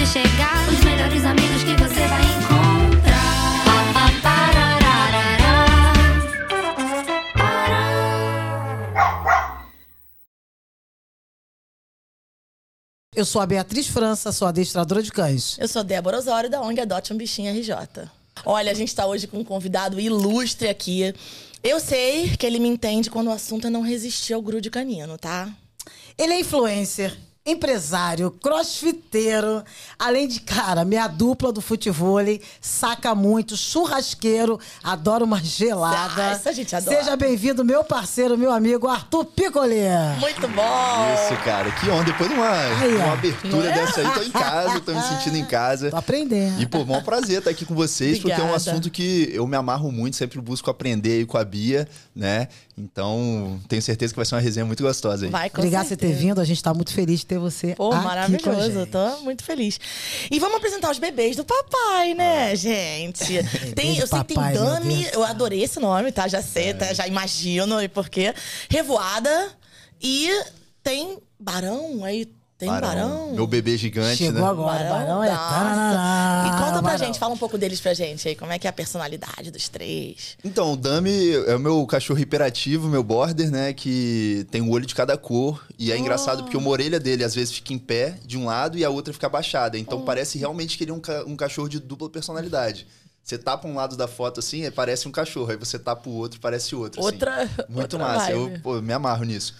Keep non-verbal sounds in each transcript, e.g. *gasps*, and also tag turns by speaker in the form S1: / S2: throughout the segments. S1: é chegar, os melhores amigos que você vai encontrar. Pa, pa, pararararará.
S2: Eu sou a Beatriz França, sou adestradora de cães.
S3: Eu sou Débora Osório, da ONG Adote um Bichinho RJ. Olha, a gente está hoje com um convidado ilustre aqui. Eu sei que ele me entende quando o assunto é não resistir ao grude canino, tá?
S2: Ele é influencer, empresário, crossfiteiro, além de, cara, minha dupla do futebol, saca muito, churrasqueiro, adora uma gelada.
S3: Ah, isso a gente adora.
S2: Seja bem-vindo, meu parceiro, meu amigo Arthur Picolé.
S3: Muito bom!
S4: Isso, cara. Que onda. Depois de uma,
S2: Aí, ó.
S4: uma abertura dessa aí, tô em casa, tô me sentindo em casa.
S2: É. Tô aprendendo.
S4: E, pô, maior prazer estar aqui com vocês, porque é um
S3: Obrigada.
S4: assunto que eu me amarro muito, sempre busco aprender aí com a Bia, né? Então, tenho certeza que vai ser uma resenha muito gostosa aí.
S3: Vai com
S2: Obrigado por você ter
S3: certeza.
S2: vindo, a gente tá muito feliz de ter você
S3: Pô,
S2: aqui com a
S3: maravilhoso.
S2: gente.
S3: Eu tô muito feliz. E vamos apresentar os bebês do papai,
S2: *laughs*
S3: né, gente? Tem,
S2: Ah. do
S3: eu sei que tem
S2: papai, meu
S3: Dami,
S2: Deus. É.
S3: eu adorei esse nome, tá? Já sei, tá? já imagino e por quê. Revoada e tem Barão aí. Tem Barão.
S4: Meu bebê gigante,
S2: Chegou
S4: né?
S2: agora, Barão, é...
S3: nossa.
S2: tararará,
S3: E conta pra
S2: Barão.
S3: gente, fala um pouco deles pra gente aí, como é que é a personalidade dos três.
S4: Então, o Dami é o meu cachorro hiperativo, meu border, né? Que tem o olho de cada cor. E é engraçado porque uma orelha dele às vezes fica em pé de um lado e a outra fica abaixada. Então parece realmente que ele é um, ca- um cachorro de dupla personalidade. Você tapa um lado da foto assim, é, parece um cachorro. Aí você tapa o outro, parece outro. assim.
S3: Outra.
S4: Muito
S3: outra
S4: massa,
S3: vibe.
S4: eu pô, me amarro nisso.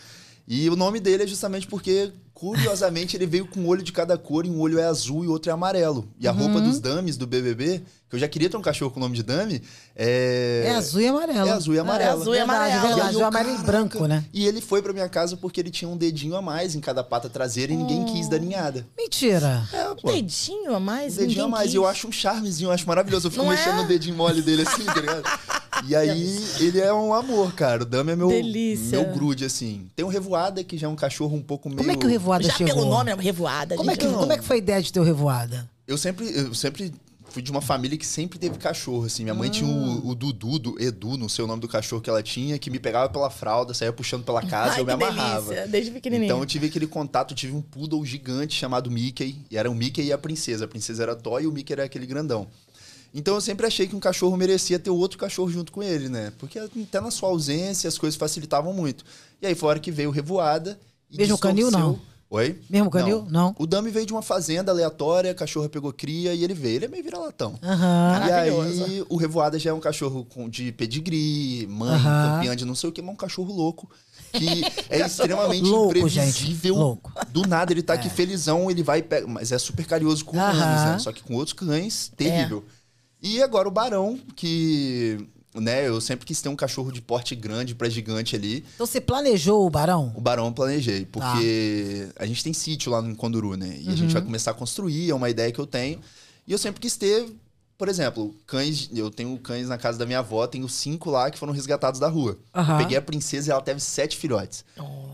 S4: E o nome dele é justamente porque, curiosamente, ele veio com um olho de cada cor, e um olho é azul e o outro é amarelo. E a roupa dos dames do BBB, que eu já queria ter um cachorro com o nome de dame, é...
S2: É azul e amarelo.
S4: É azul e amarelo.
S3: azul e
S2: Verdade,
S3: amarelo.
S2: verdade.
S4: E aí,
S2: Azul,
S4: eu,
S2: amarelo e
S4: caraca.
S2: branco, né?
S4: E ele foi pra minha casa porque ele tinha um dedinho a mais em cada pata traseira e ninguém quis dar ninhada.
S2: Mentira.
S4: É, pô. Um
S3: Dedinho a mais?
S4: dedinho a
S3: Ninguém
S4: mais.
S3: quis.
S4: E eu acho um charmezinho, eu acho maravilhoso. Eu fico
S3: Não é?
S4: mexendo no dedinho mole dele assim, tá ligado? E aí, ele é um amor, cara. O Dami é meu,
S3: Delícia.
S4: meu grude, assim. Tem o Revoada, que já é um cachorro um pouco meio...
S2: Como é que o Revoada
S3: Já
S2: chegou?
S3: pelo nome, é uma revoada.
S2: como, é
S3: gente.
S2: que, como é que foi a ideia de ter o Revoada?
S4: Eu sempre, eu sempre fui de uma família que sempre teve cachorro, assim. Minha mãe tinha
S3: Ah.
S4: o, o Dudu, do Edu, não sei o nome do cachorro que ela tinha, que me pegava pela fralda, saía puxando pela casa e
S3: Ai,
S4: eu me
S3: que
S4: amarrava.
S3: delícia, desde pequenininho.
S4: Então eu tive aquele contato, eu tive um poodle gigante chamado Mickey, e era o Mickey e a princesa. A princesa era Toy e o Mickey era aquele grandão. Então eu sempre achei que um cachorro merecia ter outro cachorro junto com ele, né? Porque até na sua ausência as coisas facilitavam muito. E aí foi a hora que veio o Revoada. E
S2: Mesmo canil, não?
S4: distorceu- Oi?
S2: Mesmo canil? Não.
S4: O Dami veio de uma fazenda aleatória, a cachorra pegou cria e ele veio. Ele é meio vira-latão.
S2: Aham.
S4: E aí,
S3: Maravilhoso.
S4: o Revoada já é um cachorro com- de pedigree, mãe,
S2: Aham.
S4: campeã de não sei o que, mas um cachorro louco. Que
S2: *laughs*
S4: é extremamente
S2: Louco, gente.
S4: imprevisível.
S2: Louco. É.
S4: Do nada, ele tá aqui felizão, ele vai e pega. Mas é super carinhoso com
S2: Aham. É.
S4: humanos, né? Só que com outros cães, terrível. E agora o Barão, que. Né, eu sempre quis ter um cachorro de porte grande pra gigante ali.
S2: Então você planejou o Barão?
S4: O Barão eu planejei, porque a gente tem sítio lá no Conduru, né? E a gente vai começar a construir, é uma ideia que eu tenho. E eu sempre quis ter, por exemplo, cães. Eu tenho cães na casa da minha avó, tenho cinco lá que foram resgatados da rua.
S2: Aham.
S4: Eu peguei a princesa e ela teve sete filhotes.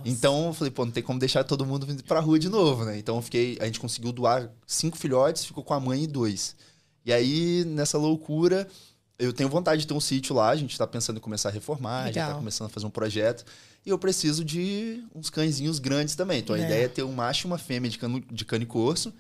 S4: Então eu falei, pô, não tem como deixar todo mundo vindo pra rua de novo, né? Então eu fiquei. A gente conseguiu doar cinco filhotes, ficou com a mãe e dois. E aí, nessa loucura, eu tenho vontade de ter um sítio lá, a gente tá pensando em começar a reformar, já tá
S3: Legal.
S4: começando a fazer um projeto. E eu preciso de uns cãezinhos grandes também. Então a
S3: É.
S4: ideia é ter um macho e uma fêmea de cano, de cano e corso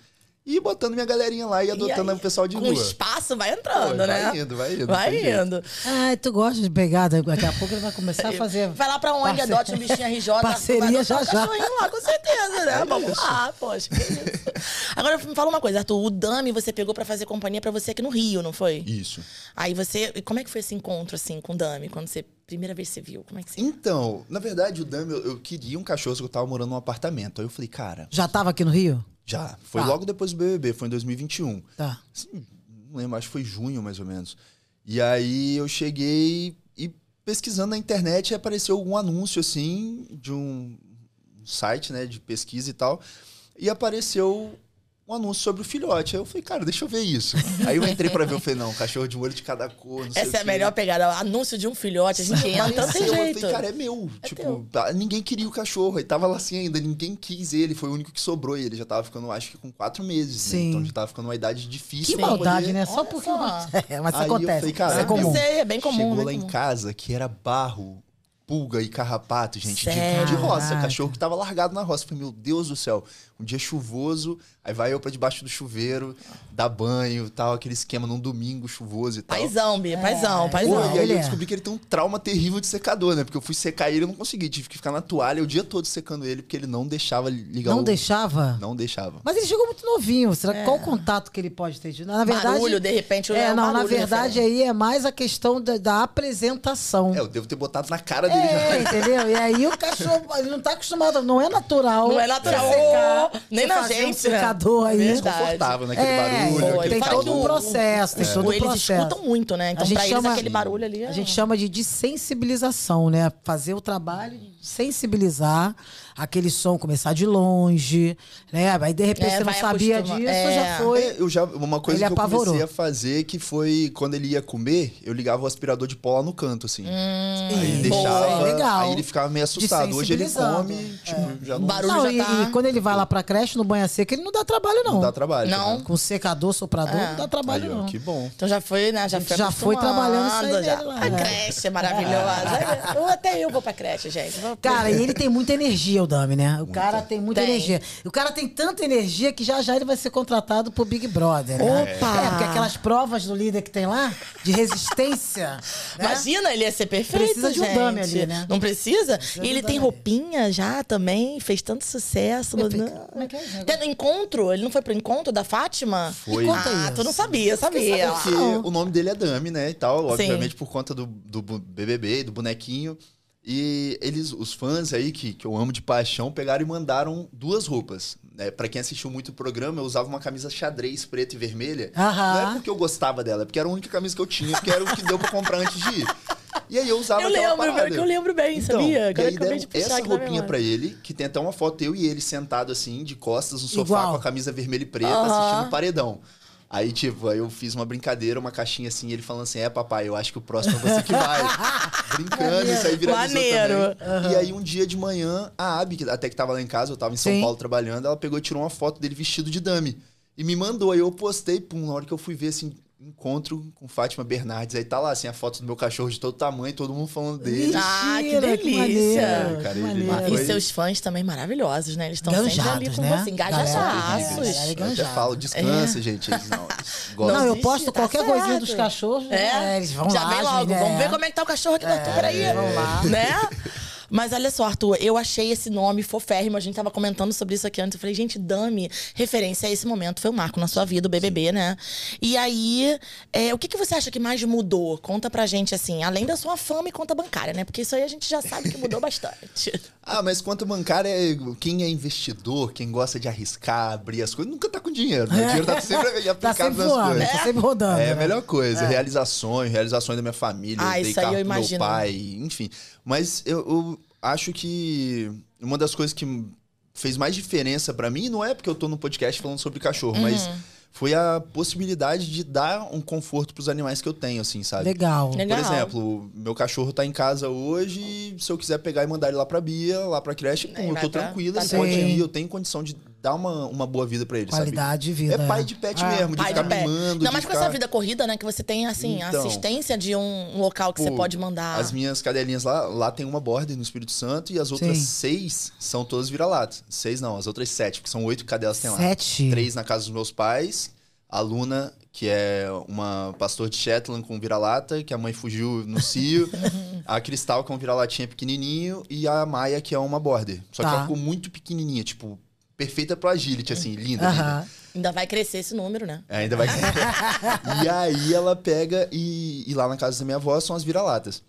S4: e botando minha galerinha lá e adotando
S3: aí,
S4: o pessoal de
S3: Com
S4: rua.
S3: espaço vai
S4: Pô,
S3: entrando, né?
S4: Vai indo, vai indo. não
S3: Vai
S4: tem jeito.
S3: indo.
S2: Ah, tu gosta de pegada? Daqui a pouco ele vai começar a fazer.
S3: Vai lá pra ONG,
S2: Parce-
S3: adote um bichinho RJ.
S2: Parceria
S3: vai adotar
S2: já,
S3: um
S2: já.
S3: cachorrinho lá, com certeza, né? Vamos lá, poxa. que isso. Agora, me fala uma coisa, Arthur. O Dami você pegou pra fazer companhia pra você aqui no Rio, não foi?
S4: Isso.
S3: Aí você... E como é que foi esse encontro, assim, com o Dami? Quando você... Primeira vez que você viu, como é que você...
S4: Então, na verdade, o Dami, eu, eu queria um cachorro, só que eu tava morando num apartamento. Aí eu falei, cara,
S2: Já tava aqui no Rio?
S4: já. Foi
S2: Tá.
S4: logo depois do BBB, foi em 2021.
S2: Tá.
S4: Assim, não lembro, acho que foi junho mais ou menos. E aí eu cheguei e pesquisando na internet apareceu algum anúncio assim de um site, né, de pesquisa e tal. E apareceu um anúncio sobre o filhote. Aí eu falei, cara, deixa eu ver
S3: *laughs*
S4: isso. aí eu entrei pra ver, eu falei, não, cachorro de um olho de cada cor, não sei o
S3: Essa é a
S4: quê.
S3: melhor pegada. Anúncio de um filhote, a gente entra, não tem
S4: Apareceu, Eu
S3: jeito.
S4: falei, cara, é meu. tipo,
S3: teu.
S4: tá- ninguém queria o cachorro. Aí tava lá assim ainda, ninguém quis ele. Foi o único que sobrou. E ele já tava ficando, acho que com quatro meses. né?
S2: Sim.
S4: Então já tava ficando uma idade
S2: Que
S4: difícil. pra
S2: maldade,
S4: poder-
S2: né? Só
S3: Olha
S2: porque.
S3: só.
S2: É, mas isso
S4: Aí eu
S2: acontece.
S4: falei, cara,
S2: isso é
S4: é
S2: comum.
S3: Eu sei, é bem comum.
S4: Chegou
S3: bem
S4: lá em
S3: comum.
S4: casa que era barro, pulga e carrapato, gente, de,
S3: Sério?
S4: de roça.
S2: Caraca.
S4: Cachorro que tava largado na roça. Falei, meu Deus do céu, um dia chuvoso, Aí vai eu pra debaixo do chuveiro, dá banho tal, aquele esquema num domingo chuvoso e tal.
S3: Paizão,
S2: É.
S3: Bia, paizão,
S4: Pô,
S3: paizão.
S4: e aí
S2: ele
S4: eu
S2: é.
S4: descobri que ele tem um trauma terrível de secador, né? Porque eu fui secar ele e eu não consegui. Tive que ficar na toalha o dia todo secando ele, porque ele não deixava ligar
S2: Não
S4: o...
S2: deixava?
S4: Não deixava.
S2: Mas ele chegou muito novinho. Será qual o contato que ele pode ter tido? Na verdade,
S3: É. Barulho, de repente,
S2: É,
S3: um
S2: não, na
S3: barulho
S2: verdade
S3: diferente.
S2: aí é mais a questão da, da apresentação.
S4: É, eu devo ter botado na cara dele já.
S2: É, entendeu? E aí o cachorro, ele não tá acostumado, não é natural.
S3: Não é natural.
S2: você secar, você
S3: Nem na
S2: fazer
S3: gente,
S2: Um
S3: né?
S2: secador aí.
S3: Verdade.
S4: Desconfortável, É. né? Aquele
S2: É,
S4: barulho.
S3: Pô,
S4: aquele
S2: tem
S3: fala
S2: todo
S3: que
S2: um
S3: o-
S2: processo, tem
S3: o-
S2: todo um
S3: Eles
S2: processo.
S3: escutam muito, né? Então,
S2: gente
S3: pra eles,
S2: chama-
S3: aquele barulho ali é...
S2: A gente chama de dessensibilização, né? Fazer o trabalho de sensibilizar aquele som, começar de longe, né? Aí de repente
S3: É,
S2: você não
S3: vai
S2: sabia
S3: acostuma-
S2: disso,
S3: é.
S2: já foi.
S4: É, Eu já, uma coisa
S2: Ele
S4: que
S2: apavorou.
S4: eu comecei a fazer que foi quando ele ia comer, eu ligava o aspirador de pó lá no canto, assim.
S3: Hum.
S4: aí
S2: Sim.
S4: deixava.
S2: Boa, Hum, É legal. É.
S4: Aí ele ficava meio assustado. Hoje ele
S2: Desensibilizado.
S4: come, tipo, já não,
S3: Barulho
S2: Não,
S3: já
S2: e,
S3: tá-
S2: e quando ele vai lá pra creche, no banho a seca, ele não dá trabalho, não.
S4: não dá trabalho.
S3: Não.
S4: Tá
S2: Com secador, soprador,
S3: É.
S2: não dá
S4: vendo?
S2: trabalho,
S4: Aí, ó,
S2: não.
S4: que bom.
S3: Então já foi, né? Já
S2: A
S3: foi
S2: gente já foi trabalhando isso aí
S3: acostumando, já.
S2: dele lá,
S3: A
S2: né?
S3: creche
S2: *laughs*
S3: é maravilhosa. Eu, até eu vou pra creche, gente. Vou-
S2: Cara, e ele tem muita energia, o Dami, né? O cara tem muita
S3: Tem.
S2: energia. O cara tem tanta energia que já já ele vai ser contratado pro Big Brother. Né?
S3: Opa!
S2: É, porque aquelas provas do líder que tem lá, de
S4: *laughs*
S2: resistência. né?
S3: Imagina, ele ia ser perfeito,
S2: Precisa de um
S3: gente.
S2: dummy ali, né?
S3: Não precisa?
S2: de
S3: e ele
S2: um
S3: tem
S2: dummy.
S3: roupinha já também, fez tanto sucesso.
S2: Como é que-
S3: Não.
S2: como é que é esse negócio?
S3: Até no encontro, ele não foi pro encontro da Fátima?
S4: Foi.
S2: conta aí.
S3: Ah,
S2: isso.
S3: tu não sabia, eu sabia.
S4: Porque o nome dele é Dami, né? E tal,
S3: Sim.
S4: obviamente por conta do, do bu- BBB, do bonequinho. E eles, os fãs aí, que, que eu amo de paixão, pegaram e mandaram duas roupas. Né? Pra quem assistiu muito o programa, eu usava uma camisa xadrez preta e vermelha.
S2: Aham.
S4: Não é porque eu gostava dela, é porque era a única camisa que eu tinha, porque era o que deu pra comprar antes de ir. E aí eu usava
S3: Eu
S4: aquela
S3: lembro,
S4: parada.
S3: pior que eu lembro bem,
S4: Então,
S3: sabia?
S4: e
S3: Agora
S4: aí
S3: eu acabei
S4: deram
S3: de puxar
S4: essa
S3: aqui na
S4: roupinha
S3: memória.
S4: pra ele, que tem até uma foto eu e ele sentado assim, de costas no sofá
S2: Igual.
S4: com a camisa vermelha e preta,
S3: Aham.
S4: assistindo o paredão. Aí, tipo, aí eu fiz uma brincadeira, uma caixinha assim, ele falando assim: é, papai, eu acho que o próximo é você
S3: *laughs*
S4: que vai. Brincando, isso aí viralizou
S3: Maneiro.
S4: também. E aí, um dia de manhã, a Abby, que até que tava lá em casa, eu tava em São
S2: Sim.
S4: Paulo trabalhando, ela pegou e tirou uma foto dele vestido de dame. E me mandou, aí eu postei, pum, na hora que eu fui ver, assim, encontro com Fátima Bernardes, aí tá lá, assim, a foto do meu cachorro de todo tamanho, todo mundo falando é dele.
S3: Ah, que
S2: Mentira,
S3: delícia.
S2: maneiro,
S4: É,
S2: que
S4: cara, ele-
S2: maneiro.
S4: Foi-
S3: E seus fãs também maravilhosos, né? Eles estão sempre ali
S2: Enganjados,
S3: com
S2: né?
S3: você,
S2: Galera,
S3: engajadaços.
S2: galera,
S4: Eu até
S2: enganjada.
S4: falo, descansa, gente. Eles não, eles gostam.
S2: É. *laughs* Não, eu
S3: Existe,
S2: posto
S3: tá
S2: qualquer
S3: certo. É?
S2: coisinha dos cachorros, né? eles vão
S3: Já
S2: lá.
S3: vem
S2: as
S3: logo,
S2: meninas-
S3: vamos ver como é que tá o cachorro aqui do Arthur, peraí.
S2: vamos lá.
S3: *laughs* Né? Mas olha só, Arthur, eu achei esse nome foférrimo. A gente tava comentando sobre isso aqui antes. Eu falei, gente, Dami, referência a esse momento. Foi um marco na sua vida, o BBB, né? E aí, é, o que, que você acha que mais mudou? Conta pra gente, assim, além da sua fama e conta bancária, né? Porque isso aí a gente já sabe que
S4: *laughs*
S3: mudou bastante.
S4: Ah, mas conta bancária, é quem é investidor, quem gosta de arriscar, abrir as coisas, nunca tá com dinheiro. Né? O dinheiro tá sempre
S2: *laughs* Tá
S4: aplicado
S2: sempre
S4: nas
S2: voando,
S4: coisas.
S2: tá sempre rodando.
S4: É a
S2: né?
S4: melhor coisa. Realizações, realizações da minha família.
S3: Ah,
S4: eu dei
S3: isso aí
S4: carro
S3: eu
S4: pro meu
S3: imagino.
S4: pai, enfim. Mas eu, eu acho que uma das coisas que fez mais diferença pra mim, não é porque eu tô no podcast falando sobre cachorro, mas
S2: Uhum.
S4: foi a possibilidade de dar um conforto pros animais que eu tenho, assim, sabe?
S2: Legal.
S3: Legal.
S4: Por exemplo, meu cachorro tá em casa hoje, e se eu quiser pegar e mandar ele lá pra Bia, lá pra creche, pum,
S3: Aí
S4: eu
S3: É, vai
S4: tô
S3: pra- tá
S4: tranquilo,
S3: pra
S4: ele pode
S2: creche.
S4: ir, eu tenho condição de dar uma, uma boa vida pra ele, sabe?
S2: Qualidade de vida.
S4: É pai de pet
S2: Ah,
S4: mesmo, de
S3: Pai
S4: ficar
S3: de pé.
S4: mimando,
S3: Não,
S4: de
S3: mas com
S4: ficar-
S3: essa vida corrida, né? Que você tem, assim, a
S4: Então.
S3: assistência de um local que você
S4: Pô,
S3: pode mandar.
S4: As minhas cadelinhas lá, lá tem uma border no Espírito Santo e as outras
S2: Sim.
S4: seis são todas vira-latas. Seis não, as outras sete, porque são oito cadelas que tem lá.
S2: Sete.
S4: Três na casa dos meus pais, a Luna, que é uma pastor de Shetland com vira-lata, que a mãe fugiu
S2: *laughs*
S4: no cio, a Cristal, que é um vira-latinha pequenininho, e a Maia, que é uma border. Só
S2: Tá.
S4: que ela ficou muito pequenininha, tipo, perfeita pro agility, assim, linda, linda.
S2: Aham.
S3: Ainda vai crescer esse número, né?
S4: É, Ainda vai. e aí ela pega e, e lá na casa da minha avó são as vira-latas.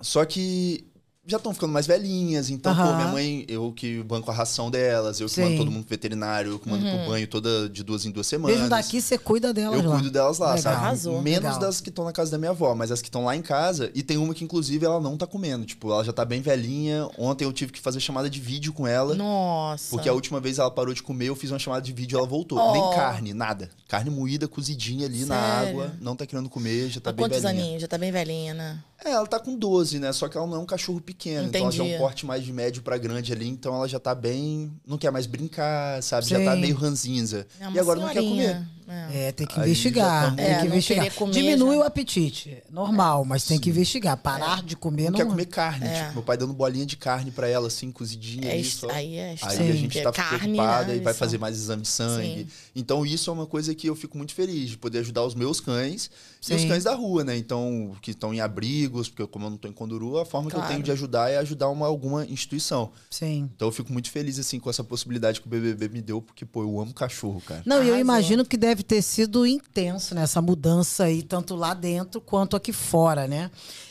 S4: Só que já estão ficando mais velhinhas, então, pô,
S2: Aham.
S4: minha mãe, eu que banco a ração delas, eu que
S2: Sim. Uhum.
S4: mando todo mundo pro veterinário, eu que mando pro banho toda de duas em duas semanas.
S2: Mesmo daqui, você cuida delas
S4: Eu
S2: lá.
S4: cuido delas lá,
S2: Legal.
S4: sabe?
S3: Arrasou.
S4: Menos
S2: Legal.
S4: das que estão na casa da minha avó, mas as que estão lá em casa. E tem uma que, inclusive, ela não tá comendo. Tipo, ela já tá bem velhinha. Ontem eu tive que fazer chamada de vídeo com ela.
S3: Nossa.
S4: Porque a última vez ela parou de comer, eu fiz uma chamada de vídeo e ela voltou.
S3: Oh.
S4: Nem carne, nada. Carne moída, cozidinha ali na
S3: Sério?
S4: água. Não tá querendo comer, já tá
S3: Há
S4: bem
S3: quantos
S4: velhinha.
S3: aninhos? Já tá bem velhinha, né?
S4: É, ela tá com 12, né? Só que ela não é um cachorro pequeno. Então ela já é
S3: Entendi.
S4: um porte mais de médio pra grande ali. Então ela já tá bem... Não quer mais brincar, sabe? Já
S2: Sim.
S4: tá meio ranzinza.
S3: É uma
S4: e agora não quer
S3: senhorinha. né?
S4: comer.
S2: É, tem que
S4: Aí já
S2: investigar. Tem
S3: muito-
S4: tá
S2: que
S3: É, não
S2: investigar.
S3: querer comer
S2: Diminui
S3: já.
S2: o apetite. Normal, mas tem que investigar. Parar de comer
S4: É. Não
S2: não.
S4: quer comer carne.
S3: É.
S4: Tipo, meu pai dando bolinha de carne pra ela, assim, cozidinha.
S3: É
S4: ali,
S3: est-
S4: só.
S3: Aí é
S4: Aí
S2: Sim.
S4: a
S3: estranho,
S4: gente
S3: porque
S4: tá
S3: carne,
S4: preocupada
S3: né,
S4: e vai
S3: isso.
S4: fazer mais exame de sangue. Então, isso é uma coisa que eu fico muito feliz, de poder ajudar os meus cães e os
S2: Sim.
S4: cães da rua, né? Então, que estão em abrigos, porque como eu não tô em Conduru, a forma que eu
S3: Claro.
S4: tenho de ajudar é ajudar uma, alguma instituição.
S2: Sim.
S4: Então, eu fico muito feliz, assim, com essa possibilidade que o BBB me deu, porque, pô, eu amo cachorro, cara.
S2: Não, e eu
S3: Arrasou.
S2: imagino que deve ter sido intenso nessa mudança aí, tanto lá dentro quanto aqui fora, né?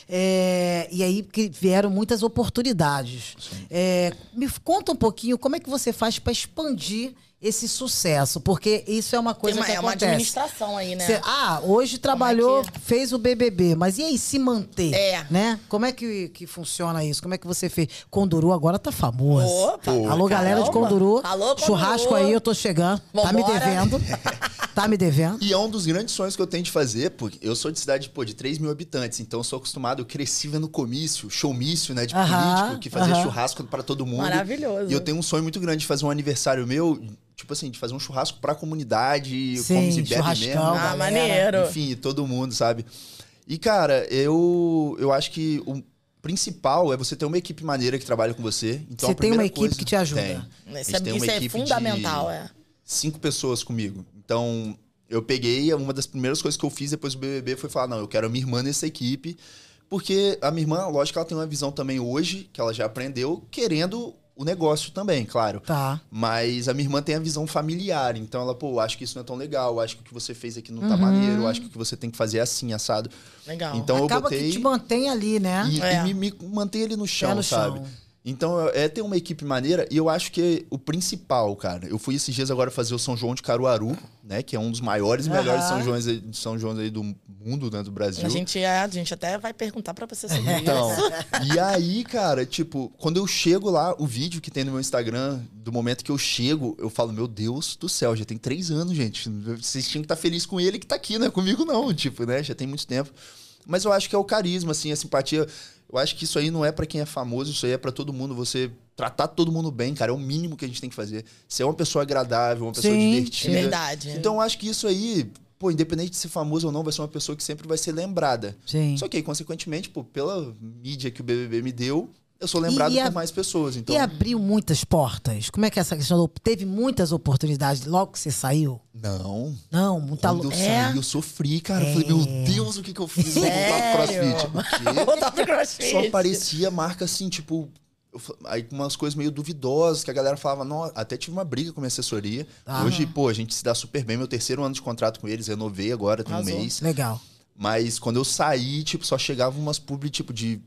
S2: É, e aí que vieram muitas oportunidades. É, me f- conta um pouquinho como é que você faz para expandir esse sucesso, porque isso é uma
S3: Tem
S2: coisa
S3: uma,
S2: que
S3: é uma
S2: acontece.
S3: administração aí, né?
S4: é
S3: é
S2: Cê- ah, hoje trabalhou,
S3: que-
S2: fez o BBB, mas e aí se manter?
S3: É.
S2: Né? Como é que, que funciona isso? Como é que você fez? Conduru agora tá famoso.
S3: Opa,
S2: Alô, galera de
S3: caramba.
S2: Conduru.
S3: Alô, Conduru.
S2: Churrasco aí, eu tô chegando. Tá me
S3: Vambora.
S2: devendo. tá me devendo.
S4: E é um dos grandes sonhos que eu tenho de fazer, porque eu sou de cidade, pô, de 3 mil habitantes, então eu sou acostumado, eu cresci vendo comício, showmício, né, de
S2: Aham,
S4: político, que fazia
S2: aham.
S4: churrasco pra todo mundo.
S3: Maravilhoso.
S4: E eu tenho um sonho muito grande de fazer um aniversário meu, tipo assim, de fazer um churrasco pra comunidade,
S2: Sim,
S4: comes e bebe
S2: churrascão.
S4: mesmo.
S2: galera.
S3: Ah, maneiro.
S4: Enfim, todo mundo, sabe? E, cara, eu, eu acho que o principal é você ter uma equipe maneira que trabalha com você. Então,
S2: Você
S4: a
S2: tem uma
S4: primeira
S2: equipe
S4: coisa-
S2: que te ajuda.
S4: Tem. A
S3: Isso
S4: gente tem
S3: é,
S4: uma
S3: isso é
S4: equipe de-
S3: fundamental, é.
S4: cinco pessoas comigo. Então, eu peguei, uma das primeiras coisas que eu fiz depois do BBB foi falar, não, eu quero a minha irmã nessa equipe, porque a minha irmã, lógico, ela tem uma visão também hoje, que ela já aprendeu, querendo o negócio também, claro.
S2: Tá.
S4: Mas a minha irmã tem a visão familiar, então ela, pô, acho que isso não é tão legal, acho que o que você fez aqui não tá
S2: Uhum.
S4: maneiro, acho que o que você tem que fazer é assim, assado.
S3: Legal.
S4: Então eu
S2: Acaba
S4: botei
S2: que te mantém ali, né?
S4: e,
S3: É.
S4: e me, me manter ele no
S2: Pé
S4: chão,
S2: no
S4: sabe?
S2: chão.
S4: Então, é ter uma equipe maneira e eu acho que o principal, cara. Eu fui esses dias agora fazer o São João de Caruaru, né? Que é um dos maiores e melhores
S2: Aham.
S4: São Joões, aí- São Joões aí do mundo, né? Do Brasil.
S3: a, gente, é, a gente até vai perguntar pra você sobre
S4: Então,
S3: isso.
S4: e aí, cara, tipo, quando eu chego lá, o vídeo que tem no meu Instagram, do momento que eu chego, eu falo, meu Deus do céu, já tem três anos, gente. Vocês tinham que estar feliz com ele que tá aqui, né? Comigo não, tipo, né? Já tem muito tempo. Mas eu acho que é o carisma, assim, a simpatia. Eu acho que isso aí não é pra quem é famoso, isso aí é pra todo mundo. Você tratar todo mundo bem, cara, é o mínimo que a gente tem que fazer. Ser uma pessoa agradável, uma pessoa
S2: Sim,
S3: É
S4: divertida.
S3: verdade.
S4: Então eu acho que isso aí, pô, independente de ser famoso ou não, vai ser uma pessoa que sempre vai ser lembrada.
S2: Sim.
S4: Só que aí, consequentemente, pô, pela mídia que o BBB me deu, eu sou lembrado
S2: E- e a-
S4: por mais pessoas. Então,
S2: E abriu muitas portas. Como é que é essa questão? Teve muitas oportunidades logo que você saiu?
S4: não.
S2: Não, muita
S4: Quando
S2: lu-
S4: eu
S2: É?
S4: saí, eu sofri, cara. Eu falei, meu Deus, o que que eu fiz? Vou
S2: *laughs*
S4: voltar pro crossfit.
S3: *laughs* Vou
S4: Por quê?
S3: voltar pro crossfit.
S4: Só aparecia marca assim, tipo. eu fa- Aí umas coisas meio duvidosas que a galera falava, não, até tive uma briga com a minha assessoria.
S2: Ah.
S4: Hoje, pô, a gente se dá super bem. Meu terceiro ano de contrato com eles, renovei agora, tem um
S3: Arrasou.
S4: mês.
S2: Legal.
S4: Mas quando eu saí, tipo, só chegavam umas publi, tipo, de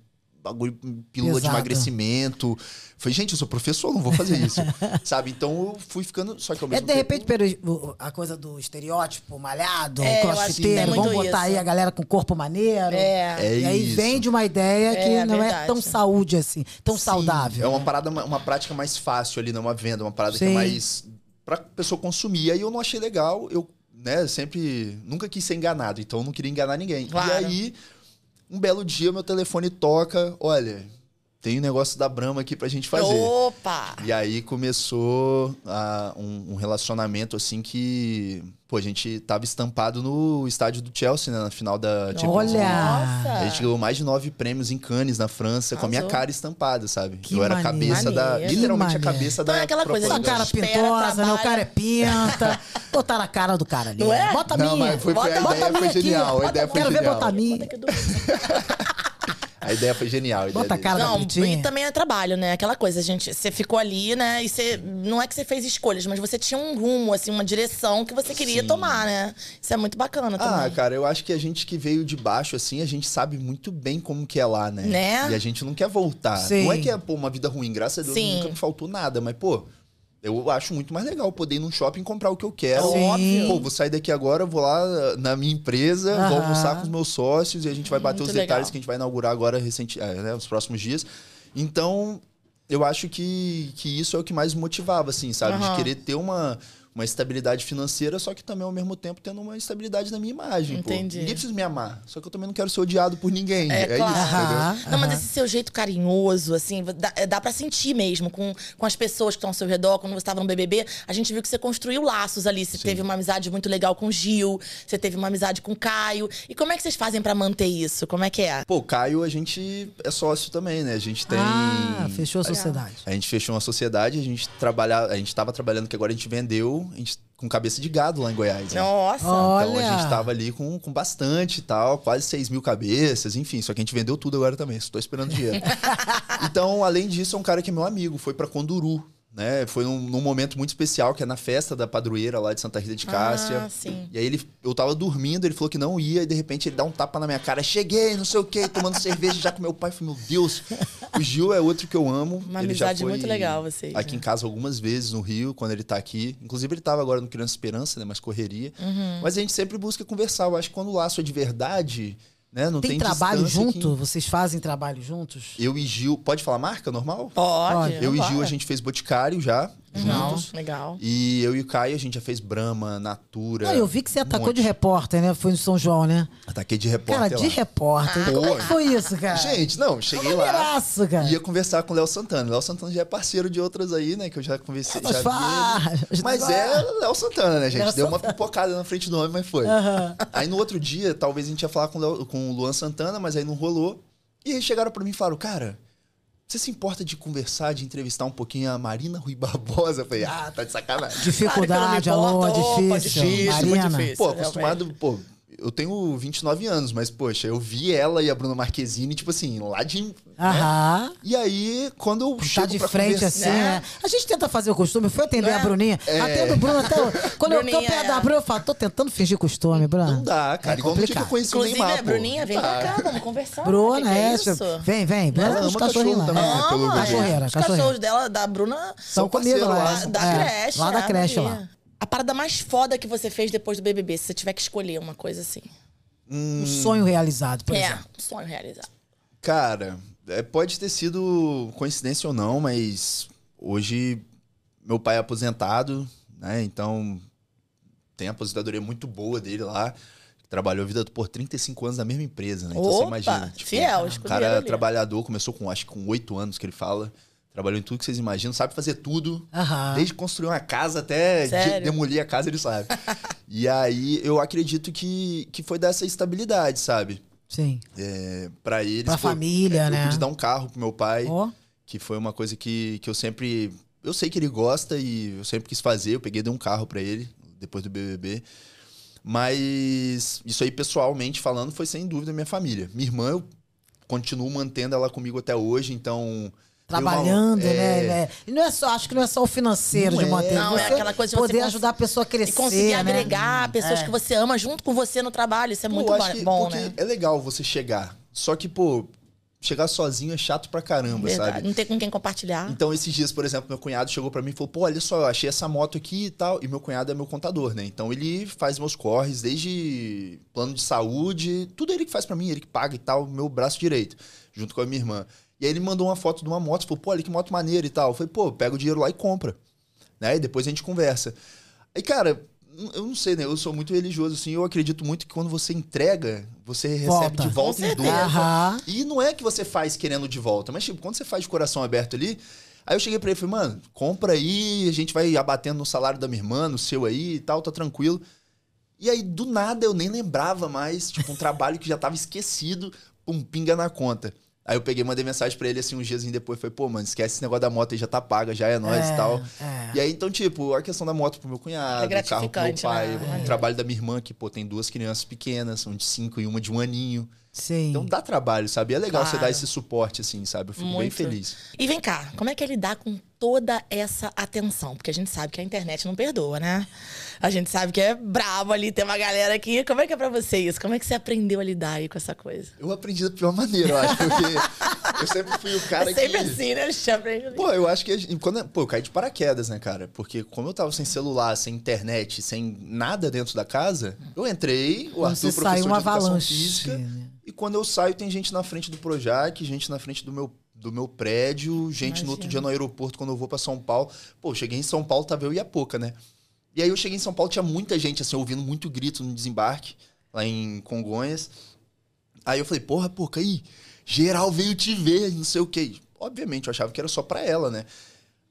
S4: bagulho, pílula de
S2: Pesado.
S4: emagrecimento. Falei, gente, eu sou professor, não vou fazer
S2: *laughs*
S4: isso. Sabe? Então eu fui ficando. Só que ao
S2: É de
S4: mesmo tempo.
S2: repente pelo, o- a coisa do estereótipo malhado,
S3: É, eu acho que
S2: crossfiteiro,
S3: tem
S2: vamos
S3: muito
S2: botar
S3: isso.
S2: aí a galera com corpo maneiro.
S3: É.
S4: É
S2: e aí
S4: isso.
S2: vende uma ideia que
S3: É,
S2: não é
S3: verdade.
S2: tão saúde assim, tão saudável. né?
S4: É uma parada, uma, uma prática mais fácil ali, não uma venda, uma parada que
S2: Sim.
S4: é mais. pra pessoa consumir. Aí eu não achei legal, eu, né, sempre. Nunca quis ser enganado, então eu não queria enganar ninguém.
S3: Claro.
S4: E aí, um belo dia, meu telefone toca, olha, tem um negócio da Brahma aqui pra gente fazer.
S3: Opa!
S4: E aí começou ah, um, um relacionamento assim que. Pô, a gente tava estampado no estádio do Chelsea, né? Na final da Champions League.
S2: Olha!
S3: Nossa!
S4: A gente ganhou mais de nove prêmios em Cannes, na França, com a minha
S3: Arrasou.
S4: cara estampada, sabe?
S2: Que
S4: eu era a
S2: maneiro.
S4: cabeça da.
S3: Maneiro.
S4: Literalmente
S2: Que
S4: a cabeça
S3: maneiro.
S4: da.
S3: Então é aquela coisa,
S2: Essa cara
S4: propaganda.
S3: Espera,
S2: pintosa, meu
S3: trabalha.
S2: cara é
S3: *laughs*
S2: pinta. Botaram a cara do cara ali. né?
S3: Não é?
S2: Bota a minha.
S4: Não, mas foi- foi-
S2: bota,
S4: a
S2: bota
S4: ideia
S2: minha
S4: foi
S2: aqui.
S4: genial, a
S2: Bota-
S4: ideia foi
S2: Quero ver
S4: genial.
S2: botar a minha.
S3: Bota que eu dou.
S4: A ideia foi genial. a ideia
S2: Bota a
S4: deles.
S2: cara da
S3: Não,
S2: Bonitinha.
S3: e também é trabalho, né? Aquela coisa, gente. Você ficou ali, né? E você. Não é que você fez escolhas, mas você tinha um rumo, assim, uma direção que você queria
S4: Sim.
S3: tomar, né? Isso é muito bacana também.
S4: Ah, cara, eu acho que a gente que veio de baixo, assim, a gente sabe muito bem como que é lá, né?
S3: Né?
S4: E a gente não quer voltar.
S2: Sim.
S4: Não é que é, pô, uma vida ruim, graças a Deus,
S3: Sim.
S4: nunca me faltou nada, mas, pô. Eu acho muito mais legal poder ir num shopping e comprar o que eu quero.
S2: Sim.
S4: Óbvio. Pô, vou sair daqui agora, vou lá uh, na minha empresa, vou
S2: Aham.
S4: almoçar com os meus sócios e a gente vai bater
S3: Muito
S4: os
S3: legal.
S4: detalhes que a gente vai inaugurar agora recente, é, né, nos próximos dias. Então, eu acho que, que isso é o que mais me motivava, assim, sabe?
S3: Aham.
S4: De querer ter uma, uma estabilidade financeira, só que também ao mesmo tempo tendo uma estabilidade na minha imagem. pô.
S3: Entendi.
S4: Ninguém precisa me amar, só que eu também não quero ser odiado por ninguém. É,
S3: claro.
S4: isso, entendeu?
S2: Aham,
S3: Não, mas
S2: aham.
S3: esse seu jeito carinhoso, assim, dá, dá pra sentir mesmo com, com as pessoas que estão ao seu redor. Quando você tava no BBB, a gente viu que você construiu laços ali. Você teve uma amizade muito legal com o Gil, você teve uma amizade com o Caio. E como é que vocês fazem pra manter isso? Como é que é?
S4: Pô, o Caio, a gente é sócio também, né? A gente tem.
S2: Ah, fechou a sociedade.
S4: A gente fechou uma sociedade, a gente trabalha, a gente tava trabalhando que agora a gente vendeu, a gente com cabeça de gado lá em Goiás. né?
S3: Nossa!
S4: Então
S2: Olha!
S4: a gente tava ali com, com bastante e tal, quase 6 mil cabeças, enfim. Só que a gente vendeu tudo agora também, só tô
S3: *laughs*
S4: esperando dinheiro. então, além disso, é um cara que é meu amigo, foi pra Conduru, né? Foi num, num momento muito especial, que é na festa da padroeira lá de Santa Rita de Cássia.
S3: Ah, sim.
S4: E aí ele, eu tava dormindo, ele falou que não ia, e de repente ele dá um tapa na minha cara, cheguei, não sei o quê, tomando cerveja já com meu pai. Falei, meu Deus, o Gil é outro que eu amo.
S3: Uma
S4: ele já
S3: amizade
S4: foi
S3: muito legal, vocês.
S4: Aqui em casa algumas vezes no Rio, quando ele tá aqui. Inclusive, ele tava agora no Criança Esperança, né? Mas correria.
S2: Uhum.
S4: Mas a gente sempre busca conversar. Eu acho que quando o laço é de verdade, né? Não tem,
S2: Tem, trabalho
S4: distância
S2: junto? Vocês fazem trabalho juntos?
S4: que- Eu e Gil. Pode falar marca normal?
S3: Pode.
S2: Olha,
S4: eu e Gil,
S3: bora.
S4: a é gente fez Boticário já,
S2: Uhum.
S3: Legal,
S4: juntos.
S3: Legal.
S4: E eu e o Caio, a gente já fez Brahma, Natura. um
S2: Não, eu vi que você atacou
S4: É, monte.
S2: de repórter, né? Foi no São João, né?
S4: Ataquei de repórter.
S2: Cara, de é
S4: lá.
S3: Ah,
S2: repórter. Como é que
S4: Pô.
S2: foi
S3: tá?
S2: isso, cara?
S4: Gente, não, cheguei lá.
S2: Maneiraço, cara.
S4: Ia conversar com o Léo Santana. Léo Santana já é parceiro de outras aí, né? Que eu já conversei.
S2: Mas
S4: já vi
S2: faz.
S4: ele. Mas é Léo Santana, né, gente?
S2: Léo
S4: Deu uma pipocada na frente do nome, mas foi. Aí no outro dia, talvez a gente ia falar com o, Léo- com o Luan Santana, mas aí não rolou. E aí chegaram pra mim e falaram, cara. Você se importa de conversar, de entrevistar um pouquinho a Marina Rui Barbosa? Eu falei, ah, tá de sacanagem.
S2: Dificuldade,
S3: Claro que eu não me
S2: alô,
S3: importo. Opa,
S2: é
S3: difícil,
S2: *laughs* difícil.
S3: muito
S2: Marina.
S3: difícil.
S4: Pô,
S3: Isso,
S4: acostumado, pô, eu tenho 29 anos, mas, poxa, eu vi ela e a Bruna Marquezine, tipo assim, lá de. né?
S2: Aham.
S4: E aí, quando eu
S2: Tá
S4: chego
S2: de
S4: pra
S2: frente
S4: conversar-
S2: assim, né? A gente tenta fazer o costume. Eu fui atender
S3: É. Não é?
S2: a Bruninha. Atendo o Bruno até. o-
S3: *laughs*
S2: Quando eu tô
S3: Bruninha,
S2: perto
S3: é.
S2: da Bruna, eu falo, tô tentando fingir costume, Bruna.
S4: Não dá, cara.
S2: É
S4: Igual no dia que eu
S2: complicado.
S4: conheci
S3: Inclusive,
S4: o
S3: é,
S4: Neymar, pô.
S3: Bruninha, vem
S4: Não dá.
S3: pra cá, vamos conversar.
S2: Bruna,
S3: Que que
S2: é,
S3: é isso?
S2: Vem, vem. Bruna
S4: Ela
S2: os
S4: ama
S2: cachorrinhos
S4: cachorro
S2: lá.
S4: também,
S2: É.
S4: né? pelo
S3: Ama,
S4: visto.
S2: Cachorreira,
S3: Os
S2: cachorreira.
S3: cachorros dela, da Bruna,
S2: São comigo
S4: parceiro
S2: lá.
S3: da,
S4: lá,
S2: é,
S3: da creche.
S2: Lá da
S3: né,
S2: creche lá.
S3: Maria? A parada mais foda que você fez depois do BBB, se você tiver que escolher uma coisa assim.
S2: Um sonho realizado, por
S3: é,
S2: exemplo.
S3: um sonho realizado.
S4: Cara, é, pode ter sido coincidência ou não, mas hoje meu pai é aposentado, né? Então tem a aposentadoria muito boa dele lá. Trabalhou a vida por 35 anos na mesma empresa, né? Então você
S3: Opa,
S4: imagina. Tipo,
S3: fiel,
S4: O
S3: escudeiro
S4: cara
S3: ali.
S4: trabalhador, começou com acho que com 8 anos que ele fala. Trabalhou em tudo que vocês imaginam, sabe fazer tudo.
S2: Aham.
S4: Desde construir uma casa até de-
S3: Ah. Sério?
S4: demolir a casa, ele
S3: *laughs*
S4: sabe. e aí eu acredito que, que foi dessa estabilidade, sabe?
S2: Sim.
S4: É, pra eles.
S2: Pra
S4: pô,
S2: família,
S4: eu
S2: né?
S4: pude dar um carro pro meu pai,
S2: Ó.
S4: que foi uma coisa que, que eu sempre. Eu sei que ele gosta e eu sempre quis fazer. Eu peguei e dei um carro pra ele depois do BBB. Mas isso aí, pessoalmente falando, foi sem dúvida minha família. Minha irmã, eu continuo mantendo ela comigo até hoje, então. tem uma-
S2: Trabalhando,
S4: é,
S2: né? né? E não é só, acho que não é só o financeiro
S4: Não
S2: de
S4: é.
S2: manter.
S3: Não, é
S2: Você
S3: aquela coisa de você
S2: poder
S3: cons-
S2: ajudar a pessoa a crescer.
S3: E conseguir
S2: né?
S3: agregar pessoas
S2: É.
S3: que você ama junto com você no trabalho, isso é
S4: Pô,
S3: muito
S4: eu
S3: bom,
S4: acho que-
S3: bom,
S4: porque
S3: né?
S4: É legal você chegar. Só que, pô, chegar sozinho é chato pra caramba,
S3: Verdade.
S4: sabe?
S3: Não ter com quem compartilhar.
S4: Então, esses dias, por exemplo, meu cunhado chegou pra mim e falou: pô, olha só, eu achei essa moto aqui e tal. E meu cunhado é meu contador, né? Então, ele faz meus corres, desde plano de saúde, tudo ele que faz pra mim, ele que paga e tal, meu braço direito, junto com a minha irmã. E aí, ele mandou uma foto de uma moto, falou: pô, olha que moto maneira e tal. Eu falei: pô, pega o dinheiro lá e compra. Né? E depois a gente conversa. Aí, cara. n- Eu não sei, né? Eu sou muito religioso, assim. Eu acredito muito que quando você entrega, você recebe
S2: Volta.
S4: de volta
S3: Com
S4: em
S3: certeza.
S4: dobro.
S2: Aham.
S4: E não é que você faz querendo de volta, mas tipo, quando você faz de coração aberto ali. Aí eu cheguei pra ele e falei, mano, compra aí, a gente vai abatendo no salário da minha irmã, no seu aí e tal, tá tranquilo. E aí, do nada, eu nem lembrava mais, tipo, um trabalho que já tava esquecido, pum, pinga na conta. Aí eu peguei, mandei mensagem pra ele, assim, uns dias depois, falei, pô, mano, esquece esse negócio da moto aí, já tá paga, já é nós
S2: É,
S4: e tal.
S2: é.
S4: E aí, então, tipo, a questão da moto pro meu cunhado,
S3: É
S4: o carro pro meu
S3: gratificante,
S4: pai,
S3: né?
S4: o trabalho da minha irmã, que, pô, tem duas crianças pequenas, são de cinco e uma de um aninho.
S2: Sim.
S4: Então dá trabalho, sabe? É legal você
S3: Claro.
S4: dar esse suporte, assim, sabe? Eu fico bem
S3: Muito.
S4: feliz.
S3: E vem cá, como é que é lidar com toda essa atenção? Porque a gente sabe que a internet não perdoa, né? A gente sabe que é brabo ali, tem uma galera aqui. Como é que é pra você isso? Como é que você aprendeu a lidar aí com essa coisa?
S4: Eu aprendi da pior maneira, eu acho, porque eu sempre fui o cara
S3: é sempre
S4: que.
S3: assim, né? A gente aprende.
S4: Pô, eu acho que. a gente- Quando, é, pô, eu caí de paraquedas, né, cara? Porque como eu tava sem celular, sem internet, sem nada dentro da casa, eu entrei, o Arthur,
S2: você
S4: professor
S2: sai uma
S4: de educação
S2: avalanche.
S4: física.
S2: né?
S4: E quando eu saio, tem gente na frente do Projac, gente na frente do meu, do meu prédio, gente no outro
S3: Imagino.
S4: dia no aeroporto quando eu vou pra São Paulo. Pô, cheguei em São Paulo, tava eu e a Poca, né? E aí eu cheguei em São Paulo, tinha muita gente, assim, ouvindo muito grito no desembarque, lá em Congonhas. Aí eu falei, porra, pô, aí, geral veio te ver, não sei o quê. Obviamente, eu achava que era só pra ela, né?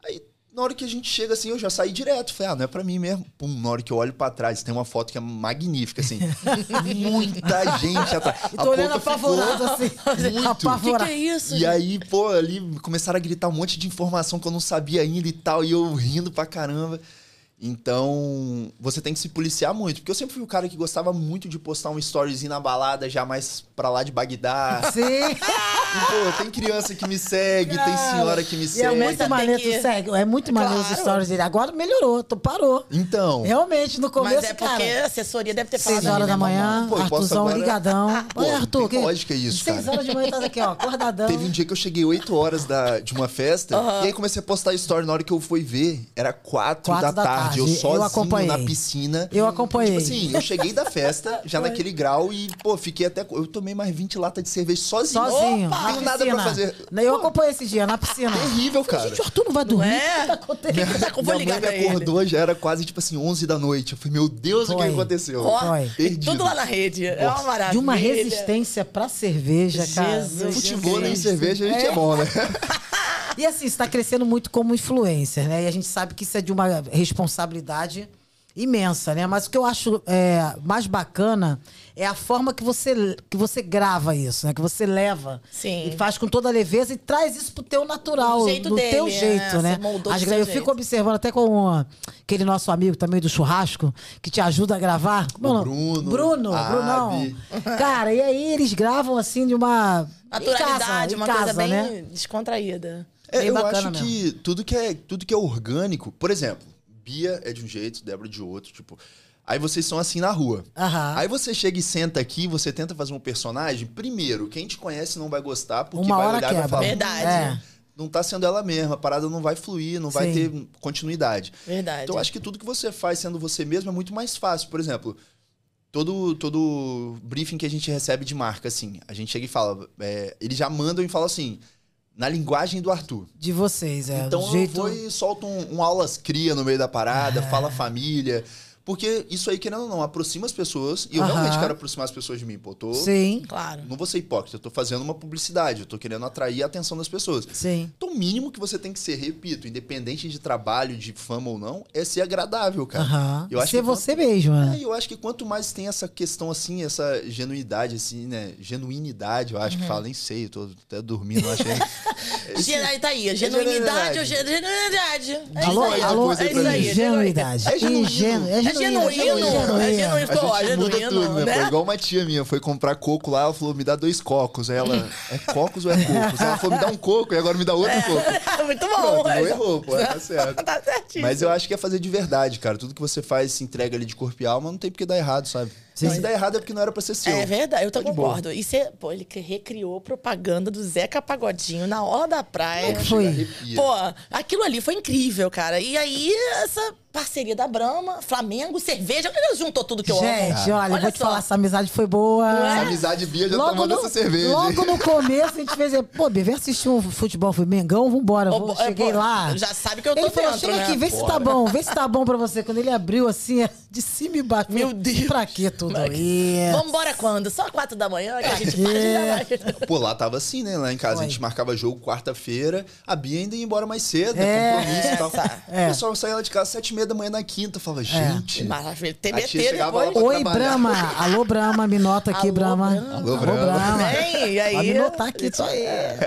S4: Aí, na hora que a gente chega, assim, eu já saí direto. Falei, ah, não é pra mim mesmo. Pum, na hora que eu olho pra trás, tem uma foto que é magnífica,
S2: *laughs*
S4: assim. muita gente atrás.
S2: E
S4: A
S2: tô olhando
S4: boca ficou-
S2: apavorado
S4: *laughs*
S2: assim.
S4: Muito.
S3: que, que
S2: Apavorado.
S3: é isso?
S4: e aí, pô, ali começaram a gritar um monte de informação que eu não sabia ainda e tal, e eu rindo pra caramba. Então, você tem que se policiar muito, porque eu sempre fui o cara que gostava muito de postar um storyzinho na balada, já mais pra lá de Bagdá.
S2: Sim.
S4: E, pô, tem criança que me segue, é tem senhora que me
S2: E é
S4: segue.
S2: muito
S3: tem
S2: maneiro,
S3: que-
S2: tu segue. É muito maneiro os
S3: Claro.
S2: stories dele. Agora melhorou, tu parou.
S4: Então,
S2: Realmente, no começo,
S3: Mas é porque
S2: cara.
S3: a assessoria deve ter falado.
S2: Seis horas
S3: ali,
S2: da
S3: né, mamãe?
S2: manhã,
S4: Pô, eu posso
S2: Arthurzão
S4: agora-
S2: ligadão.
S4: Pô,
S2: Olha, Arthur,
S4: tem lógica isso,
S2: Seis
S4: cara.
S2: horas de manhã tá aqui, ó, acordadão.
S4: teve um dia que eu cheguei 8 horas da, de uma festa, e aí comecei a postar story na hora que eu fui ver, era 4,
S2: Quatro
S4: da,
S2: da
S4: tarde, eu
S2: tarde, eu
S4: sozinho
S2: acompanhei.
S4: na piscina.
S2: Eu acompanhei.
S4: Tipo assim, eu cheguei da
S2: *laughs*
S4: festa, já naquele grau, e, pô, fiquei até. Eu tomei mais 20 latas de cerveja sozinho.
S2: Sozinho,
S4: Opa!
S2: na
S4: Não nada
S2: piscina.
S4: pra fazer.
S2: *laughs* Eu acompanhei esse dia, na piscina.
S4: Terrível, cara.
S2: Gente, o Arthur não vai dormir.
S3: é?
S2: *laughs* O que tá acontecendo?
S3: Ele tá com- vou
S4: Minha
S3: ligar
S4: mãe
S3: pra
S4: me
S3: ele.
S4: acordou, já era quase, tipo assim, 11 da noite. Eu falei, meu Deus, o que
S2: Foi.
S4: aconteceu?
S3: Ó,
S2: Foi.
S3: e tudo lá na rede. É uma maravilha.
S2: De uma resistência pra cerveja, cara.
S3: Jesus.
S2: Meu Deus.
S4: Futebol nem
S3: Cristo.
S4: cerveja, a gente é.
S2: É. *laughs*
S4: bom, né?
S2: E assim, você tá crescendo muito como influencer, né? E a gente sabe que isso é de uma responsabilidade imensa, né? Mas o que eu acho é, mais bacana é a forma que você, que você grava isso, né? Que você leva
S3: Sim.
S2: e faz com toda a leveza e traz isso pro teu natural,
S3: Do
S2: do,
S3: jeito dele,
S2: teu
S3: é,
S2: jeito,
S3: você
S2: né?
S3: moldou
S2: As
S3: do
S2: gra-
S3: seu
S2: eu
S3: jeito.
S2: fico observando até com ah, aquele nosso amigo também do churrasco que te ajuda a gravar. Como é
S4: O
S2: nome?
S4: Bruno,
S2: Bruno,
S4: a
S2: Brunão.
S4: Abi.
S2: Cara, e aí eles gravam assim de
S3: *laughs*
S2: uma
S3: Naturalidade,
S2: em casa, em
S3: uma
S2: casa,
S3: coisa bem
S2: né?
S3: descontraída.
S4: É,
S2: Bem
S4: eu
S2: bacana
S4: acho que tudo que é tudo que é orgânico, por exemplo, Bia é de um jeito, Débora de outro, tipo. Aí vocês são assim na rua.
S2: Aham.
S4: Aí você chega e senta aqui, você tenta fazer um personagem. Primeiro, quem te conhece não vai gostar, porque
S2: Uma
S4: vai
S2: hora
S4: olhar e vai
S2: quebra.
S4: falar.
S3: Verdade.
S2: É.
S4: Não tá sendo ela mesma, a parada não vai fluir, não vai
S2: Sim.
S4: ter continuidade.
S3: Verdade.
S4: Então eu acho que tudo que você faz sendo você mesmo é muito mais fácil. Por exemplo, todo, todo briefing que a gente recebe de marca, assim, a gente chega e fala. é, eles já mandam e falam assim, na linguagem do Arthur.
S2: De vocês, é.
S4: Então
S2: do
S4: eu
S2: jeito... É.
S4: vou e solto um, um aulas cria no meio da parada, fala família. Porque isso aí, querendo ou não, aproxima as pessoas. E eu
S2: Aham.
S4: realmente quero aproximar as pessoas de mim, pô. Eu tô-
S2: Sim,
S3: Claro.
S4: Não vou ser hipócrita, eu tô fazendo uma publicidade, eu tô querendo atrair a atenção das pessoas.
S2: sim.
S4: Então, o mínimo que você tem que ser, repito, independente de trabalho, de fama ou não, é ser agradável, cara.
S2: Aham.
S4: Eu acho
S2: Ser
S4: que
S2: você mesmo,
S4: É,
S2: né?
S4: e eu acho que quanto mais tem essa questão assim, essa genuidade, assim, né? Genuinidade, eu
S2: Uhum.
S4: acho que fala, nem sei, eu tô até dormindo,
S2: *laughs*
S4: eu acho.
S3: Genuidade tá aí. Genuinidade
S4: É
S3: ou genuinidade? É
S2: Alô,
S3: isso aí.
S2: alô,
S4: depois
S3: é isso aí.
S2: ingenuidade.
S4: É genuíno.
S2: Ingênuo, É
S3: É
S2: genuíno.
S3: genuíno. É
S2: genuíno.
S3: genuíno. Ficou, ó, genuíno,
S4: Pô,
S3: né?
S4: igual uma tia minha foi comprar coco lá, ela falou, me dá dois cocos. Aí ela, é cocos ou é cocos? Ela falou, me dá um coco e agora me dá outro
S2: É. *laughs*
S3: *laughs*
S4: coco.
S3: Muito
S4: Pronto,
S3: bom.
S4: não errou, pô, tá certo.
S3: *laughs* Tá certinho.
S4: Mas eu acho que é fazer de verdade, cara. Tudo que você faz, se entrega ali de corpo e alma, não tem porque dar errado, sabe? Se dá errado é porque não era pra ser seu.
S3: É verdade, eu tô
S4: tá de boa.
S3: concordo. E você, pô, ele que recriou propaganda do Zeca Pagodinho na hora da praia.
S2: que foi?
S4: Arrepia.
S3: Pô, aquilo ali foi incrível, cara. E aí, essa parceria da Brahma, Flamengo, cerveja, juntou tudo que eu amo.
S2: Gente, olha, eu
S3: Olha
S2: vou te
S3: só.
S2: falar, essa amizade foi boa.
S4: Essa amizade Bia já
S2: Logo
S4: tomando
S2: no,
S4: essa cerveja.
S2: logo no começo a gente fez, pô, Bia, vem assistir um futebol, foi Mengão, vambora,
S3: Ô,
S2: vou,
S3: bo- é,
S2: cheguei
S3: pô,
S2: lá.
S3: já sabe que eu tô
S2: Ele falou,
S3: dentro,
S2: chega
S3: né?
S2: aqui, vê se tá bom, vê se tá bom pra você. Quando ele abriu assim, de cima e baixo.
S3: Meu Deus.
S2: Pra que tudo isso?
S3: Vamos embora quando? Só quatro da manhã que a gente para
S2: É.
S3: de trabalhar.
S4: Pô, lá tava assim, né? Lá em casa. A gente
S2: Foi.
S4: marcava jogo quarta-feira, a Bia ainda ia embora mais cedo,
S2: É.
S4: né? compromisso e tal.
S3: Essa.
S4: O pessoal saía lá de casa às sete e meia da manhã na quinta. Eu
S2: É.
S4: falava, gente.
S3: Maravilha.
S4: A tia
S3: TBT
S4: chegava lá
S3: depois.
S4: pra
S2: Oi,
S4: trabalhar.
S2: Brahma. Alô, Brahma. Me nota aqui,
S3: Alô,
S2: Brahma.
S3: Brahma.
S4: Alô, Brahma.
S3: Bem, e aí?
S2: Pode notar aqui,
S3: Isso
S2: tá?
S3: aí,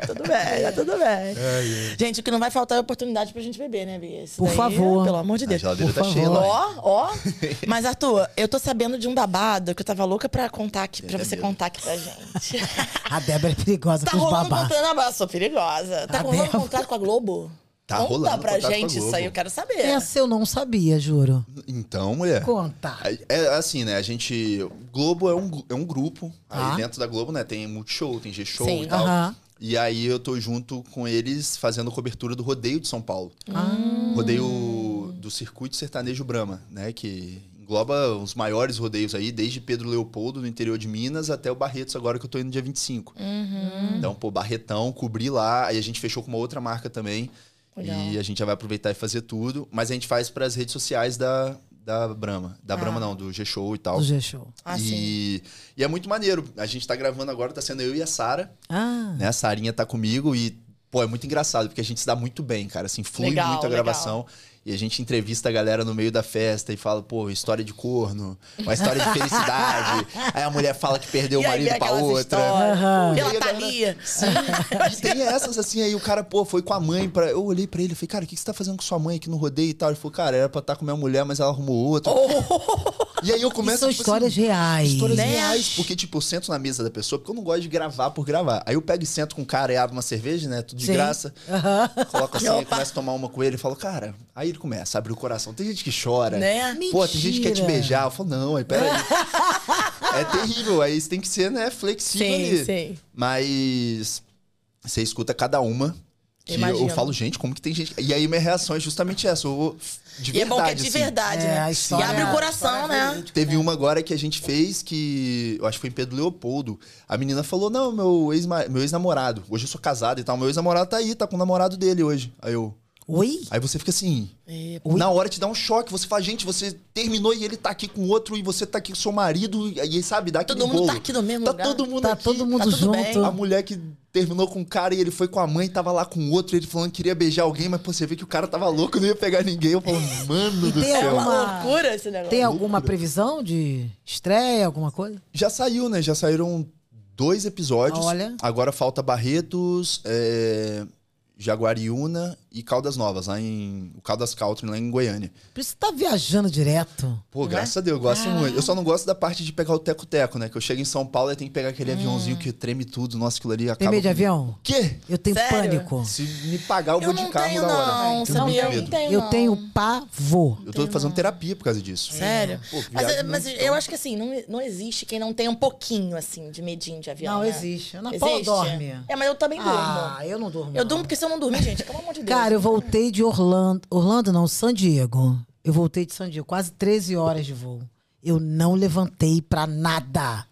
S3: tudo bem, tá tudo
S4: É,
S3: bem. Gente, o que não vai faltar é oportunidade pra gente beber, né, Bia? Isso
S2: Por
S3: daí,
S2: favor.
S3: Pelo amor de
S4: A
S3: Deus.
S4: geladeira
S2: Por
S4: tá cheia
S2: favor.
S4: lá.
S3: Ó, ó. Mas, Arthur, eu tô sabendo de um babado que eu tava louca pra contar aqui, pra
S4: Tem
S3: você
S4: medo.
S3: contar aqui pra
S4: *laughs*
S3: gente.
S2: A Débora é perigosa
S3: tá
S2: com os
S3: rolando um
S2: babados.
S3: contrato na Sou perigosa. Tá
S2: A
S3: rolando
S2: Débora.
S3: um contrato com a Globo?
S4: Tá
S3: Conta
S4: rolando um
S3: pra
S4: contrato com a
S3: gente isso
S4: Globo.
S3: aí, eu quero saber.
S2: é Essa eu não sabia, juro.
S4: Então, mulher.
S2: Conta.
S4: É assim, né? A gente. Globo é um, gru- é um grupo.
S2: Tá.
S4: Aí dentro da Globo, né? Tem Multishow, tem G-Show
S3: Sim.
S4: e tal.
S2: Aham.
S4: E aí eu tô junto com eles fazendo cobertura do rodeio de São Paulo.
S2: Ah. Hum.
S4: Rodeio do Circuito Sertanejo Brahma, né? Que engloba os maiores rodeios aí, desde Pedro Leopoldo, no interior de Minas, até o Barretos, agora que eu tô indo dia 25.
S3: Hum.
S4: Então, pô, Barretão, cobri lá. Aí a gente fechou com uma outra marca também.
S3: Legal.
S4: E a gente já vai aproveitar e fazer tudo. Mas a gente faz pras redes sociais da, da da Brahma. Da
S3: Ah.
S4: Brahma não, do G-Show e tal.
S2: Do G-Show.
S3: Ah, sim.
S4: e, e é muito maneiro. A gente tá gravando agora, tá sendo eu e a Sara,
S2: Ah,
S4: né? A Sarinha tá comigo e, pô, é muito engraçado, porque a gente se dá muito bem, cara. Assim, flui
S3: Legal,
S4: muito a
S3: legal.
S4: gravação. E a gente entrevista a galera no meio da festa e fala, pô, história de corno, uma história de
S3: *laughs*
S4: felicidade. aí a mulher fala que perdeu
S3: E
S4: o
S3: aí vem
S4: marido pra
S3: aquelas
S4: outra. né?
S3: histórias.
S2: Aham.
S4: E aí
S3: Ela
S4: a
S3: tá
S4: galera-
S3: ali. *laughs*
S4: Mas
S3: é
S4: tem essas assim, aí o cara, pô, foi com a mãe pra. Eu olhei pra ele e falei, cara, o que, que você tá fazendo com sua mãe aqui no rodeio e tal? Ele falou, cara, era pra estar com minha mulher, mas ela arrumou outra.
S3: Oh.
S4: E aí eu
S2: e
S4: começo
S2: são
S4: tipo,
S2: histórias
S4: assim,
S2: reais.
S4: Histórias
S3: Né?
S4: reais, porque, tipo, eu sento na mesa da pessoa, porque eu não gosto de gravar por gravar. Aí eu pego e sento com o cara e abro uma cerveja, né? Tudo de
S2: Sim.
S4: graça. Coloco
S3: *laughs*
S4: assim,
S3: Opa.
S4: aí começo a tomar uma com ele e falo, cara, aí ele começa, abre o coração. Tem gente que chora.
S3: Né?
S4: Pô, tem gente que quer te
S2: Mentira.
S4: beijar. Eu falo, não,
S3: *laughs*
S4: aí peraí. é terrível. Aí você tem que ser, né, flexível
S3: Sim,
S4: ali.
S3: sim.
S4: Mas você escuta cada uma. Que
S3: Imagino.
S4: eu falo, gente, como que tem gente. E aí minha reação é justamente essa. Eu vou de
S3: E é bom que é
S4: verdade.
S3: de
S4: assim.
S3: verdade,
S2: É,
S3: né?
S2: a
S3: E
S2: história- é
S3: abre o coração, né?
S4: Teve uma agora que a gente fez que. Eu acho que foi em Pedro Leopoldo. A menina falou: Não, meu ex-ma- meu ex-namorado. hoje eu sou casado e tal. Meu ex-namorado tá aí, tá com o namorado dele hoje. Aí eu.
S2: Oi?
S4: Aí você fica assim.
S3: E-
S4: Na hora te dá um choque. Você fala, gente, você terminou e ele tá aqui com outro e você tá aqui com seu marido. E aí, sabe, dá aquele
S3: Todo mundo tá
S4: bolo.
S3: aqui no mesmo
S4: Tá
S3: lugar.
S4: todo mundo
S2: Tá
S4: aqui.
S2: todo mundo
S3: tudo bem.
S2: junto.
S4: A mulher que terminou com o cara e ele foi com a mãe, tava lá com outro, ele falando que queria beijar alguém, mas pô, você vê que o cara tava louco, não ia pegar ninguém. Eu falo, mano
S2: E
S4: do
S2: tem
S4: céu.
S2: alguma-
S3: Uma Tá loucura esse negócio.
S2: Tem alguma previsão de estreia, alguma coisa?
S4: Já saiu, né? Já saíram dois episódios.
S2: Olha.
S4: Agora falta Barretos, é, Jaguariúna e Caldas Novas, lá em. O Caldas Country, lá em Goiânia.
S2: Por isso você tá viajando direto.
S4: Pô, graças a Deus, eu gosto muito. Eu só não gosto da parte de pegar o teco-teco, né? Que eu chego em São Paulo e tem que pegar aquele aviãozinho que treme tudo. Nossa, aquilo ali acaba.
S2: Hum. Tem medo de
S4: comigo.
S2: avião?
S4: Quê?
S2: Eu tenho
S3: Sério?
S2: pânico.
S4: Se me pagar, eu,
S3: Eu
S4: vou de
S3: não
S4: carro
S3: tenho,
S4: da hora.
S3: não,
S4: Tenho muito
S3: sabia? Eu
S4: medo.
S3: não tenho,
S2: Eu
S3: não.
S2: tenho pavor.
S4: Eu tô fazendo terapia por causa disso.
S3: Então, Sério?
S4: Pô,
S3: mas
S4: viagem
S3: mas
S2: é
S4: não-
S3: eu acho que assim, não, não existe quem não tenha um pouquinho, assim, de medinho de avião.
S2: Não,
S3: né?
S2: existe. Ana Paula dorme.
S3: É, mas eu também durmo.
S2: Ah, eu não durmo.
S3: eu um
S2: não.
S3: durmo porque se eu não dormir, gente, pelo amor de Deus.
S2: Cara, eu voltei de Orlando. Orlando não, San Diego. Eu voltei de San Diego, quase 13 horas de voo. Eu não levantei pra nada.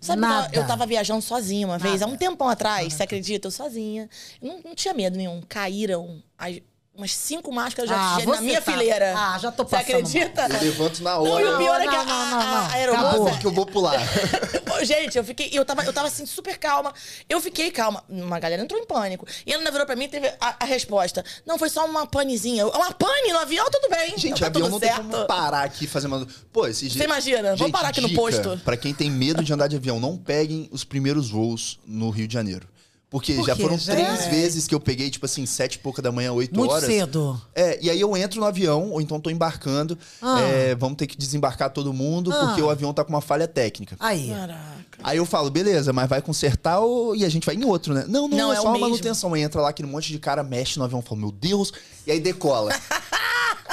S3: Sabe,
S2: nada.
S3: eu tava viajando sozinha uma vez, há um tempão atrás, você acredita? Eu sozinha. Eu não, não tinha medo nenhum. Caíram as- umas cinco máscaras de
S2: Ah,
S3: oxigênio na
S2: você
S3: minha
S2: tá-
S3: fileira.
S2: Ah, já tô
S3: Você
S2: passando
S3: acredita?
S4: Eu levanto na
S3: é Não, e o
S4: hora.
S3: pior é
S2: Não,
S3: que a,
S2: não, não,
S3: a- a
S2: não.
S3: aeromoça-
S2: Acabou.
S4: Acabou que eu
S3: *laughs*
S4: vou pular.
S3: Ô, Gente, eu fiquei. Eu tava, eu tava assim, super calma. Eu fiquei calma. Uma galera entrou em pânico. E ela ainda virou pra mim e teve a, a resposta. Não, foi só uma panezinha. Eu, Uma pane no avião, tudo bem.
S4: Gente,
S3: tá
S4: avião
S3: tudo
S4: não
S3: certo.
S4: tem como parar aqui e fazer uma. Pô, esse
S3: Você imagina? Vamos parar aqui no posto.
S4: Pra quem tem medo de andar de avião, não peguem os primeiros voos no Rio de Janeiro. Porque
S2: Por
S4: já
S2: quê?
S4: foram
S2: Já
S4: três
S2: é.
S4: vezes que eu peguei, tipo assim, sete e pouca da manhã, oito
S2: Muito
S4: horas.
S2: cedo.
S4: É, e aí eu entro no avião, ou então tô embarcando.
S2: Ah.
S4: é, vamos ter que desembarcar todo mundo,
S2: Ah.
S4: porque o avião tá com uma falha técnica.
S2: Aí.
S3: Ah, Caraca.
S4: Aí eu falo, beleza, mas vai consertar ou... e a gente vai em outro, né? Não, não,
S3: Não,
S4: é
S3: é o
S4: só uma
S3: mesmo.
S4: manutenção. Aí entra lá aquele monte de cara, mexe no avião, fala, meu Deus, e
S2: *laughs*
S4: aí decola.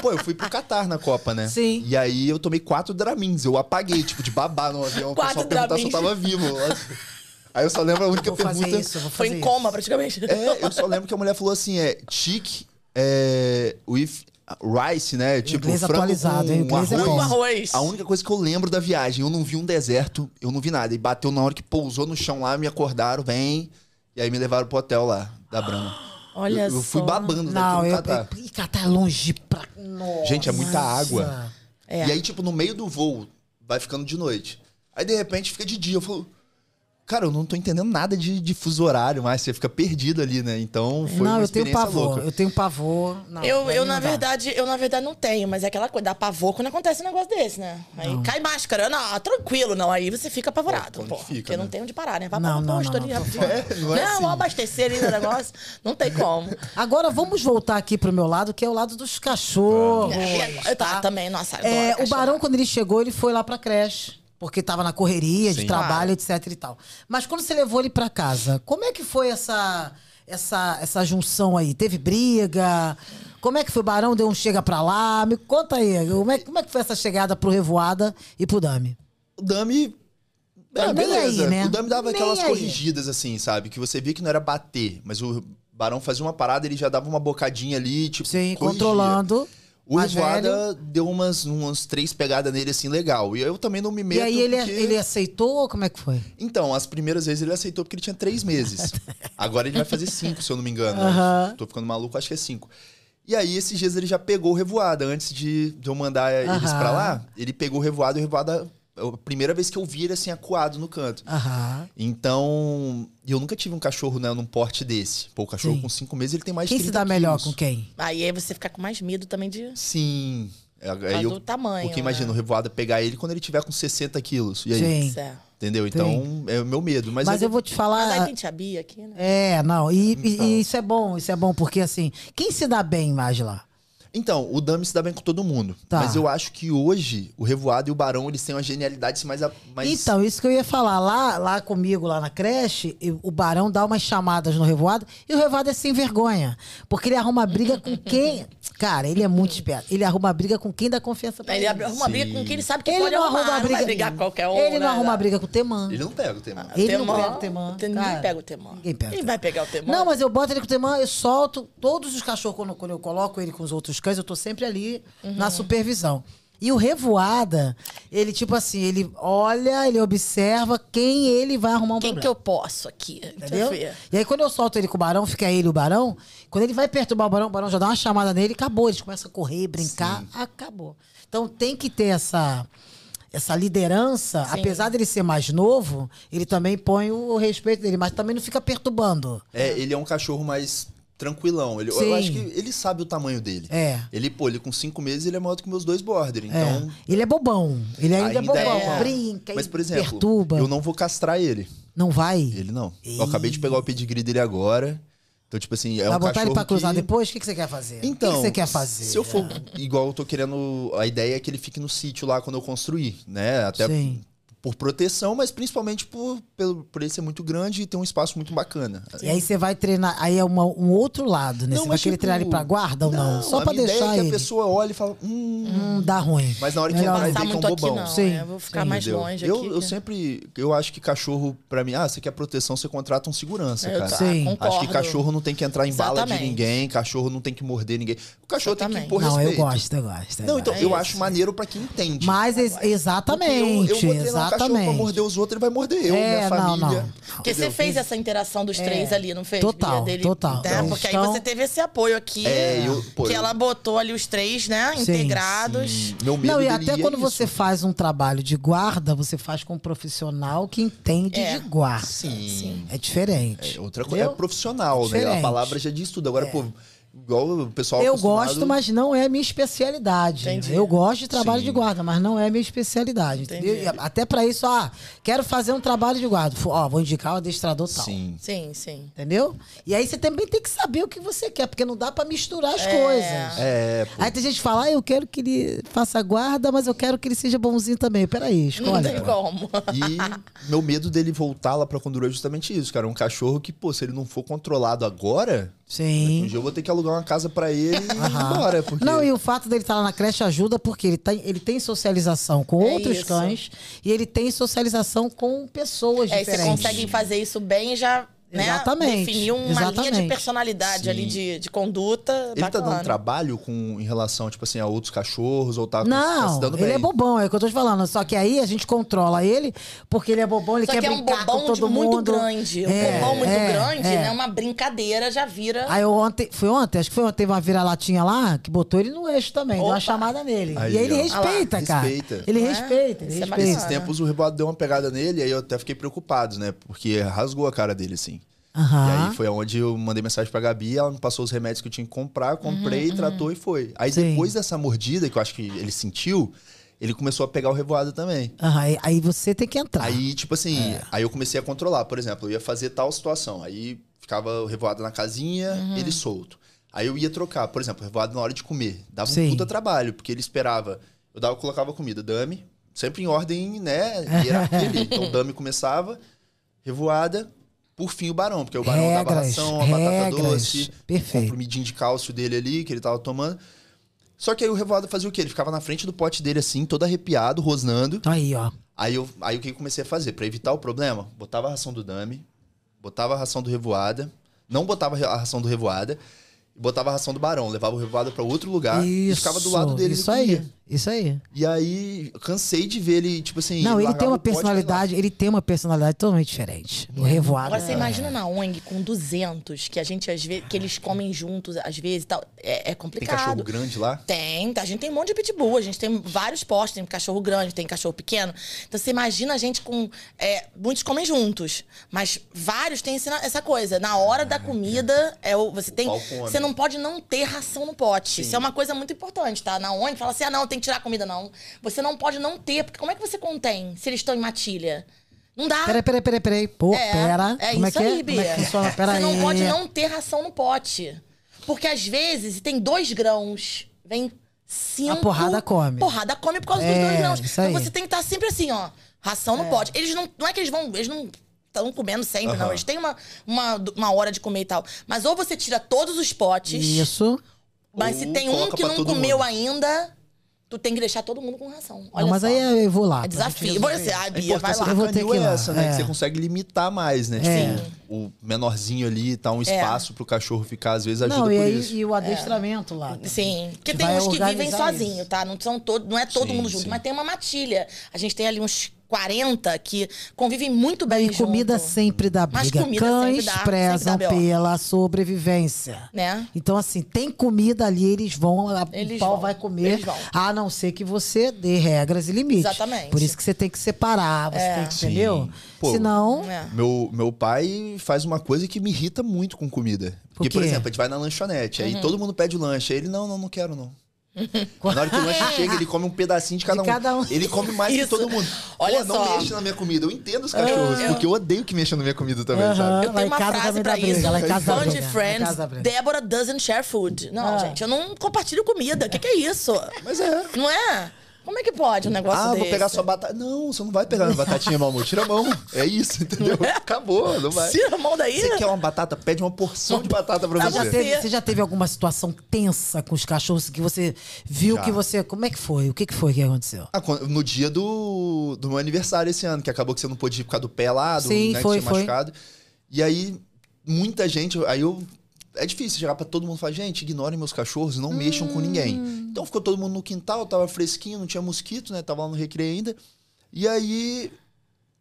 S4: Pô, eu fui pro Catar na Copa, né?
S2: Sim.
S4: E aí eu tomei quatro Dramins, eu apaguei, tipo, de babar no avião. O pessoal
S3: Quatro
S4: perguntar se eu
S3: Dramins.
S4: tava vivo. Aí eu só lembro a única
S2: Vou
S4: pergunta...
S2: fazer isso, vou fazer
S3: Foi em
S2: isso.
S3: coma, praticamente.
S4: É, eu só lembro que a mulher falou assim, é, chic, é, with rice, né? Tipo,
S2: Inglês
S4: frango
S2: atualizado,
S4: com
S2: hein? Inglês é
S4: arroz.
S2: bom.
S3: Com arroz.
S4: A única coisa que eu lembro da viagem, eu não vi um deserto, eu não vi nada. E bateu na hora que pousou no chão lá, me acordaram, vem. E aí me levaram pro hotel lá, da Brahma.
S2: *gasps*
S3: Olha
S4: eu, eu fui
S3: só.
S4: babando
S2: Não,
S4: daqui no
S2: eu.
S4: Catar.
S2: Ih, Catar é longe pra. Nossa.
S4: Gente, é muita água.
S3: É.
S4: E aí, tipo, no meio do voo, vai ficando de noite. Aí, de repente, fica de dia. Eu falo, cara, eu não tô entendendo nada de, de fuso horário, mas você fica perdido ali, né? Então, foi
S2: não,
S4: uma
S2: eu tenho
S4: experiência
S2: pavor.
S4: louca.
S2: Eu tenho pavor. Não,
S3: Eu,
S2: pra
S3: eu,
S2: mim
S3: na
S2: não dá.
S3: verdade, eu, na verdade, não tenho, mas é aquela coisa, dá pavor quando acontece um negócio desse, né? Aí cai máscara. Não, tranquilo, não. Aí você fica apavorado,
S4: Pô,
S3: pô.
S4: quando fica,
S3: porque não
S4: né?
S3: tem onde parar, né? Vai
S2: Não,
S3: parar
S2: não,
S3: no posto
S2: não,
S3: ali
S2: não,
S3: rapidinho.
S4: É, não é assim.
S3: vou abastecer ali no negócio. Não tem como.
S2: Agora vamos voltar aqui pro meu lado, que é o lado dos cachorros.
S3: Eu tava também, nossa, adoro
S2: tá? É, o
S3: cachorro.
S2: Barão, quando ele chegou, ele foi lá pra creche. Porque tava na correria de
S4: Sim.
S2: trabalho, etc e tal. Mas quando você levou ele pra casa, como é que foi essa, essa, essa junção aí? Teve briga? Como é que foi? O Barão deu um chega pra lá? Me conta aí, como é, como é que foi essa chegada pro Revoada e pro Dami?
S4: o Dami.
S2: Ah, nem aí, né?
S4: O Dami dava
S2: Nem
S4: aquelas
S2: aí.
S4: corrigidas, assim, sabe? Que você via que não era bater, mas o Barão fazia uma parada, ele já dava uma bocadinha ali, tipo.
S2: Sim,
S4: corrigia.
S2: controlando.
S4: O
S2: mais
S4: Revoada deu umas, umas três pegadas nele, assim, legal. E eu também não me meto.
S2: E aí ele, é-
S4: porque-
S2: ele aceitou ou como é que foi?
S4: Então, as primeiras vezes ele aceitou porque
S2: *laughs*
S4: ele tinha três meses. Agora ele vai fazer cinco, se eu não me engano.
S2: Aham.
S4: Tô ficando maluco, acho que é cinco. E aí, esses dias ele já pegou o Revoada. Antes de, de eu mandar eles
S2: Aham.
S4: pra lá, ele pegou o Revoada e o Revoada. A primeira vez que eu vi ele assim, acuado no canto.
S2: Aham.
S4: Então, eu nunca tive um cachorro né, num porte desse. Pô, o cachorro
S2: Sim.
S4: com cinco meses, ele tá tem mais de
S2: Quem se
S4: 30
S2: dá melhor
S4: quilos.
S2: com quem?
S3: Aí você fica com mais medo também de.
S4: Sim. É,
S3: Mas
S4: Aí eu,
S3: do tamanho.
S4: porque imagina, o
S3: né?
S4: Revoada pegar ele quando ele tiver com 60 quilos. E aí,
S2: Sim.
S3: Isso é.
S4: entendeu? Então, é o meu medo. Mas,
S2: Mas, eu vou te
S3: Mas aí
S2: falar.
S3: tem tia Bia aqui, né?
S2: É, não. E, e-
S4: Então.
S2: e isso é bom, isso é bom, porque assim, quem se dá bem mais lá?
S4: Então, o Dami se dá bem com todo mundo.
S2: Tá.
S4: Mas eu acho que hoje, o Revoado e o Barão, eles têm uma genialidade mais... a- mais...
S2: Então, isso que eu ia falar. Lá, lá comigo, lá na creche, eu- o Barão dá umas chamadas no Revoado e o Revoado é sem vergonha. Porque ele arruma briga com
S3: *laughs*
S2: quem. Cara, ele é muito esperto. Ele arruma briga com quem dá confiança pra
S3: Aí
S2: ele.
S3: Ele abre- arruma briga com quem ele sabe que
S2: é, Ele
S3: pode
S2: não
S3: arrumar.
S2: arruma
S3: não
S2: briga.
S3: vai brigar com qualquer um.
S2: Ele
S3: né?
S2: não arruma briga com o Temã.
S4: Ele não pega o tema.
S2: Ah, ele não pega o Temã,
S3: Ninguém
S2: cara.
S3: pega o temã.
S2: Ninguém pega.
S3: Quem vai pegar o temã?
S2: Não, mas eu boto ele com o temã, eu solto todos os cachorros quando, quando eu coloco ele com os outros cães, eu tô sempre ali
S3: Uhum.
S2: na supervisão. E o revoada, ele tipo assim, ele olha, ele observa quem ele vai arrumar um
S3: Quem que
S2: problema.
S3: eu posso aqui? Deixa eu
S2: Entendeu?
S3: ver.
S2: E aí, quando eu solto ele com o barão, fica ele e o barão. Quando ele vai perturbar o barão, o barão já dá uma chamada nele, acabou. Eles começam a correr, brincar, acabou. Então tem que ter essa, essa liderança. Apesar dele ser mais novo, ele também põe o respeito dele, mas também não fica perturbando.
S4: É, ele é um cachorro mais tranquilão. Ele,
S2: Sim.
S4: eu acho que ele sabe o tamanho dele.
S2: É.
S4: Ele, pô, ele com cinco meses, ele é maior do que meus dois border. Então,
S2: É. Ele é bobão. Ele ainda, é
S4: ainda
S2: bobão.
S4: é.
S2: Brinca,
S4: Mas,
S2: e
S4: por exemplo,
S2: perturba.
S4: eu não vou castrar ele.
S2: Não vai?
S4: Ele não. Eu acabei de pegar o pedigree dele agora. Então, tipo assim, é
S2: vai
S4: um
S2: botar
S4: cachorro
S2: ele pra cruzar
S4: que...
S2: depois? O que, que você quer fazer? É. o que,
S4: Então,
S2: que você quer fazer? É.
S4: se eu for igual eu tô querendo, a ideia é que ele fique no sítio lá quando eu construir, né? Até
S2: Sim.
S4: por proteção, mas principalmente por, pelo, por ele ser muito grande e ter um espaço muito bacana.
S2: E aí você vai treinar. Aí é uma- um outro lado, né? você
S4: Não,
S2: vai
S4: mas,
S2: querer
S4: tipo,
S2: treinar ele pra guarda ou não? Só
S4: a
S2: pra
S4: minha
S2: deixar
S4: ideia é que
S2: ele.
S4: a pessoa olha e fala, hum,
S2: Hum, dá ruim.
S4: mas na hora que
S2: Melhor
S4: entrar
S2: não.
S4: ele vê que é um
S3: muito aqui,
S4: bobão.
S3: não.
S2: Sim.
S3: é, vou ficar
S2: Sim.
S3: mais
S4: Entendeu?
S3: longe
S4: eu,
S3: aqui.
S4: eu sempre, eu acho que cachorro pra mim, ah, você quer proteção, você contrata um segurança,
S3: Eu
S4: cara.
S3: tô- ah,
S2: Sim.
S4: Acho que
S3: concordo.
S4: cachorro não tem que entrar em bala de
S3: Exatamente.
S4: ninguém, cachorro não tem que morder ninguém. O cachorro tem que
S3: Exatamente. É
S4: impor
S2: Não, eu
S4: respeito.
S2: gosto, eu gosto. eu
S4: Não, então,
S2: gosto.
S4: eu
S3: isso.
S4: acho maneiro pra quem entende.
S2: Mas ex-
S4: Porque eu,
S2: exatamente,
S4: eu vou treinar um cachorro pra
S2: exatamente.
S4: morder os outros, ele vai morder eu,
S2: É, não,
S4: minha família.
S2: não.
S3: Porque você
S4: Entendeu?
S3: fez essa interação dos três ali, não fez?
S2: É. Total,
S3: Bia, dele,
S2: total.
S3: Né?
S2: Então,
S3: Porque aí
S2: então-
S3: você teve esse apoio aqui.
S4: É, eu- pô,
S3: que
S4: eu-
S3: ela botou ali os três, né?
S2: Sim,
S3: integrados.
S4: Meu medo
S2: Não, e
S4: dele
S2: até
S4: é
S2: quando
S4: isso.
S2: você faz um trabalho de guarda, você faz com um profissional que entende
S3: É.
S2: de guarda.
S4: Sim.
S2: É diferente.
S4: É outra coisa. É
S2: Entendeu?
S4: profissional, né?
S2: Diferente. É.
S4: A palavra já diz tudo. Agora, pô, igual o pessoal.
S2: Eu
S4: acostumado-
S2: gosto, mas não é a minha especialidade.
S3: Entendi.
S2: Eu gosto de trabalho
S4: Sim.
S2: de guarda, mas não é a minha especialidade.
S3: Entendi.
S2: Entendeu? E a- Até pra isso, ah, quero fazer um trabalho de guarda. Fu- Ó, vou indicar o adestrador tal.
S4: Sim.
S3: Sim, sim.
S2: Entendeu? E aí você também tem que saber o que você quer, porque não dá pra misturar as coisas.
S4: É, pô.
S2: Aí tem gente que fala, ah, eu quero que ele faça guarda, mas eu quero que ele seja bonzinho também. Peraí,
S3: Não
S2: escolhe.
S3: tem como.
S2: É *laughs*
S4: E meu medo dele voltar lá pra Condura é justamente isso, cara. É Um cachorro que, pô, se ele não for controlado agora, um
S2: Sim.
S4: dia eu vou ter que alugar uma casa pra ele e ir embora. Porque...
S2: Não, e o fato dele estar lá na creche ajuda porque ele tem, ele tem socialização com
S3: É
S2: outros
S3: isso.
S2: cães e ele tem socialização com pessoas
S3: É, você
S2: diferentes.
S3: consegue fazer isso bem e já. Né?
S2: Exatamente,
S3: Definir uma linha de
S2: exatamente.
S3: personalidade
S4: Sim.
S3: ali, de, de conduta.
S4: Ele tá
S3: bacana.
S4: dando trabalho com, em relação, tipo assim, a outros cachorros ou tá, tá se
S2: Não,
S4: dando
S2: ele
S4: bem.
S2: é bobão, é o que eu tô te falando. Só que aí a gente controla ele porque ele é bobão, ele
S3: Só
S2: quer
S3: que é um
S2: brincar com
S3: bobão
S2: todo
S3: de
S2: mundo.
S3: muito grande. Um
S2: É,
S3: bobão muito
S2: é,
S3: grande,
S2: é.
S3: né? Uma brincadeira já vira.
S2: Aí eu ontem, foi ontem, acho que foi ontem, teve uma vira-latinha lá que botou ele no eixo também, deu
S3: Opa.
S2: uma chamada nele.
S4: Aí,
S2: e aí ele
S4: ó.
S2: respeita,
S4: Ah lá,
S2: cara.
S4: respeita.
S2: Ele
S3: É,
S2: respeita, ele
S3: isso é
S2: respeita.
S4: Esses
S3: bacana.
S4: tempos o Rebolado deu uma pegada nele, aí eu até fiquei preocupado, né? Porque rasgou a cara dele, assim. E
S2: Aham.
S4: aí foi onde eu mandei mensagem pra Gabi, ela me passou os remédios que eu tinha que comprar, comprei, tratou e foi. Aí
S2: Sim.
S4: depois dessa mordida, que eu acho que ele sentiu, ele começou a pegar o revoado também.
S2: Aham, aí- Aí você tem que entrar. É.
S4: Aí, tipo assim, aí eu comecei a controlar. Por exemplo, eu ia fazer tal situação. Aí ficava o revoado na casinha,
S2: Uhum.
S4: ele solto. Aí eu ia trocar, por exemplo, o revoado na hora de comer. Dava um
S2: Sim.
S4: puta trabalho, porque ele esperava. Eu dava, eu colocava comida, dame, sempre em ordem, né? Hierarquia ali.
S2: *laughs*
S4: Então, dame começava, revoada, por fim o barão, porque o barão dava
S2: Regras,
S4: ração, a
S2: regras.
S4: batata doce,
S2: Perfeito.
S4: o comprimidinho de cálcio dele ali, que ele tava tomando. Só que aí o revoado fazia o quê? Ele ficava na frente do pote dele assim, todo arrepiado, rosnando.
S2: Então Aí, ó.
S4: Aí, eu, aí o que eu comecei a fazer? Pra evitar o problema, botava a ração do Dami, botava a ração do Revoada, não botava a ração do Revoada, e botava a ração do barão, levava o revoado pra outro lugar e tá? ficava do lado dele. e
S2: Isso
S4: comia.
S2: aí, isso aí.
S4: E aí, cansei de ver ele, tipo assim.
S2: Não, ele
S4: largar
S2: tem
S4: o
S2: uma
S4: pote e vai lá. Uhum.
S2: personalidade, ele tem uma personalidade totalmente diferente. O revoado.
S3: Agora,
S4: Ah.
S3: você
S2: é-
S3: imagina na ONG com 200, que a gente às vezes, que eles comem juntos às vezes e tal. É, é
S4: Tem cachorro
S3: complicado.
S4: grande lá.
S3: Tem, a gente tem um monte de pitbull, a gente tem vários postes, tem cachorro grande, tem cachorro pequeno. Então você imagina a gente com. é, muitos comem juntos, mas vários têm esse- essa coisa. Na hora
S4: Ah,
S3: da comida, é, o- você tem.
S4: pau come.
S3: Você não pode não ter ração no pote. Isso é uma coisa muito importante, tá? Na ONG fala assim: ah, não, tem que tirar a comida, não. Você não pode não ter, porque como é que você contém se eles estão em matilha? Não dá.
S2: Peraí, peraí, peraí, peraí. Pô,
S3: Ah. É,
S2: pera.
S3: é
S2: Como é
S3: isso
S2: que é?
S3: aí,
S2: Como é
S3: Bia.
S2: que funciona? Pera
S3: Você não
S2: aí.
S3: pode não ter ração no pote. Porque às vezes tem dois grãos, vem cinco.
S2: A porrada come.
S3: Porrada come por causa
S2: É,
S3: dos dois grãos.
S2: isso
S3: Então
S2: aí.
S3: você tem que estar sempre assim, ó. Ração no pote. Eles não. Não é que eles vão. Eles não estão comendo sempre, não.
S4: Aham.
S3: Eles têm uma, uma, uma hora de comer e tal. Mas ou você tira todos os potes,
S2: Isso.
S3: mas
S4: Ou
S3: se tem um
S4: coloca
S3: que
S4: pra
S3: não
S4: todo
S3: comeu
S4: mundo.
S3: ainda, tu tem que deixar todo mundo com ração. Olha
S2: Não, mas
S3: só.
S2: aí é- eu vou lá.
S3: É
S2: pra gente
S3: desafio.
S2: resolver
S3: Você,
S2: isso.
S3: ai,
S4: A
S3: Bia, vai
S4: É importância
S3: lá.
S2: Eu
S4: do
S2: vou ter
S4: canil
S2: que ir lá.
S4: é essa, né?
S2: É.
S4: Que você consegue limitar mais, né?
S2: É.
S4: Tipo, o menorzinho ali,
S3: É.
S4: tá um espaço pro cachorro ficar, às vezes ajuda
S2: Não,
S4: por
S2: e, aí,
S4: isso.
S2: e o adestramento lá. né?
S3: Sim, porque
S2: Que
S3: tem
S2: É. vai
S3: uns que vivem
S2: organizar
S3: sozinho,
S2: isso.
S3: tá? Não, são todo, não é todo
S4: Sim,
S3: mundo junto,
S4: sim.
S3: mas tem uma matilha. A gente tem ali uns 40 que convivem muito bem
S2: E comida
S3: junto,
S2: sempre dá
S3: Mas
S2: briga.
S3: comida
S2: Cães
S3: sempre dá-
S2: prezam
S3: sempre dá B.O.
S2: pela sobrevivência.
S3: Né?
S2: Então, assim, tem comida ali, eles vão, a-
S3: Eles
S2: o pau
S3: vão,
S2: vai comer,
S3: eles vão.
S2: a não ser que você dê regras e limites.
S3: Exatamente.
S2: Por isso que você tem que separar, você tem que,
S4: Sim.
S2: entendeu?
S4: Pô,
S2: Senão,
S3: É.
S4: Meu, meu pai faz uma coisa que me irrita muito com comida. Porque, por
S2: quê?
S4: exemplo, a gente vai na lanchonete,
S3: Uhum.
S4: aí todo mundo pede o lanche. Aí ele, não, não, não quero, não. Na hora que o lanche chega, ele come um pedacinho de cada,
S2: De cada um.
S4: Ele come mais que
S3: Isso. *laughs*
S4: todo mundo.
S3: Olha
S4: Pô,
S3: só. Ah,
S4: não mexe na minha comida. Eu entendo os cachorros, porque eu odeio que mexa na minha comida também,
S2: Aham.
S4: sabe?
S3: Eu
S2: Lá
S3: tenho
S2: em
S3: uma
S2: casa
S3: frase
S2: também dá
S3: pra
S2: briga,
S3: isso.
S2: lá em casa dá
S3: Fun de
S2: briga, lá em
S3: Friends,
S2: casa dá briga.
S3: Débora doesn't share food. Não,
S2: Ah.
S3: gente, eu não compartilho comida. O que, que é isso?
S4: Mas é.
S3: Não é? Como é que pode um negócio
S4: Ah,
S3: desse?
S4: vou pegar sua batata. Não, você não vai pegar minha batatinha, meu amor. Tira a mão. É
S3: *laughs*
S4: isso, entendeu? Acabou, não vai.
S3: Tira a mão daí.
S4: Você quer uma batata? Pede uma porção de batata pra
S3: Ah,
S2: já
S4: você.
S3: você-
S2: teve- você já teve alguma situação tensa com os cachorros que você viu
S4: Já.
S2: que você. Como é que foi? O que, que foi que aconteceu?
S4: Ah, quan- no dia do, do meu aniversário esse ano, que acabou que você não pôde ir por causa do pé lá, do
S2: Sim,
S4: né,
S2: foi,
S4: que tinha
S2: foi.
S4: machucado. E aí, muita gente. Aí eu. É difícil chegar pra todo mundo e falar, gente, ignorem meus cachorros, não mexam com ninguém.
S2: Hum.
S4: Então ficou todo mundo no quintal, tava fresquinho, não tinha mosquito, né? Tava lá no recreio ainda. E aí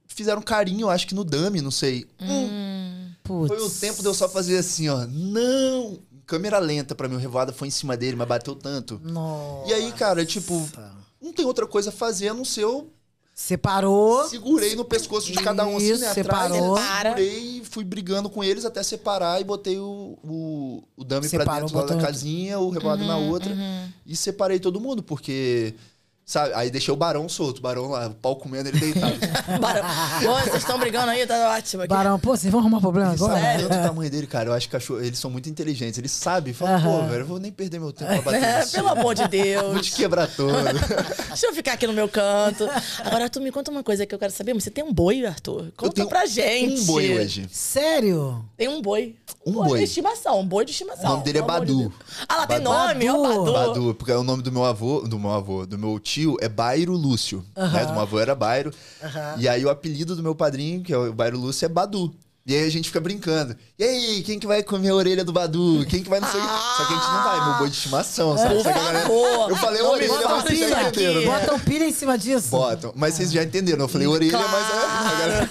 S4: fizeram carinho, acho que no dame, não sei. Hum,
S2: Putz.
S4: foi o tempo de eu só fazer assim, ó. Não! Câmera lenta pra mim, o revoada foi em cima dele, mas bateu tanto.
S2: Nossa.
S4: E aí, cara, tipo, não tem outra coisa a fazer a não ser eu
S2: Separou.
S4: segurei no pescoço de cada um assim,
S2: Isso,
S4: né?
S2: separou.
S4: Atrás, segurei, fui brigando com eles até separar e botei o, o, o dummy pra
S2: Separou,
S4: dentro lá da
S2: botou-
S4: casinha, o rebolado
S3: Uhum,
S4: na outra. E separei todo mundo, porque. Sabe? Aí deixei o barão solto, o barão lá, o pau comendo
S2: *laughs*
S4: ele deitado.
S3: Barão. Ô, vocês estão brigando aí? Tá ótimo. aqui.
S2: é um Barão, pô, vocês vão arrumar problema
S4: Ele
S2: agora? é.
S4: sabe tanto o tamanho dele, cara. Eu acho que cachorro- eles são muito inteligentes. Ele sabe, fala, pô,
S2: Aham.
S4: velho, eu vou nem perder meu tempo pra bater.
S3: É, *laughs*
S4: nisso.
S3: pelo amor de Deus.
S4: *laughs* Vou te
S3: *laughs*
S4: quebrar todo.
S3: Deixa eu ficar aqui no meu canto. Agora, Arthur, me conta uma coisa que eu quero saber. Você tem um boi, Arthur?
S4: Eu
S3: Conta
S4: tenho
S3: pra gente.
S4: Um boi hoje.
S2: Sério?
S3: Tem um boi.
S4: Um
S3: de
S4: boi.
S3: estimação, um boi de
S4: O
S3: estimação.
S4: nome dele é
S3: pelo amor
S4: Badu.
S3: de Deus. Ah, lá tem
S4: Badu.
S3: nome, é o Badu.
S4: Badu, porque é o nome do meu avô, do meu avô, do meu tio é Bairo Lúcio. Né? Do meu avô era Bairo. E aí o apelido do meu padrinho, que é o Bairo Lúcio, é Badu. E aí a gente fica brincando. E aí, quem que vai comer a orelha do Badu? Quem que vai não sei o quê? Só que a gente não vai, é meu boi de estimação, sabe? Só que a galera-
S3: favor.
S4: Eu falei
S3: Não me
S4: orelha,
S3: fala
S4: mas vocês
S3: isso
S4: já
S3: aqui.
S4: entenderam, é né?
S2: Botam pilha em cima disso?
S4: Botam. Mas vocês já entenderam. Eu falei orelha, mas é. a galera-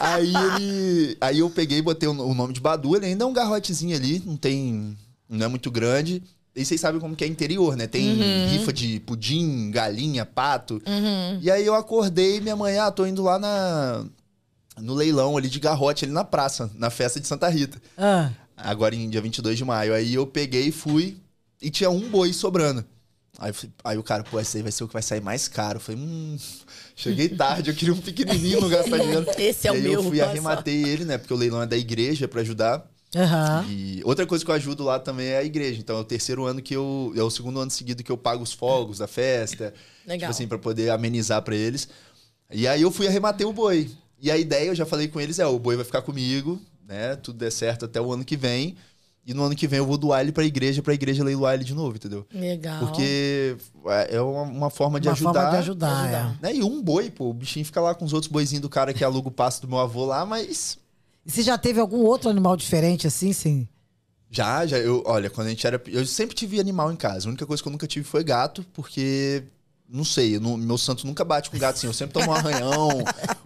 S4: Aí ele. Aí eu peguei e botei o o nome de Badu. Ele ainda é um garrotezinho ali, não tem. Não é muito grande. E vocês sabem como que é interior, né? Tem rifa de pudim, galinha, pato. E aí eu acordei minha mãe, ah, tô indo lá na. No leilão ali de garrote, ali na praça, na festa de Santa Rita.
S2: Ah,
S4: Agora em dia 22 de maio. Aí eu peguei e fui. E tinha um boi sobrando. Aí, eu fui- aí o cara, pô, esse aí vai ser o que vai sair mais caro. Eu falei, hum. Cheguei tarde, eu queria um pequenininho
S3: *laughs*
S4: não gastar dinheiro.
S3: Esse é
S4: e
S3: o
S4: aí
S3: meu,
S4: eu fui e
S3: passa.
S4: arrematei ele, né? Porque o leilão é da igreja pra ajudar.
S2: aham.
S4: E outra coisa que eu ajudo lá também é a igreja. Então é o terceiro ano que eu. É o segundo ano seguido que eu pago os fogos da festa.
S3: Legal.
S4: Tipo assim, pra poder amenizar pra eles. E aí eu fui e arrematei o boi. E a ideia, eu já falei com eles, é: o boi vai ficar comigo, né? Tudo der certo até o ano que vem. E no ano que vem eu vou doar ele pra igreja, pra igreja leiloar ele de novo, entendeu?
S3: Legal.
S4: Porque é- é uma, uma forma de
S2: Uma
S4: ajudar.
S2: forma de ajudar,
S3: ajudar.
S2: é.
S4: Né? E um boi, pô, o bichinho fica lá com os outros boizinhos do cara que aluga o passo do meu avô lá, mas
S2: E você já teve algum outro animal diferente assim, sim?
S4: Já, já. Eu, olha, quando a gente era. Eu sempre tive animal em casa. A única coisa que eu nunca tive foi gato, porque. Não sei, eu não- meu santo nunca bate com gato assim. Eu sempre tomo um arranhão,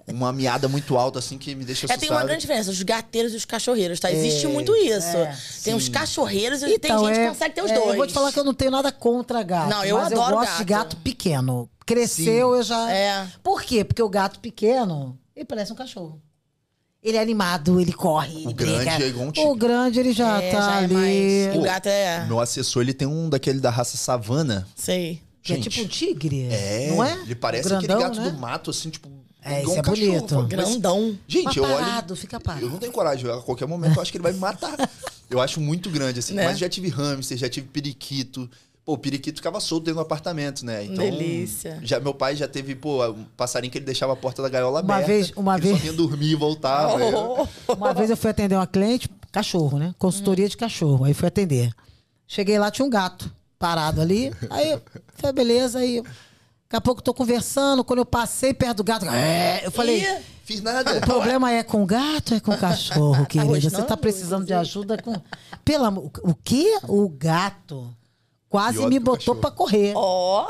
S4: uma miada muito alta assim que me deixa
S3: É,
S4: assustado.
S3: tem uma grande diferença, os gateiros e os cachorreiros,
S4: É.
S3: tá? Existe muito isso.
S2: é,
S3: tem os cachorreiros e tem gente que consegue ter os
S2: é,
S3: dois.
S2: Eu vou te falar que eu não tenho nada contra gato.
S3: Não, eu
S2: mas
S3: adoro
S2: eu gosto de
S3: gato.
S2: gato pequeno. Cresceu, eu já.
S3: É.
S2: Por quê? Porque o gato pequeno, ele parece um cachorro. Ele é animado, ele corre.
S4: O
S2: ele
S4: grande
S2: briga.
S4: é igual um tigre.
S2: O grande, ele já
S3: É,
S2: tá
S3: já é
S2: ali.
S3: mais- O
S4: Pô,
S3: gato é-
S4: Meu assessor, ele tem um daquele da raça savana.
S3: Sei.
S2: Que é
S4: Gente,
S2: tipo um tigre.
S4: É,
S2: Não é?
S4: ele parece
S2: O grandão,
S4: aquele gato
S2: né?
S4: do mato, assim, tipo.
S2: É,
S4: igual
S2: esse é bonito.
S4: mano. Mas,
S3: Grandão.
S4: Gente, eu
S2: Mas
S4: olho.
S2: parado, fica parado.
S4: Eu não tenho coragem. A qualquer momento eu acho que ele vai me matar. Eu acho muito grande, assim.
S3: Né?
S4: Mas já tive hamster, já tive periquito. Pô, o periquito ficava solto dentro do apartamento, né? Então,
S3: Delícia.
S4: Já, meu pai já teve, pô, um passarinho que ele deixava a porta da gaiola
S2: Uma
S4: aberta.
S2: vez- uma
S4: ele
S2: vez-
S4: só vinha dormir e voltava.
S3: *laughs* Oh.
S2: Uma vez eu fui atender uma cliente, cachorro, né? Consultoria de cachorro. Aí fui atender. Cheguei lá, tinha um gato parado ali. Aí, foi beleza. Aí, daqui a pouco eu tô conversando. Quando eu passei perto do gato, é, eu falei.
S3: Ih,
S4: Fiz nada.
S2: O problema é com o gato, ou é
S3: *laughs*
S2: com o cachorro, querida. Você
S3: rosnando,
S2: tá precisando de ajuda com. Pelo amor. O quê? O gato quase
S4: Pior
S2: me
S4: do que
S2: botou
S4: o cachorro.
S2: pra correr.
S3: Ó.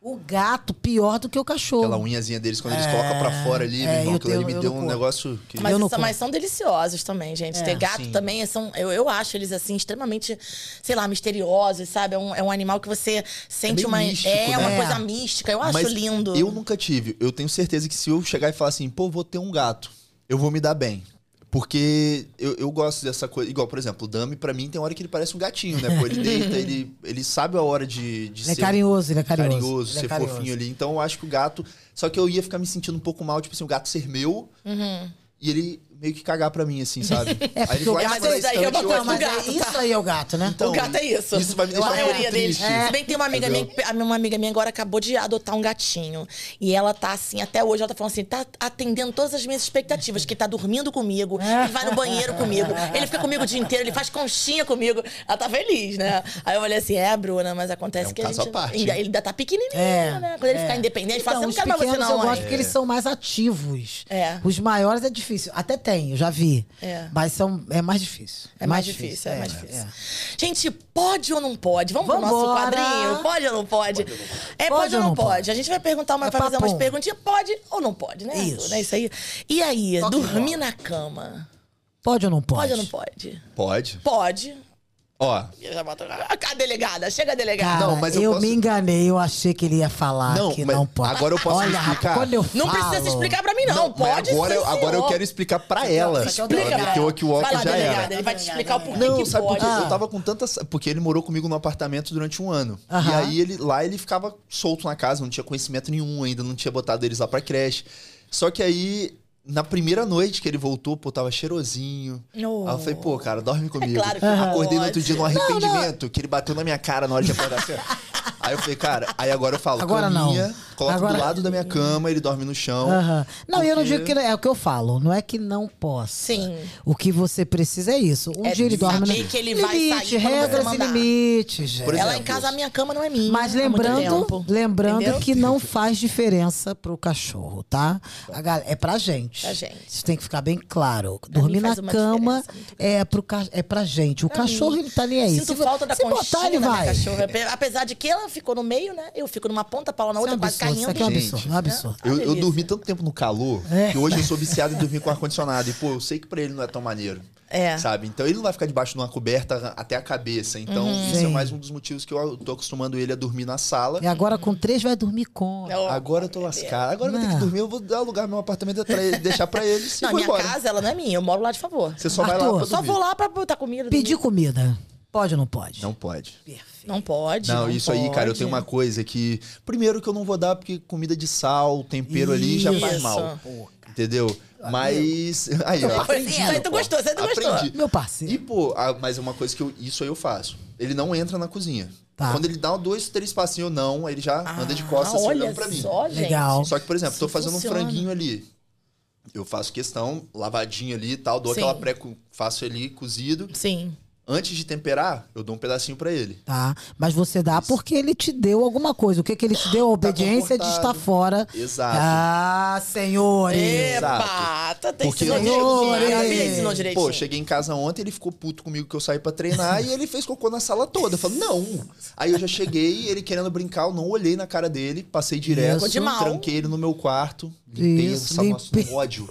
S2: O gato pior do que o cachorro.
S4: Aquela unhazinha deles, quando eles colocam pra fora ali,
S2: é,
S4: meu irmão,
S2: eu
S4: aquilo ali
S2: tenho-
S4: me
S2: eu
S4: deu
S2: não
S4: um
S2: curto.
S4: negócio que...
S3: Mas,
S2: Eu não É.
S3: essa-
S2: como.
S3: mas são deliciosos também, gente. Ter gato
S4: sim.
S3: também é são. Eu, eu acho eles assim, extremamente, sei lá, misteriosos, sabe? É um, é um animal que você sente
S4: meio
S3: uma.
S4: místico,
S3: é
S4: né?
S3: uma
S2: É.
S3: coisa mística. Eu acho
S4: Mas
S3: lindo.
S4: Eu nunca tive. Eu tenho certeza que se eu chegar e falar assim, pô, vou ter um gato, eu vou me dar bem. Porque eu, eu gosto dessa coisa. Igual, por exemplo, o Dami, pra mim, tem hora que ele parece um gatinho, né?
S3: *laughs*
S4: Pô, ele deita, ele, ele sabe a hora de, de
S2: Ele é
S4: ser
S2: carinhoso, ele é carinhoso.
S4: carinhoso,
S2: Ele é
S4: ser
S2: carinhoso.
S4: fofinho ali. Então eu acho que o gato. Só que eu ia ficar me sentindo um pouco mal, tipo assim, o gato ser meu
S3: Uhum.
S4: e ele meio que cagar pra mim, assim,
S2: *laughs*
S4: sabe?
S2: É,
S4: Aí ele
S2: porque o
S4: vai
S2: gato-
S4: lá na
S3: Mas aí é uma
S4: estante, eu
S3: coisa
S2: Não,
S4: acho-
S2: mas
S3: do gato,
S2: é isso
S3: tá?
S2: aí é o gato, né?
S4: Então,
S3: o gato é isso.
S4: isso vai me deixar
S3: a
S4: um
S3: maioria
S4: pouco
S3: deles. É.
S4: triste.
S3: Se bem que tem uma amiga minha,
S4: Entendeu?
S3: que- a minha- uma amiga minha agora acabou de adotar um gatinho. E ela tá assim, até hoje ela tá falando assim, tá atendendo todas as minhas expectativas, que tá dormindo comigo, ele vai no banheiro comigo, ele fica comigo o dia inteiro, ele faz conchinha comigo. Ela tá feliz, né? Aí eu falei assim, é, Bruna, mas acontece
S4: É um
S3: que a
S4: caso
S3: gente
S4: à parte,
S3: ainda,
S4: hein?
S3: ele ainda tá pequenininho,
S2: É,
S3: né? Quando ele ficar independente, fala
S2: Então,
S3: assim, não
S2: os
S3: quero mais você
S2: pequenos eu
S3: não,
S2: gosto
S3: mãe.
S2: porque eles são mais ativos.
S3: É.
S2: Os maiores é difícil. Até tem, eu já vi.
S3: É.
S2: Mas são, é mais difícil.
S3: É mais difícil, é, mais difícil. Gente, pode ou não pode? Vamos pro nosso
S2: Vambora!
S3: quadrinho? Pode ou não pode? É, pode, ou não pode? A gente vai perguntar, uma,
S2: É
S3: vai fazer umas
S2: papum.
S3: perguntinhas, pode ou não pode, né?
S2: Isso.
S3: Né, isso aí. E aí,
S2: Toque
S3: dormir
S2: bola.
S3: na cama,
S2: Pode ou não pode?
S3: pode ou não pode?
S4: Pode.
S3: Pode.
S4: Ó,
S3: Eu já boto- Ah, Cá, delegada, chega, delegada.
S2: Cara,
S4: Não, mas eu
S2: eu,
S4: posso-
S2: me enganei, eu achei que ele ia falar
S4: Não,
S2: que
S4: mas
S2: não pode.
S4: agora eu posso
S2: Olha,
S4: explicar?
S2: quando eu
S3: Não
S2: falo...
S3: precisa se explicar pra mim, não.
S4: mas
S3: pode
S4: agora,
S3: sim,
S4: eu- agora eu
S3: senhor. é
S4: quero explicar pra ela.
S2: Explica
S4: ela
S2: pra
S4: meteu
S2: ela.
S4: aqui o walk
S3: Vai lá,
S4: já
S3: delegada,
S4: era.
S3: ele vai te explicar o porquê
S4: Não,
S3: que
S4: sabe por
S3: pode.
S4: quê? Eu tava com tanta. sa- Porque ele morou comigo no apartamento durante um ano. E
S2: Aham.
S4: aí ele lá ele ficava solto na casa, não tinha conhecimento nenhum ainda, não tinha botado eles lá pra creche. Só que aí, na primeira noite que ele voltou, pô, tava cheirosinho.
S3: Oh.
S4: Aí eu falei, pô, cara,
S3: *laughs*
S4: dorme comigo.
S3: claro que
S4: Acordei no outro
S3: pode.
S4: dia num arrependimento, que ele bateu na minha cara na hora de acordar assim. ó. Aí eu falei, cara, aí agora eu falo,
S2: Agora não.
S4: caminha, coloca do
S2: Agora-
S4: lado da minha cama, ele dorme no chão.
S2: Aham. Não, eu não
S4: Porque-
S2: digo que... não- É o que eu falo, não é que não possa.
S3: Sim.
S2: O que você precisa é isso. Um
S3: É
S2: dia ele dorme...
S3: saber
S2: no-
S3: que ele vai
S2: Limite,
S3: sair quando você
S2: regras e
S3: mandar.
S2: limites, gente.
S4: Por
S3: Ela
S4: exemplo,
S3: em casa, a minha cama não é minha.
S2: Mas
S3: há muito
S2: lembrando,
S3: tempo.
S2: lembrando
S3: Entendeu?
S2: que não faz diferença pro cachorro, tá? A galera, é pra gente.
S3: Pra gente.
S2: Isso tem que ficar bem claro.
S3: mim
S2: Dormir na
S3: faz uma
S2: cama
S3: diferença muito
S2: é, pro, ca- é pra gente. O cachorro, ele tá nem aí.
S3: Sinto
S2: se, vo-
S3: falta da
S2: se botar,
S3: conchinha
S2: ele
S3: da
S2: vai.
S3: minha cachorra. Ape- Apesar de que ela ficou no meio, né? Eu fico numa ponta, Paula na
S2: Isso é
S3: outra,
S2: um
S3: quase
S2: absurdo, isso
S3: caindo.
S2: aqui é um
S4: Gente.
S2: absurdo, um absurdo.
S4: Eu, eu
S3: delícia.
S4: dormi tanto tempo no calor
S3: É.
S4: que hoje eu sou viciado em dormir com ar-condicionado. E, pô, eu sei que pra ele não é tão maneiro.
S3: É.
S4: Sabe? Então ele não vai ficar debaixo de uma coberta até a cabeça. Então,
S3: Uhum.
S4: isso é
S2: Sim.
S4: mais um dos motivos que eu tô acostumando ele a dormir na sala.
S2: E agora com três vai dormir com.
S3: Não,
S4: Agora eu tô lascado. Agora eu vou ter
S2: Não.
S4: que dormir, eu vou dar alugar meu apartamento e tra- deixar pra ele. Se
S3: Não,
S4: for
S3: minha
S4: embora.
S3: casa, ela não é minha. Eu moro lá de favor.
S4: Você só vai lá
S2: Arthur,
S4: pra
S3: Só
S4: dormir.
S3: vou lá pra botar comida.
S2: Pedir comida. Pode ou não pode?
S4: Não pode.
S2: Perfeito.
S3: Não pode.
S4: Não, isso aí, cara, eu tenho uma
S3: pode.
S4: coisa que. Primeiro que eu não vou dar, porque comida de sal, tempero ali já faz
S3: Isso. Ah,
S4: mal. Entendeu? Mas. Aí, ó. aprendi,
S3: Isso aí "É, tu
S4: pô.
S3: gostou, isso aí tu gostou.
S4: Aprendi.
S2: Meu parceiro.
S4: E, pô, ah, mas é uma coisa que eu, isso aí eu faço. Ele não entra na cozinha.
S2: Tá.
S4: Quando ele dá dois, três passinhos, eu não, ele já anda de costas assim,
S3: Ah, olha
S4: olhando pra mim.
S3: Só, gente.
S2: Legal.
S4: Só que, por exemplo, tô
S3: Isso
S4: fazendo
S3: funciona.
S4: um franguinho ali. Eu faço questão, lavadinho ali e tal, dou
S3: Sim.
S4: aquela pré. Faço ali cozido.
S3: Sim.
S4: Antes de temperar, eu dou um pedacinho pra ele.
S2: Tá? Mas você dá porque ele te deu alguma coisa. O que, que ele te deu? A obediência de estar
S4: comportado.
S2: fora.
S4: Exato.
S2: Ah, senhores!
S3: É, Epa, tá tem
S4: Porque- é
S3: ensinou direitinho.
S2: Senhores!
S3: A Bia ensinou direitinho.
S4: Pô, cheguei em casa ontem, ele ficou puto comigo que eu saí pra treinar *laughs* e ele fez cocô na sala toda. Eu falei, não. Aí eu já cheguei, ele querendo brincar, eu não olhei na cara dele, passei direto,
S2: Ficou
S3: de mal.
S4: tranquei ele no meu quarto, limpei
S2: Isso,
S4: essa nossa um
S2: limpei.
S4: ódio.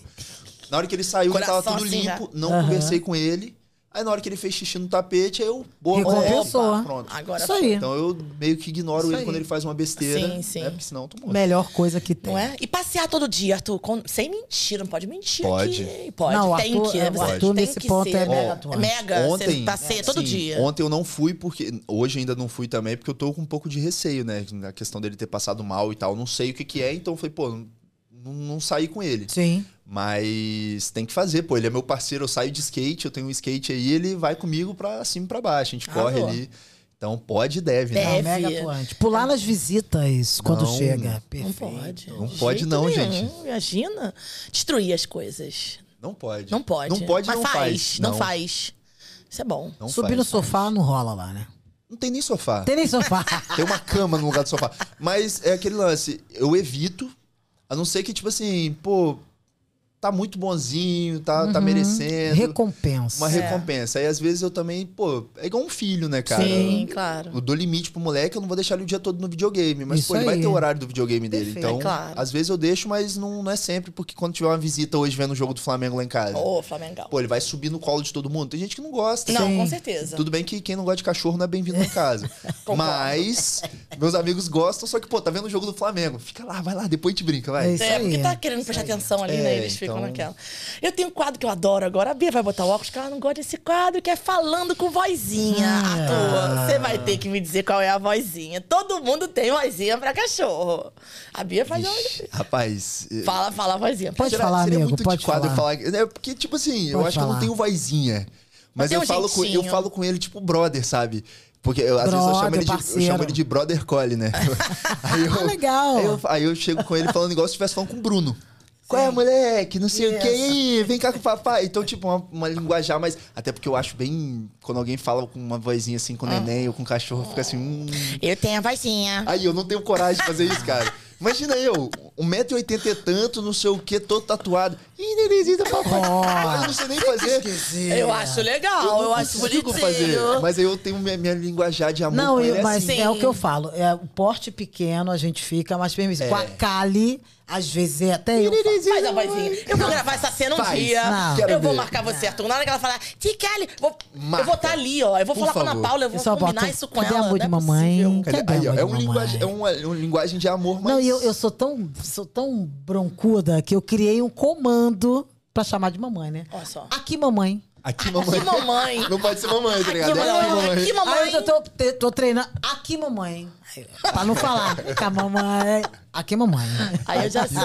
S4: Na hora que ele saiu,
S3: Coração
S4: tava tudo
S3: assim já.
S4: limpo, não
S2: Aham.
S4: conversei com ele. Aí na hora que ele fez xixi no tapete, aí eu boa
S2: Recompensou,
S4: opa,
S2: né?
S4: pronto.
S3: Agora
S2: Isso aí.
S4: Então eu meio que ignoro
S2: Isso
S4: ele
S2: aí.
S4: quando ele faz uma besteira.
S3: Sim, sim.
S4: Né? Porque senão eu tô morto.
S2: Melhor coisa que tem.
S3: Não é? E passear todo dia, Arthur, com- sem mentira, não pode mentir.
S4: Pode.
S3: aqui. Pode,
S2: Não, o
S3: tem
S2: Arthur-
S3: que.
S2: é, o
S3: Você
S2: Arthur
S3: tem
S2: nesse
S3: que
S2: ponto
S3: ser.
S2: é mega
S3: Ó,
S2: atuante.
S3: Mega,
S4: Ontem-
S3: você passeia todo
S4: Sim,
S3: dia.
S4: Ontem eu não fui porque. Hoje ainda não fui também, porque eu tô com um pouco de receio, né? Na questão dele ter passado mal e tal. Não sei o que que é, então eu falei, pô, não, não saí com ele.
S2: Sim.
S4: Mas tem que fazer, pô. Ele é meu parceiro, eu saio de skate, eu tenho um skate aí, ele vai comigo pra cima e pra baixo. A gente
S3: Arrasou.
S4: corre ali. Então pode e deve,
S2: Não,
S4: né?
S3: Deve.
S2: Tá mega atuante. Pular nas visitas quando
S4: Não,
S2: chega. Perfeito.
S3: Não pode.
S4: Não
S3: De
S4: pode
S3: jeito
S4: não,
S3: nenhum.
S4: gente.
S3: Imagina. Destruir as coisas.
S4: Não pode.
S3: Não pode.
S4: Não pode,
S3: Mas
S4: não
S3: faz.
S4: faz.
S3: Não faz. Isso é bom.
S4: Não
S2: Subir
S4: faz.
S2: no sofá não rola lá, né?
S4: Não tem nem sofá.
S2: Tem nem sofá.
S4: Tem uma cama no lugar do sofá. Mas é aquele lance, eu evito, a não ser que, tipo assim, pô, tá muito bonzinho, tá, tá merecendo.
S2: Recompensa.
S4: Uma
S3: É.
S4: recompensa. Aí às vezes eu também, pô, é igual um filho, né, cara?
S3: Sim, claro.
S4: Eu dou limite pro moleque, eu não vou deixar ele o dia todo no videogame. Mas,
S2: Isso
S4: pô, ele vai
S2: aí.
S4: ter o horário do videogame dele.
S2: Perfeito.
S4: Então,
S3: É claro.
S4: às vezes eu deixo, mas não, não é sempre, porque quando tiver uma visita hoje vendo o jogo do Flamengo lá em casa.
S3: Ô, Flamengão.
S4: Pô, ele vai subir no colo de todo mundo. Tem gente que não gosta.
S3: Não,
S2: Sim.
S3: com certeza.
S4: Tudo bem que quem não gosta de cachorro não é bem-vindo
S2: *laughs*
S4: em casa. Mas meus amigos gostam, só que, pô, tá vendo o jogo do Flamengo? Fica lá, vai lá, depois te brinca, vai.
S2: É isso
S3: É,
S2: aí.
S3: porque tá querendo prestar atenção ali, né?
S4: É,
S3: Eles ficam
S4: então-
S3: naquela. Eu tenho um quadro que eu adoro agora. A Bia vai botar o óculos, que ela não gosta desse quadro, que é falando com vozinha. Arthur, você vai ter que me dizer qual é a vozinha. Todo mundo tem vozinha pra cachorro. A Bia faz
S4: Ixi, rapaz. é-
S3: Fala, fala a vozinha.
S2: Pode
S4: será-
S2: falar,
S4: seria
S2: amigo,
S4: muito
S2: pode
S4: de quadro eu
S2: falar.
S4: falar. É, porque, tipo assim, eu
S2: Pode
S4: acho que eu
S2: falar.
S4: não tenho vozinha. Mas
S3: tem
S4: eu,
S3: um
S4: falo com, eu
S3: jeitinho.
S4: falo com ele, tipo, brother, sabe? Porque eu- às vezes eu chamo,
S2: Brother,
S4: ele de, eu
S2: parceiro.
S4: chamo ele de brother Cole,
S2: *laughs*
S4: né? aí eu,
S2: Ah, legal.
S4: Aí É, eu, aí eu chego com ele falando igual se estivesse falando com o Bruno. Qual é, moleque? Não sei o que. Aí, vem cá com o papai. Então, tipo, uma, uma linguajar, mas. Até porque eu acho bem. Quando alguém fala com uma vozinha assim
S2: Ah.
S4: com o neném ou com o cachorro, fica assim. Hum.
S3: Eu tenho a vozinha.
S4: Aí, eu não tenho coragem de fazer isso, cara. Imagina eu, 1,80m e tanto, não sei o que, todo tatuado. Ih, nenenzinho, papai. Ah, eu não sei nem fazer.
S2: Esqueci.
S3: Eu acho legal, eu,
S4: É. não
S3: acho
S4: consigo
S3: bonitinho.
S4: Mas aí eu tenho minha, minha linguajar de amor.
S2: Não,
S4: com
S2: eu-
S4: ele, é
S2: mas
S4: assim.
S2: é o que eu falo. É, o porte pequeno a gente fica mais permissivo. Com a
S4: É.
S2: Kali, às vezes é até eu. falo.
S3: Faz a vozinha. Eu vou gravar essa cena um
S4: Faz.
S3: dia.
S2: Não.
S3: Eu
S4: Quero
S3: vou
S4: ver.
S3: marcar você, Arthur. Na hora que ela falar, Ticali, vou, eu
S4: Marca.
S3: vou estar ali, ó. Eu vou
S4: Por
S3: falar com a Ana
S4: favor.
S3: Paula, eu vou
S2: Eu só
S3: combinar
S2: boto,
S3: isso com
S2: cadê
S3: ela.
S2: amor de
S3: não é
S2: mamãe?
S3: possível.
S4: Cadê?
S2: Cadê a
S4: Aí, ó,
S2: mãe
S4: é,
S2: de
S4: um linguagem, é
S2: mamãe?
S4: uma, uma linguagem de amor, mas.
S2: Não, e eu, eu sou tão sou tão broncuda que eu criei um comando pra chamar de mamãe, né?
S3: Olha só.
S2: Aqui, mamãe.
S4: Aqui, mamãe.
S3: Aqui, mamãe.
S4: Não pode ser mamãe, tá ligado?
S3: Aqui,
S4: É
S3: mamãe. Aqui,
S2: Aí
S3: mamãe.
S2: eu tô, te- tô treinando. Aqui, mamãe. Pra não falar. Cá, mamãe. Aqui, mamãe.
S3: Aí eu já sou.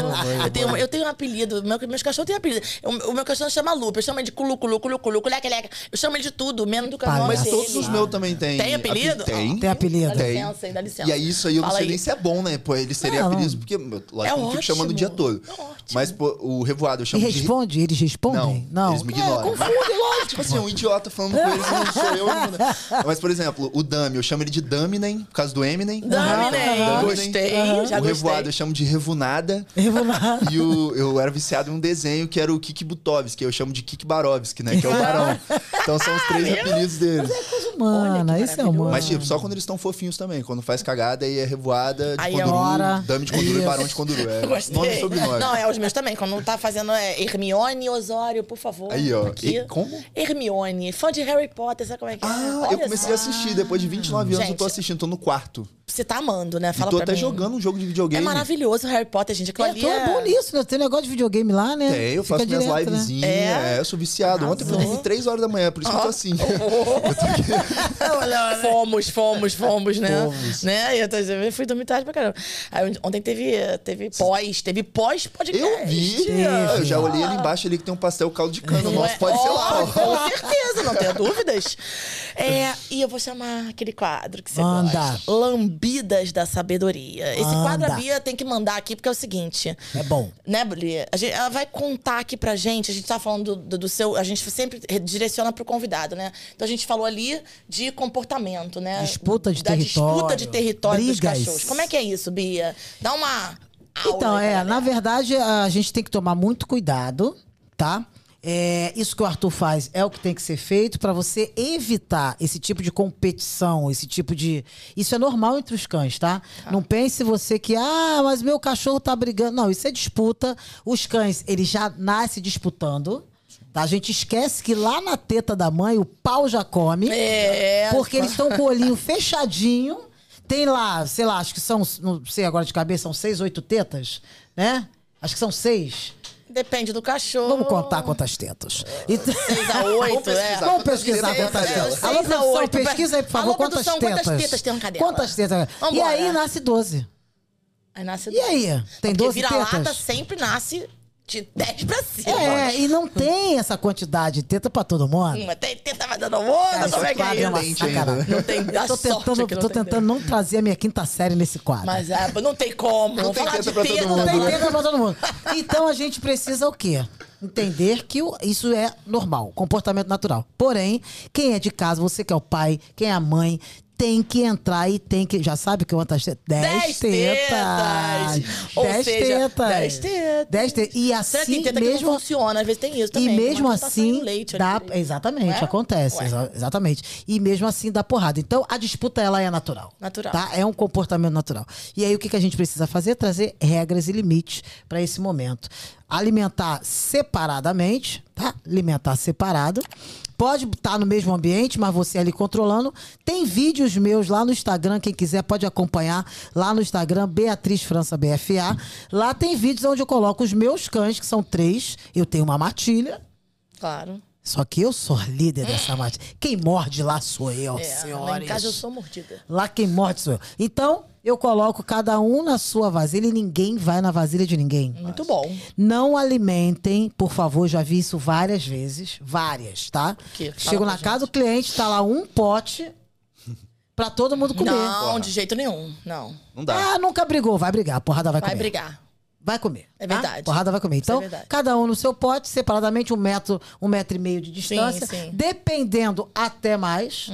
S3: eu, tenho, eu tenho um apelido. Meu, meus cachorros têm apelido. O, o meu cachorro chama Lupe. Eu chamo ele de culu, culu, culu, culu, leque, leque. Eu chamo ele de tudo, menos do canal.
S2: Mas
S4: Mas todos os meus também têm.
S3: Tem apelido?
S4: Tem.
S2: Tem apelido?
S3: Dá
S4: Tem.
S3: licença aí, dá licença.
S4: E aí isso aí eu não
S3: Fala
S4: sei
S3: aí. É
S4: nem se é bom, né? Pô, eles serem
S2: Não.
S4: apelidos, porque meu, lógico que eu não
S3: ótimo.
S4: fico chamando o dia todo.
S3: É ótimo.
S4: Mas pô, o revoado eu
S2: E
S4: chamo de.
S2: responde? Eles respondem?
S4: Não,
S2: Não.
S4: eles me
S3: É,
S4: ignoram.
S3: Confunde, lógico.
S4: Tipo assim, um idiota falando com eles, não sou eu. não- Mas, por exemplo, o Dami, eu chamo ele de Daminen, por causa do Eminem.
S3: Daminem.
S4: Daminem.
S3: Gostei, já
S4: o
S3: gostei.
S4: revoado eu chamo de Revunada.
S2: Eu vou lá.
S4: E o, eu era viciado em um desenho que era o Kik Butovski, eu chamo de Kik Barovski, né? Que é o Barão. Então são os
S3: Ah,
S4: três apelidos deles.
S2: Mano, isso é humano.
S4: Mas, tipo, só quando eles estão fofinhos também. Quando faz cagada, aí é revoada de
S3: Aí é
S4: Conduru,
S2: hora.
S4: dame de Conduru
S2: Isso.
S4: e barão de Conduru. É
S3: Eu Gostei.
S4: *laughs* nome e sobrenome.
S3: Não, é os meus também. Quando tá fazendo é Hermione Osório, por favor.
S4: Aí, ó.
S3: Aqui.
S4: E como?
S3: Hermione, fã de Harry Potter, sabe como é que é?
S4: Ah,
S3: Olha
S4: eu comecei a
S3: só.
S4: assistir. Depois de 29 anos, eu
S3: Gente,
S4: tô assistindo. Tô no quarto.
S3: Você tá amando, né? Fala
S4: e tô
S3: pra
S4: até
S3: mim.
S4: jogando um jogo de
S3: É
S4: videogame.
S3: maravilhoso o Harry Potter, gente. Aquilo
S2: É,
S3: ali
S2: tu é bom nisso, né? Tem negócio de videogame lá, né?
S4: É, eu
S2: Fica
S4: faço minhas
S2: direto, né?
S4: livezinhas.
S3: É?
S4: É? eu sou viciado. Ontem eu
S3: Arrasou.
S4: dormi 3 horas da manhã, por isso que eu tô assim.
S3: Fomos, fomos, fomos, né?
S4: Fomos.
S3: né? E Eu, tô- eu fui dormir tarde pra caramba. Aí, ontem teve, teve pós, teve pós-podcast.
S4: Eu vi. Eu já olhei ali embaixo ali que tem um pastel caldo de cana.
S3: Não
S4: Nossa,
S3: é-
S4: pode ser
S3: Ó,
S4: lá.
S3: Com certeza, não tenho dúvidas. É, e eu vou chamar aquele quadro que você
S2: Manda.
S3: gosta. Lambida, Bebidas da Sabedoria. Esse quadro a
S2: Anda.
S3: Bia tem que mandar aqui, porque é o seguinte.
S2: É bom.
S3: Né, Bia? A gente- ela vai contar aqui pra gente. A gente tá falando do, do- do seu. A gente sempre direciona pro convidado, né? Então a gente falou ali de comportamento, né?
S2: Disputa de
S3: da Disputa
S2: território,
S3: de território dos
S2: brigas.
S3: cachorros. Como é que é isso, Bia? Dá uma. aula
S2: Então,
S3: aí né?
S2: é,
S3: pra galera.
S2: na verdade, a gente tem que tomar muito cuidado, tá? É, isso que o Arthur faz é o que tem que ser feito para você evitar esse tipo de competição, esse tipo de. Isso é normal entre os cães, tá? Não pense você que, ah, mas meu cachorro tá brigando. Não, isso é disputa. Os cães, eles já nascem disputando. Tá? A gente esquece que lá na teta da mãe o pau já come.
S3: É.
S2: Porque eles estão com o olhinho fechadinho. Tem lá, sei lá, acho que são, não sei agora de cabeça, são seis, oito tetas, né? Acho que são seis.
S3: Depende do cachorro.
S2: Vamos contar quantas tetas. Então- *laughs*
S3: 6 Oh. a 8,
S4: Vamos
S3: é.
S4: pesquisar.
S2: Vamos pesquisar
S4: Seis,
S2: quantas
S4: é,
S2: tetas.
S4: seis
S2: Alô,
S3: a
S2: produção,
S3: oito,
S2: pesquisa aí, por favor,
S3: alô,
S2: quantas
S3: produção,
S2: tetas.
S3: quantas tetas tem uma cadela?
S2: Quantas tetas? E
S3: Vambora.
S2: aí nasce 12.
S3: Aí nasce
S2: E aí? Tem 12
S3: vira-lata
S2: tetas?
S3: sempre nasce de 10 pra cima.
S2: É, e não tem essa quantidade de teta pra todo mundo.
S3: Uma tem teta vai dando onda,
S2: Esse
S3: como é que é
S2: quadro é uma
S3: isso?
S4: Dente ainda,
S2: sacanagem.
S4: né?
S3: Não tem dá
S2: Tô
S3: sorte
S2: tentando,
S3: que não
S2: tô
S3: tem
S2: tentando não trazer a minha quinta série nesse quadro.
S3: Mas é, não tem como.
S4: Não
S3: Vamos
S4: tem
S3: falar
S4: teta
S3: de
S4: pra todo
S3: teta.
S4: mundo,
S2: Tem
S3: né?
S2: teta pra todo mundo. *laughs* Então a gente precisa o quê? Entender que o- isso é normal, comportamento natural. Porém, quem é de casa, você que é o pai, quem é a mãe, tem que entrar e tem que. Já sabe que quantas tetas? Dez
S3: Dez
S2: tetas!
S3: tetas. Ou seja, dez tetas.
S2: Dez tetas. E
S3: Será que tem
S2: assim
S3: teta que não
S2: mesmo.
S3: funciona? Às vezes tem
S2: E
S3: isso também.
S2: mesmo
S3: Como é que tá
S2: assim,
S3: saindo leite ali
S2: dá,
S3: direito?
S2: exatamente,
S3: Ué?
S2: acontece,
S3: Ué.
S2: exa- exatamente. E mesmo assim dá porrada. Então, a disputa, ela é natural.
S3: Natural.
S2: Tá? É um comportamento natural. E aí, o que, que a gente precisa fazer? Trazer regras e limites para esse momento. Alimentar separadamente, tá? Alimentar separado. Pode estar no mesmo ambiente, mas você ali controlando. Tem vídeos meus lá no Instagram, quem quiser pode acompanhar lá no Instagram, Beatriz França BFA. Lá tem vídeos onde eu coloco os meus cães, que são três. Eu tenho uma matilha,
S3: Claro.
S2: só que eu sou a líder dessa matilha. Quem morde lá sou eu,
S3: É, lá em
S2: senhoras.
S3: casa eu sou mordida.
S2: Lá quem morde sou eu. Então, eu coloco cada um na sua vasilha e ninguém vai na vasilha de ninguém.
S3: Muito bom.
S2: Não alimentem, por favor, já vi isso várias vezes. Várias, tá?
S3: quê? Fala
S2: Chego
S3: pra
S2: na casa, o cliente tá lá um pote pra todo mundo comer.
S3: Não, de jeito nenhum. Não.
S4: Não dá.
S2: Ah, nunca brigou. Vai brigar, a porrada vai,
S3: Vai
S2: comer.
S3: brigar.
S2: Vai comer.
S3: É
S2: tá?
S3: verdade.
S2: Porrada vai comer.
S3: Isso é
S2: Então,
S3: verdade.
S2: cada um no seu pote, separadamente, um metro, um metro e meio de distância.
S3: sim.
S2: Dependendo até mais.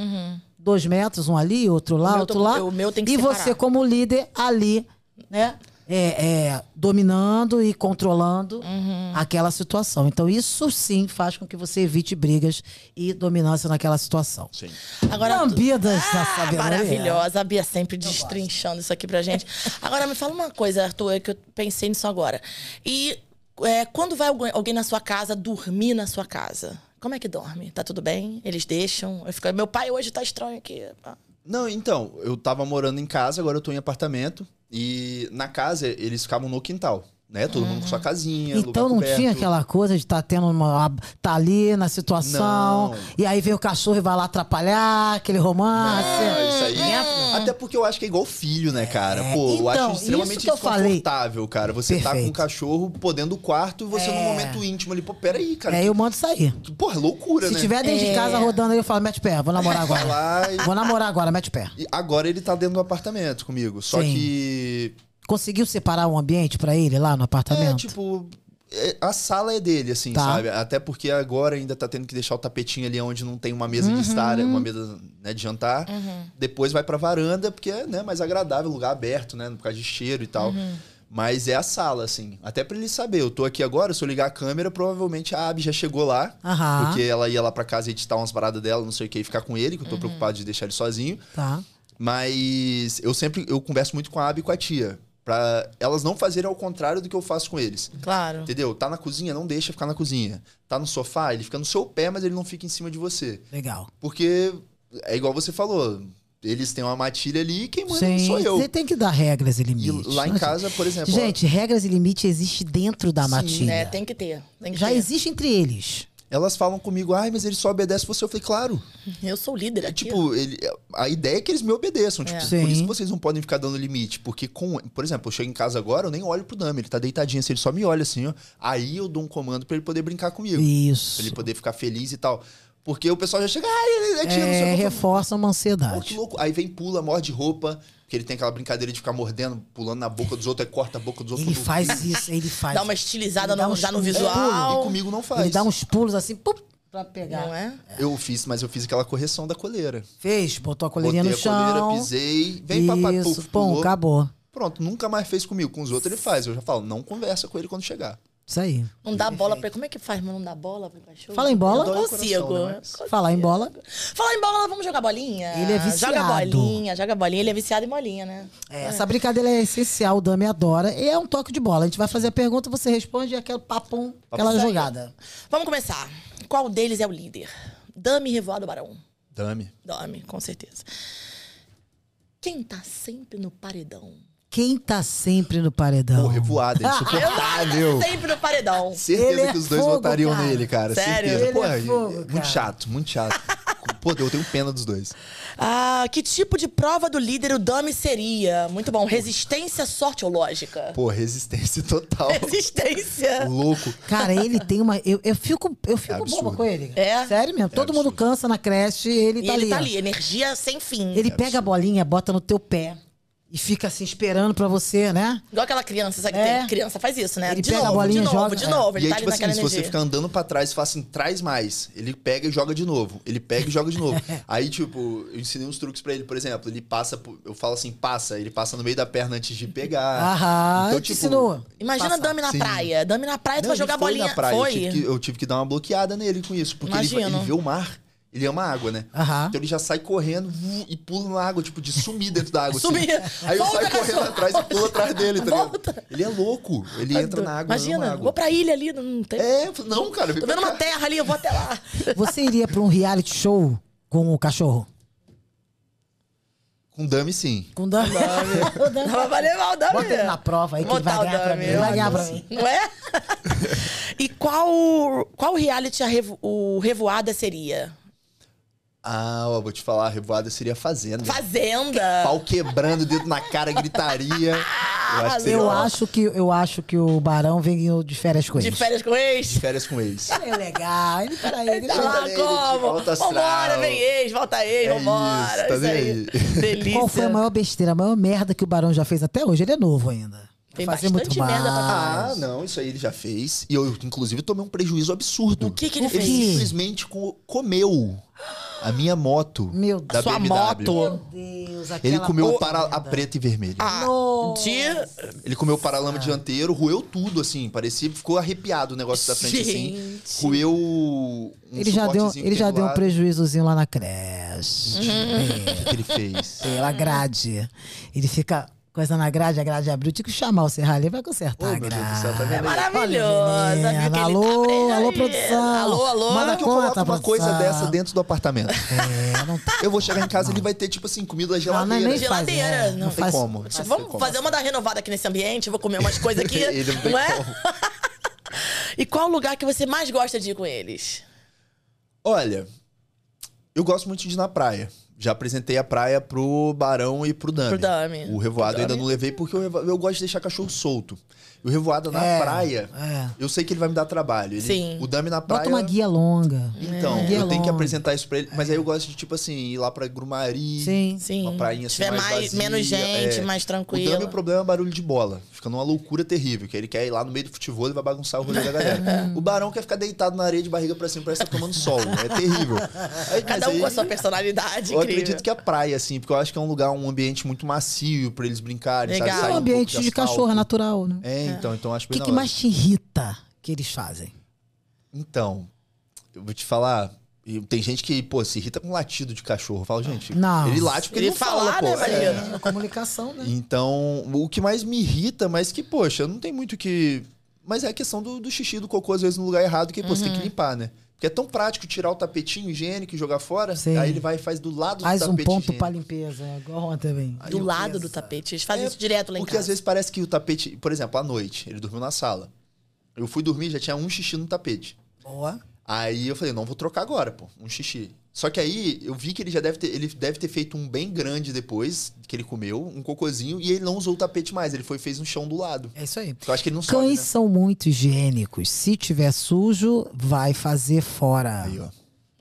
S2: Dois metros, um ali, outro lá,
S3: meu
S2: outro
S3: tô-
S2: lá.
S3: o meu tem que
S2: e
S3: separar.
S2: você, como líder, ali, né? É, é, dominando e controlando
S3: Uhum.
S2: aquela situação. Então, isso sim faz com que você evite brigas e dominância naquela situação.
S4: Sim.
S3: Agora.
S2: Lambidas né? da
S3: Ah,
S2: sabedoria.
S3: maravilhosa. A Bia sempre
S2: Então,
S3: destrinchando isso aqui pra gente. Agora, me fala uma coisa, Arthur, é que eu pensei nisso agora. E é, quando vai alguém- alguém na sua casa dormir na sua casa? Como é que dorme? Tá tudo bem? Eles deixam? Eu fico, meu pai hoje tá estranho aqui. Ah,
S4: Não, então, eu tava morando em casa, agora eu tô em apartamento. E na casa, eles ficavam no quintal, né? Todo mundo com sua casinha, lugar
S2: Ah. Então não
S4: coberto.
S2: tinha aquela coisa de estar tendo uma. uma- tá ali na situação,
S4: Não.
S2: e aí vem o cachorro e vai lá atrapalhar, aquele romance.
S4: Ah, isso aí. Até porque eu acho que é igual filho, né, cara? Pô, eu
S2: Então,
S4: acho extremamente
S2: isso que eu falei.
S4: desconfortável, cara. Você tá com
S2: Perfeito.
S4: um cachorro podendo o quarto e você num momento íntimo ali. Pô, peraí, cara.
S2: E É, aí eu mando sair.
S4: Que- Porra, loucura,
S2: Se
S4: né?
S2: tiver dentro
S3: É.
S2: de casa rodando aí, eu falo, mete o pé, vou namorar
S4: Vai
S2: agora.
S4: lá e...
S2: vou namorar agora, mete o pé.
S4: e agora ele tá dentro do apartamento comigo. Só
S2: Sim.
S4: que.
S2: Conseguiu separar um ambiente pra ele lá no
S4: É,
S2: apartamento?
S4: tipo. é, A sala é dele, assim,
S2: Tá.
S4: sabe? Até porque agora ainda tá tendo que deixar o tapetinho ali onde não tem uma mesa
S2: Uhum.
S4: de estar, uma mesa né, de jantar. Depois vai pra varanda, porque é né, mais agradável, lugar aberto, né? Por causa de cheiro e tal. Mas é a sala, assim. Até pra ele saber, eu tô aqui agora, se eu ligar a câmera, provavelmente a Abby já chegou lá.
S2: Aham.
S4: Porque ela ia lá pra casa editar umas paradas dela, não sei o que, e ficar com ele, que eu tô preocupado de deixar ele sozinho.
S2: Tá.
S4: Mas eu sempre eu converso muito com a Abby e com a tia. Pra elas não fazerem ao contrário do que eu faço com eles.
S3: claro.
S4: Entendeu? Tá na cozinha, não deixa ficar na cozinha. Tá no sofá, ele fica no seu pé, mas ele não fica em cima de você.
S2: Legal.
S4: Porque é igual você falou, eles têm uma matilha ali e quem manda
S2: Sim,
S4: sou eu.
S2: Você tem que dar regras e
S4: E
S2: limites.
S4: lá em
S2: né?
S4: casa, é por exemplo. ó,
S2: Gente, regras e limites existem dentro da matilha.
S3: É, tem que ter. Tem que
S2: Já
S3: ter.
S2: existe entre eles.
S4: elas falam comigo, ai, mas ele só obedece você. Eu falei, claro.
S3: Eu sou líder
S4: É,
S3: aqui.
S4: tipo, ele, a ideia é que eles me obedeçam. Tipo,
S2: Sim.
S4: por isso que vocês não podem ficar dando limite. Porque, com, por exemplo, eu chego em casa agora, eu nem olho pro Dami, ele tá deitadinho assim, ele só me olha assim, ó. Aí eu dou um comando pra ele poder brincar comigo.
S2: Isso.
S4: Pra ele poder ficar feliz e tal. Porque o pessoal já chega, ai, ele é tia, não sei o que.
S2: É,
S4: Eu falo,
S2: reforça uma
S4: Pô,
S2: ansiedade.
S4: que louco. Aí vem, pula, morde roupa. Porque Que ele tem aquela brincadeira de ficar mordendo, pulando na boca dos outros, aí corta a boca dos outros.
S2: Ele
S4: do-
S2: faz isso, ele faz.
S3: Dá uma estilizada
S2: Ele dá um
S3: no,
S2: uns
S3: já no
S2: pulos.
S4: E
S3: visual.
S4: comigo não faz.
S2: Ele dá uns pulos assim, pum, pra pegar.
S3: Não é?
S4: Eu fiz, mas eu fiz aquela correção da coleira.
S2: Fez, botou a coleirinha no
S4: Botei a coleira,
S2: chão.
S4: pisei, vem papai,
S2: isso,
S4: puf,
S2: pum,
S4: pulou.
S2: acabou.
S4: Pronto, nunca mais fez comigo. Com os outros ele faz. Eu já falo, não conversa com ele quando chegar.
S2: Isso aí.
S3: Não dá bola pra. Como é que faz, mano? Não dá bola pro cachorro?
S2: Fala em bola.
S3: Eu não
S4: Dói o coração,
S3: consigo.
S4: né, Max?
S3: Consigo.
S2: Falar em bola.
S3: Falar em bola, vamos jogar bolinha?
S2: Ele é viciado.
S3: Joga bolinha, joga bolinha. Ele é viciado em bolinha, né?
S2: É, essa brincadeira é essencial, o Dami adora. E é um toque de bola. A gente vai fazer a pergunta, você responde e aquele papum, aquela jogada.
S3: Vamos começar. Qual deles é o líder? Dami, Revoado, Barão.
S4: Dame.
S3: Dami, com certeza. Quem tá sempre no paredão?
S2: Quem tá sempre no paredão?
S4: Pô,
S2: *laughs*
S4: revoada, Ah, insuportável.
S3: Sempre no paredão.
S2: Ele
S4: Certeza
S2: é
S4: que os dois
S2: fogo,
S4: votariam
S2: cara.
S4: nele, cara.
S3: Sério?
S4: Certeza.
S2: Ele
S4: Pô,
S2: é fogo, cara.
S4: muito chato,
S2: *laughs*
S4: muito chato. Pô, eu tenho pena dos dois.
S3: Ah, que tipo de prova do líder o Dami seria? Muito bom. Resistência, sorte ou lógica? *laughs*
S4: Pô, resistência total.
S3: Resistência.
S4: Louco.
S2: Cara, ele tem uma. Eu, eu fico, eu fico
S4: É absurdo.
S2: boba com ele.
S3: É?
S2: Sério mesmo. Todo mundo
S4: absurdo.
S2: cansa na creche e ele
S3: E
S2: tá
S3: ele
S2: ali.
S3: tá
S2: ó.
S3: ali, energia sem fim.
S2: Ele pega a bolinha, bota no teu pé e fica assim esperando pra você, né?
S3: Igual aquela criança, sabe?
S2: É.
S3: que Tem criança faz isso, né?
S2: Ele
S3: de
S2: pega a
S3: novo,
S2: bolinha e
S3: de novo,
S2: joga. é.
S3: de novo. Ele
S4: e aí,
S3: tá ali
S4: tipo assim,
S3: naquela
S4: se
S3: energia.
S4: você ficar andando pra trás e fala assim, traz mais, ele pega e joga de novo. Ele pega e joga de
S2: *laughs*
S4: novo. aí, tipo, eu ensinei uns truques pra ele, por exemplo, ele passa, por- eu falo assim, passa, ele passa no meio da perna antes de pegar. Então, tipo,
S2: Aham, te ensinou.
S3: Imagina
S2: Passar.
S3: Dami na
S4: Sim.
S3: praia. Dami na praia, É, tu vai
S4: ele
S3: jogar
S4: foi
S3: bolinha.
S4: Na praia.
S3: Foi.
S4: Eu, tive que, eu tive que dar uma bloqueada nele com isso, porque ele,
S3: Imagino.
S4: ele vê o mar, ele ama a água, né?
S2: Aham.
S4: Então ele já sai correndo vu, e pula na água, tipo, de sumir dentro da água.
S3: Sumir.
S4: Assim. Aí eu
S3: Volta,
S4: saio correndo
S3: cachorro.
S4: atrás e pulo atrás dele, tá
S3: Volta. Tá
S4: ligado? Ele é louco. Ele entra na água, ama a
S3: Imagina,
S4: água.
S3: vou pra ilha ali, não tem.
S4: É, eu falei, não, cara. vem
S3: Tô
S4: pra
S3: vendo
S4: cá.
S3: uma terra ali, eu vou até lá.
S2: Você iria pra um reality show com o cachorro?
S4: Com dame, sim.
S2: Com o
S3: *laughs*
S2: Dami? O Dami.
S3: Não vai valer mal, Dami.
S2: Bota ele na prova aí que
S3: Vou
S2: ele vai
S3: botar É, o
S2: ganhar pra mim.
S3: Dami.
S2: Ele vai ganhar pra
S4: Sim.
S2: mim.
S3: Não é? *laughs* e qual, qual reality a revo- o Revoada seria?
S4: Ah, ó, vou te falar, a revoada seria fazenda.
S3: Fazenda.
S4: Pau quebrando, dedo na cara, gritaria. Eu acho que seria
S2: Eu
S4: uma-
S2: acho que, eu acho que o Barão veio de férias com
S3: De
S2: ele.
S3: férias com ex?
S4: Férias com ex.
S2: Ele é legal. Ele, peraí, ele
S3: Tá lá
S4: Volta nele,
S3: como?
S4: volta astral.
S3: Vambora, vem ex, volta ex,
S4: É
S3: vambora.
S4: isso, tá
S3: isso aí.
S4: nem aí.
S3: *laughs* Delícia.
S2: Qual foi a maior besteira, a maior merda que o Barão já fez até hoje? Ele é novo ainda. Vai
S3: Tem
S2: fazer
S3: bastante
S2: muito
S3: merda pra
S2: mais.
S4: Ah, não, isso aí ele já fez. E eu, inclusive, tomei um prejuízo absurdo.
S3: O que que ele fez?
S4: simplesmente co- comeu a minha moto.
S2: Meu
S4: da
S3: Sua
S4: BMW.
S2: Meu
S3: moto.
S2: Deus,
S4: Ele
S2: aquela
S4: comeu
S2: porra
S4: para a
S2: merda.
S4: preta e vermelha.
S3: Ah,
S2: Nossa.
S3: de...
S4: Ele comeu o paralama dianteiro, roeu tudo, assim. Parecia, ficou arrepiado o negócio da frente, assim.
S3: Gente.
S4: Roeu um
S2: Ele já deu,
S4: suportezinho
S2: ele
S4: que
S2: já
S4: tem do
S2: deu um
S4: lado.
S2: prejuízozinho lá na creche.
S3: Uhum.
S4: O que que ele fez?
S2: É, Pela grade. Ele fica coisa na grade, a grade abriu. Tinha que chamar o Serralheiro, vai consertar
S4: Ô,
S2: a
S4: meu Deus do céu,
S2: grade.
S4: tá vendo aí?
S3: Maravilhosa.
S2: Olha,
S3: viu, que ele
S2: menina,
S3: tá
S2: alô,
S3: bem
S2: alô,
S3: aí.
S2: produção.
S3: Alô,
S2: *laughs*
S3: alô.
S2: Manda
S4: Como que eu
S2: conta,
S4: coloco uma coisa
S2: produção.
S4: dessa dentro do apartamento?
S2: É, não
S4: Eu vou chegar em casa, ele vai ter, tipo assim,
S2: Não, não
S4: comida
S2: é
S4: geladeira.
S2: nem
S3: Geladeira,
S2: fazer,
S3: não
S4: Não tem
S3: Tipo,
S4: como. Não tem
S3: vamos
S4: como.
S3: fazer
S4: *laughs*
S3: uma da renovada aqui nesse ambiente, vou comer umas coisas aqui.
S4: Ele não tem
S3: não é?
S4: como.
S3: E qual o lugar que você mais gosta de ir com eles?
S4: Olha, eu gosto muito de ir na praia. Já apresentei a praia pro Barão e pro Dami.
S3: Pro Dami.
S4: O revoado
S3: Pro
S4: eu ainda
S3: Dami.
S4: não levei porque eu, eu gosto de deixar cachorro solto. E o revoado na
S2: É,
S4: praia,
S2: é.
S4: eu sei que ele vai me dar trabalho. Ele-
S3: Sim.
S4: O Dami na praia.
S2: Bota uma guia longa.
S3: né?
S4: Então,
S2: Uma
S4: eu
S2: guia
S4: tenho que
S2: longa.
S4: apresentar isso pra ele. Mas aí eu gosto de, tipo assim, ir lá pra Grumari.
S2: Sim.
S3: É. Sim.
S4: Uma prainha assim,
S3: Se tiver
S4: mais
S3: mais-
S4: vazia,
S3: menos gente,
S4: é.
S3: mais
S4: O Dami, o
S3: tranquilo.
S4: problema é barulho de bola. Fica numa loucura terrível, que ele quer ir lá no meio do futebol e vai bagunçar o rolê
S3: *laughs*
S4: da galera. o Barão quer ficar deitado na areia de barriga pra cima, parece que tá tomando sol. É
S3: *laughs*
S4: terrível. Aí, mas
S3: Cada um
S4: aí,
S3: com a sua personalidade,
S4: Eu
S3: incrível.
S4: acredito que a praia, assim, porque eu acho que é um lugar, um ambiente muito macio pra eles brincarem,
S3: Legal.
S4: sabe?
S2: É
S4: Sair
S2: um
S4: um
S2: ambiente
S4: pouco
S2: de
S4: asfalto.
S2: cachorro, é natural, né?
S4: É, então, então acho
S2: O que,
S4: bem
S2: que
S4: da hora.
S2: mais te irrita que eles fazem?
S4: Então, eu vou te falar. e Tem gente que, pô, se irrita com latido de cachorro. Eu falo, gente,
S2: Não.
S4: ele late porque ele,
S3: Ele
S4: não fala,
S3: falar,
S4: pô.
S3: né, Maria?
S4: É.
S2: a comunicação, né?
S4: Então, o que mais me irrita, mas que, poxa, não tem muito o que. Mas é a questão do, do xixi, do cocô, às vezes, no lugar errado, que pô, você tem que limpar, né? Porque é tão prático tirar o tapetinho higiênico e jogar fora.
S2: Sim.
S4: Aí ele vai e faz do lado
S2: Faz
S4: do
S2: um
S4: tapete.
S2: ponto
S4: higiênico.
S2: pra limpeza, é igual ontem também.
S3: Do lado do tapete. Eles fazem
S4: É,
S3: isso direto lá em
S4: Porque
S3: casa.
S4: às vezes parece que o tapete. Por exemplo, à noite, ele dormiu na sala. Eu fui dormir já tinha um xixi no tapete.
S2: Boa.
S4: Aí eu falei, não vou trocar agora, pô, um xixi. Só que aí eu vi que ele já deve ter, ele deve ter feito um bem grande depois que ele comeu, um cocôzinho, e ele não usou o tapete mais, ele foi e fez no chão do lado.
S2: É isso aí.
S4: Eu acho que ele não sobe,
S2: Cães
S4: né?
S2: são muito higiênicos. Se tiver sujo, vai fazer fora.
S4: Aí, ó.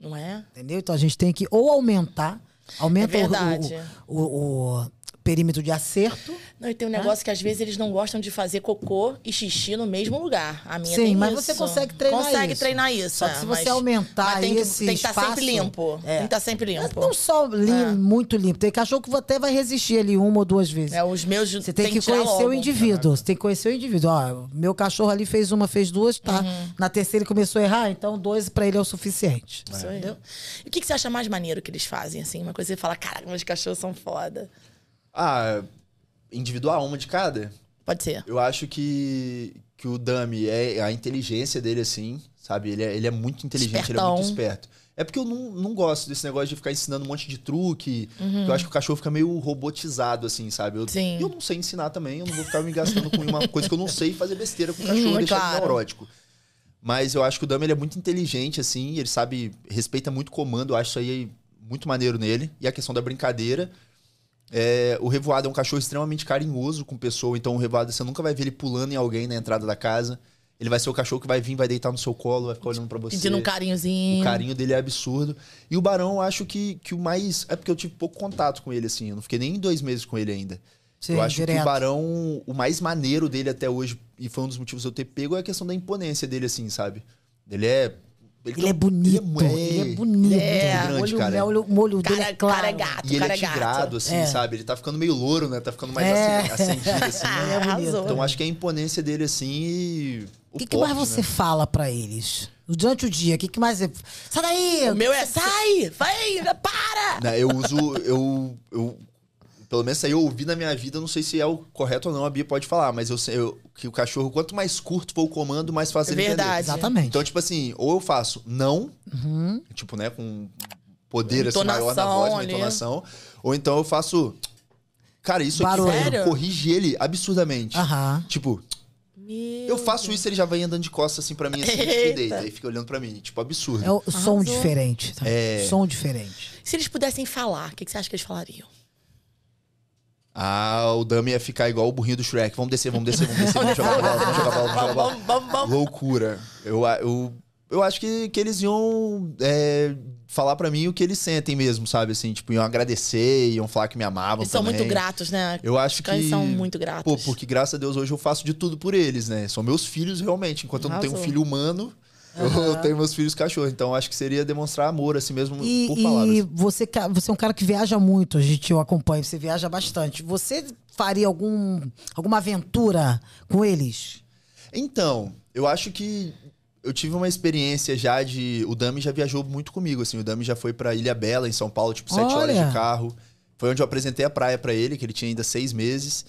S3: Não é?
S2: Entendeu? Então a gente tem que ou aumentar, aumenta
S3: É
S2: o-
S3: verdade.
S2: o, o, o- perímetro de acerto.
S3: Não, e tem um negócio que às vezes eles não gostam de fazer cocô e xixi no mesmo lugar. A minha
S2: Sim,
S3: tem
S2: mas
S3: isso.
S2: você consegue treinar
S3: Consegue
S2: isso.
S3: treinar isso.
S2: Só que
S3: é,
S2: se você
S3: mas-
S2: aumentar
S3: mas tem que,
S2: esse
S3: Tem que estar sempre
S2: espaço-
S3: limpo.
S2: É.
S3: Tem que estar sempre
S2: Mas
S3: limpo.
S2: não só
S3: É.
S2: lim- muito limpo. Tem cachorro que até vai resistir ali uma ou duas vezes.
S3: É, os meus
S2: Você tem, que
S3: tirar
S2: conhecer
S3: logo.
S2: o indivíduo. Você tem que conhecer o indivíduo. Ó, meu cachorro ali fez uma, fez duas, tá?
S3: Uhum.
S2: Na terceira ele começou a errar, então dois pra ele é o suficiente.
S4: Então,
S3: Isso aí. E o que, que você acha mais maneiro que eles fazem, assim? Uma coisa que você fala, caraca, meus cachorros são foda.
S4: Ah, individual, uma de cada?
S3: Pode ser.
S4: Eu acho que, que o Dami é a inteligência dele, assim, sabe? Ele é, ele é muito inteligente, ele é muito esperto. É porque eu não, não gosto desse negócio de ficar ensinando um monte de truque. que Eu acho que o cachorro fica meio robotizado, assim, sabe? Eu,
S3: Uhum. Sim.
S4: E eu não sei ensinar também, eu não vou ficar me gastando com uma coisa que eu não sei e fazer besteira com o cachorro,
S3: Hum,
S4: deixar
S3: claro.
S4: ele neurótico. Mas eu acho que o Dami ele é muito inteligente, assim, ele sabe, respeita muito comando, eu acho isso aí muito maneiro nele. E a questão da brincadeira. É, o Revoado é um cachorro extremamente carinhoso com pessoa, então o Revoado você nunca vai ver ele pulando em alguém na entrada da casa. Ele vai ser o cachorro que vai vir, vai deitar no seu colo, vai ficar olhando pra você.
S3: Pedindo um carinhozinho.
S4: O carinho dele é absurdo. E o Barão, eu acho que, que o mais. É porque eu tive pouco contato com ele, assim. Eu não fiquei nem dois meses com ele ainda.
S2: Sim,
S4: eu acho que
S2: direto.
S4: o Barão, o mais maneiro dele até hoje, e foi um dos motivos eu ter pego, é a questão da imponência dele, assim, sabe? Ele é.
S2: Ele
S4: tem-
S2: é bonito.
S4: é-
S2: Ele é bonito.
S4: É,
S2: O olho,
S4: grande, cara.
S2: né, o olho- o molho
S3: Cara,
S2: dele é claro.
S3: cara é gato,
S4: E ele
S3: cara
S4: é
S3: é gato.
S4: tigrado, assim,
S2: É.
S4: sabe? Ele tá ficando meio louro, né? Tá ficando mais
S2: É.
S4: acen-
S2: *laughs*
S4: acendido, assim.
S3: Ah,
S2: Ele é bonito.
S3: arrasou.
S4: Então acho que a imponência dele, assim, e.
S2: O que, que mais
S4: porte,
S2: você
S4: né?
S2: fala pra eles? Durante o dia, o que, que mais você. Sai daí!
S3: O meu é, sai, vai, para!
S4: Né, eu uso. Eu, eu, pelo menos isso aí eu ouvi na minha vida, não sei se é o correto ou não, a Bia pode falar, mas eu, sei- eu que o cachorro, quanto mais curto for o comando, mais
S2: É
S4: fácil ele
S3: Verdade.
S4: entender.
S2: Exatamente.
S4: Então, tipo assim, ou eu faço não,
S2: Uhum.
S4: tipo, né, com poder assim, maior na
S3: Entonação
S4: voz, na
S2: né?
S3: ali.
S4: entonação, ou então eu faço. Cara, isso aqui
S2: Barulho.
S4: velho,
S3: Sério?
S4: corrige ele absurdamente.
S2: Aham.
S4: Tipo, eu faço isso, ele já vai andando de costas assim pra mim, assim, tipo, e deita, aí fica olhando pra mim, tipo, absurdo.
S2: É o som
S3: Arrasou.
S2: diferente. Tá?
S4: É.
S2: Som diferente.
S3: Se eles pudessem falar, o que, que você acha que eles falariam?
S4: Ah, o Dami ia ficar igual o burrinho do Shrek. Vamos descer, vamos descer, vamos descer, vamos jogar bola, vamos jogar bola, vamos jogar bola.
S3: *laughs* Vamos, vamos, vamos.
S4: Loucura. Eu, a- eu, eu acho que, que eles iam é, falar pra mim o que eles sentem mesmo, sabe? Assim, tipo, iam agradecer, iam falar que me amavam
S3: Eles são
S4: também.
S3: muito gratos, né?
S4: Eu acho
S3: Os cães
S4: que-
S3: são muito gratos.
S4: Pô, porque graças a Deus hoje eu faço de tudo por eles, né? São meus filhos realmente. Enquanto eu não tenho um
S3: Arrasou.
S4: filho humano, eu- eu tenho meus filhos cachorro. Então eu acho que seria demonstrar amor, assim mesmo,
S2: E,
S4: por
S2: e
S4: palavras.
S2: você, ca- você é um cara que viaja muito, a gente o acompanha, você viaja bastante. Você faria algum, alguma aventura com eles?
S4: Então, eu acho que eu tive uma experiência já de. O Dami já viajou muito comigo, assim. O Dami já foi pra Ilha Bela, em São Paulo, tipo, sete horas
S2: Olha!
S4: de carro. Foi onde eu apresentei a praia pra ele, que ele tinha ainda seis meses.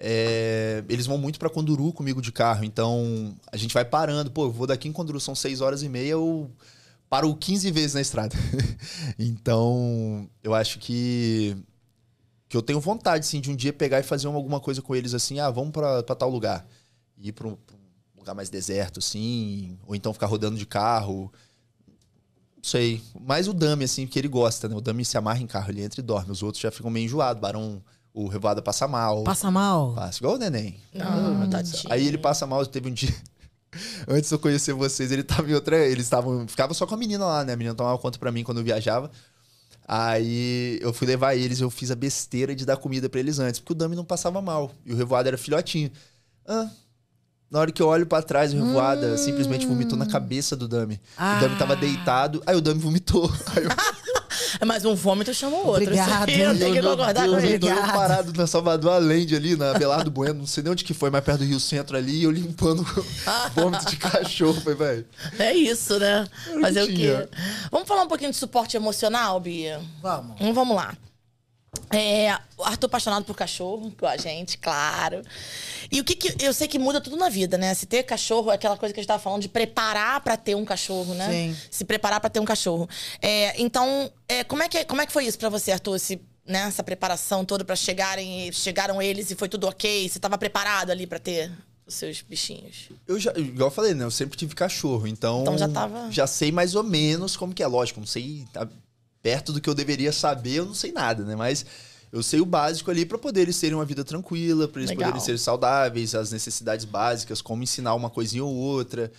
S4: É, eles vão muito pra Conduru comigo de carro, então a gente vai parando. Pô, eu vou daqui em Conduru, são seis horas e meia, eu paro 15 vezes na estrada. então, eu acho que que eu tenho vontade, assim, de um dia pegar e fazer uma- alguma coisa com eles, assim, ah, vamos pra, pra tal lugar. Ir pra um, pra um lugar mais deserto, assim, ou então ficar rodando de carro. Não sei. Mas o Dami, assim, que ele gosta, né? O Dami se amarra em carro, ele entra e dorme. Os outros já ficam meio enjoados. O Barão, o Revoada passa mal.
S2: Passa mal?
S4: Passa igual o neném.
S3: Não, Ah, tadinho.
S4: Aí ele passa mal, teve um dia. *laughs* Antes de eu conhecer vocês, ele tava em outra. Eles estavam. Ficava só com a menina lá, né? A menina tomava conta pra mim quando eu viajava. Aí eu fui levar eles, eu fiz a besteira de dar comida pra eles antes, porque o Dami não passava mal. E o revoado era filhotinho. Ah, na hora que eu olho pra trás, o revoada simplesmente vomitou na cabeça do Dami.
S2: Ah.
S4: O Dami tava deitado, aí o Dami vomitou. *laughs* Aí eu,
S3: Mas um vômito chama o outro.
S2: Obrigado,
S3: Isso aí Eu tenho que
S4: Meu
S3: concordar com
S4: Deus,
S3: ele.
S4: eu tô eu
S2: Obrigado.
S4: parado na Salvador Allende ali, na Belardo Bueno, não sei nem onde que foi, mas perto do Rio Centro ali, e eu limpando *laughs* vômito de cachorro, falei, velho.
S3: É isso, né? Fazer o quê?
S4: tinha.
S3: Vamos falar um pouquinho de suporte emocional, Bia?
S2: Vamos.
S3: Então, vamos lá. É, o Arthur apaixonado por cachorro, com a gente, claro. E o que que eu sei que muda tudo na vida, né? Se ter cachorro é aquela coisa que a gente tava falando de preparar pra ter um cachorro, né?
S2: Sim.
S3: Se preparar pra ter um cachorro. É, então, é, como é que como é que foi isso pra você, Arthur? Se, né, essa preparação toda pra chegarem, chegaram eles e foi tudo ok? Você tava preparado ali pra ter os seus bichinhos?
S4: Eu já, igual eu falei, né? Eu sempre tive cachorro, então.
S3: Então já tava-
S4: Já sei mais ou menos como que é, lógico, não sei. tá perto do que eu deveria saber, eu não sei nada, né? Mas eu sei o básico ali pra poder eles terem uma vida tranquila, pra eles
S3: Legal.
S4: poderem ser saudáveis, as necessidades básicas, como ensinar uma coisinha ou outra.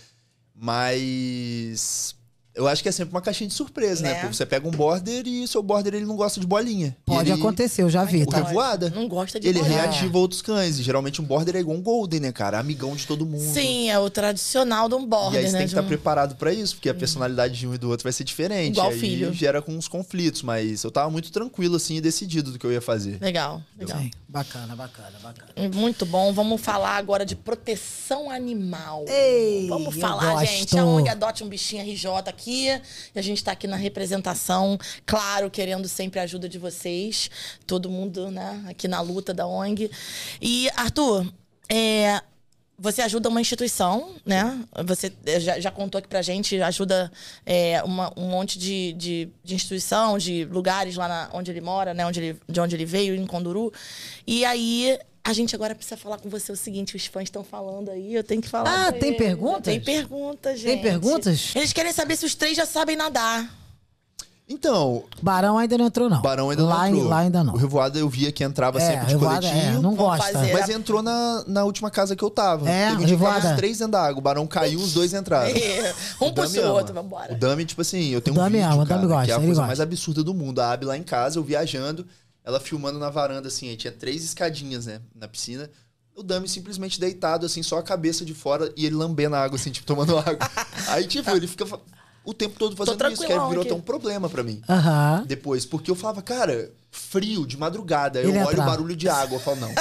S4: Mas. Eu acho que é sempre uma caixinha de surpresa, né?
S3: Né?
S4: Porque você pega um border e seu border ele não gosta de bolinha.
S2: Pode
S4: Ele-
S2: acontecer, eu já
S3: Ai,
S2: vi,
S3: que
S4: O
S2: tá?
S3: dó.
S4: revoada?
S3: Não gosta de
S4: Ele
S3: bolinha.
S4: reativa outros cães. E geralmente um border é igual um golden, né, cara? Amigão de todo mundo.
S3: Sim, é o tradicional de um
S4: E
S3: border,
S4: aí você
S3: né?
S4: tem que tá
S3: de
S4: estar
S3: um-
S4: preparado pra isso, porque a personalidade de um e do outro vai ser diferente.
S3: Igual
S4: aí
S3: filho.
S4: gera com uns conflitos, mas eu tava muito tranquilo assim e decidido do que eu ia fazer.
S3: Legal, legal.
S2: Sim. Bacana, bacana, bacana.
S3: Muito bom. Vamos falar agora de proteção animal.
S2: Ei,
S3: Vamos
S2: eu
S3: falar,
S2: gosto.
S3: gente. A ONG Adote um Bichinho RJ aqui. E a gente tá aqui na representação, claro, querendo sempre a ajuda de vocês. Todo mundo, né, aqui na luta da ONG. E, Arthur, é, você ajuda uma instituição, né? Você eh, já, já contou aqui pra gente, ajuda é, uma- um monte de, de, de instituição, de lugares lá na- onde ele mora, né? Onde ele, de onde ele veio, em Conduru. E aí, a gente agora precisa falar com você o seguinte: os fãs estão falando aí, eu tenho que falar.
S2: Ah,
S3: com
S2: tem
S3: eles.
S2: perguntas?
S3: É, Tem perguntas, gente.
S2: Tem perguntas?
S3: Eles querem saber se os três já
S2: *laughs*
S3: sabem nadar.
S4: Então,
S2: Barão ainda não entrou, não.
S4: o Barão ainda
S2: lá,
S4: não entrou.
S2: Lá ainda não.
S4: O Revoada eu via que entrava
S2: É,
S4: sempre de
S2: revoada,
S4: coletinho.
S2: é, não
S3: Vamos
S2: gosta.
S3: fazer.
S4: Mas entrou na, na última casa que eu tava.
S2: É,
S4: Teve um dia que tava
S2: revoada.
S4: os três dentro da água. O Barão caiu, os dois entraram.
S3: um
S4: O Dami
S3: puxa o
S4: ama.
S3: outro,
S4: O
S3: vambora.
S4: Dami, tipo assim, eu tenho
S2: O
S4: um
S2: Dami
S4: vídeo,
S2: ama, o
S4: cara,
S2: Dami gosta,
S4: que é a
S2: ele
S4: coisa
S2: gosta.
S4: mais absurda do mundo. A Abby lá em casa, eu viajando, ela filmando na varanda, assim, aí tinha três escadinhas, né, na piscina. O Dami simplesmente deitado, assim, só a cabeça de fora e ele lambendo a água, assim, tipo, tomando *laughs* água. aí, tipo, ele fica fa- o tempo todo fazendo isso, que aí
S3: tranquilão
S4: virou
S3: aqui.
S4: até um problema pra mim.
S2: Aham.
S4: Depois, porque eu falava, cara, frio, de madrugada. Aí
S2: Ele
S4: eu olho o
S2: entrava.
S4: barulho de água, eu falo,
S2: *laughs*
S4: não.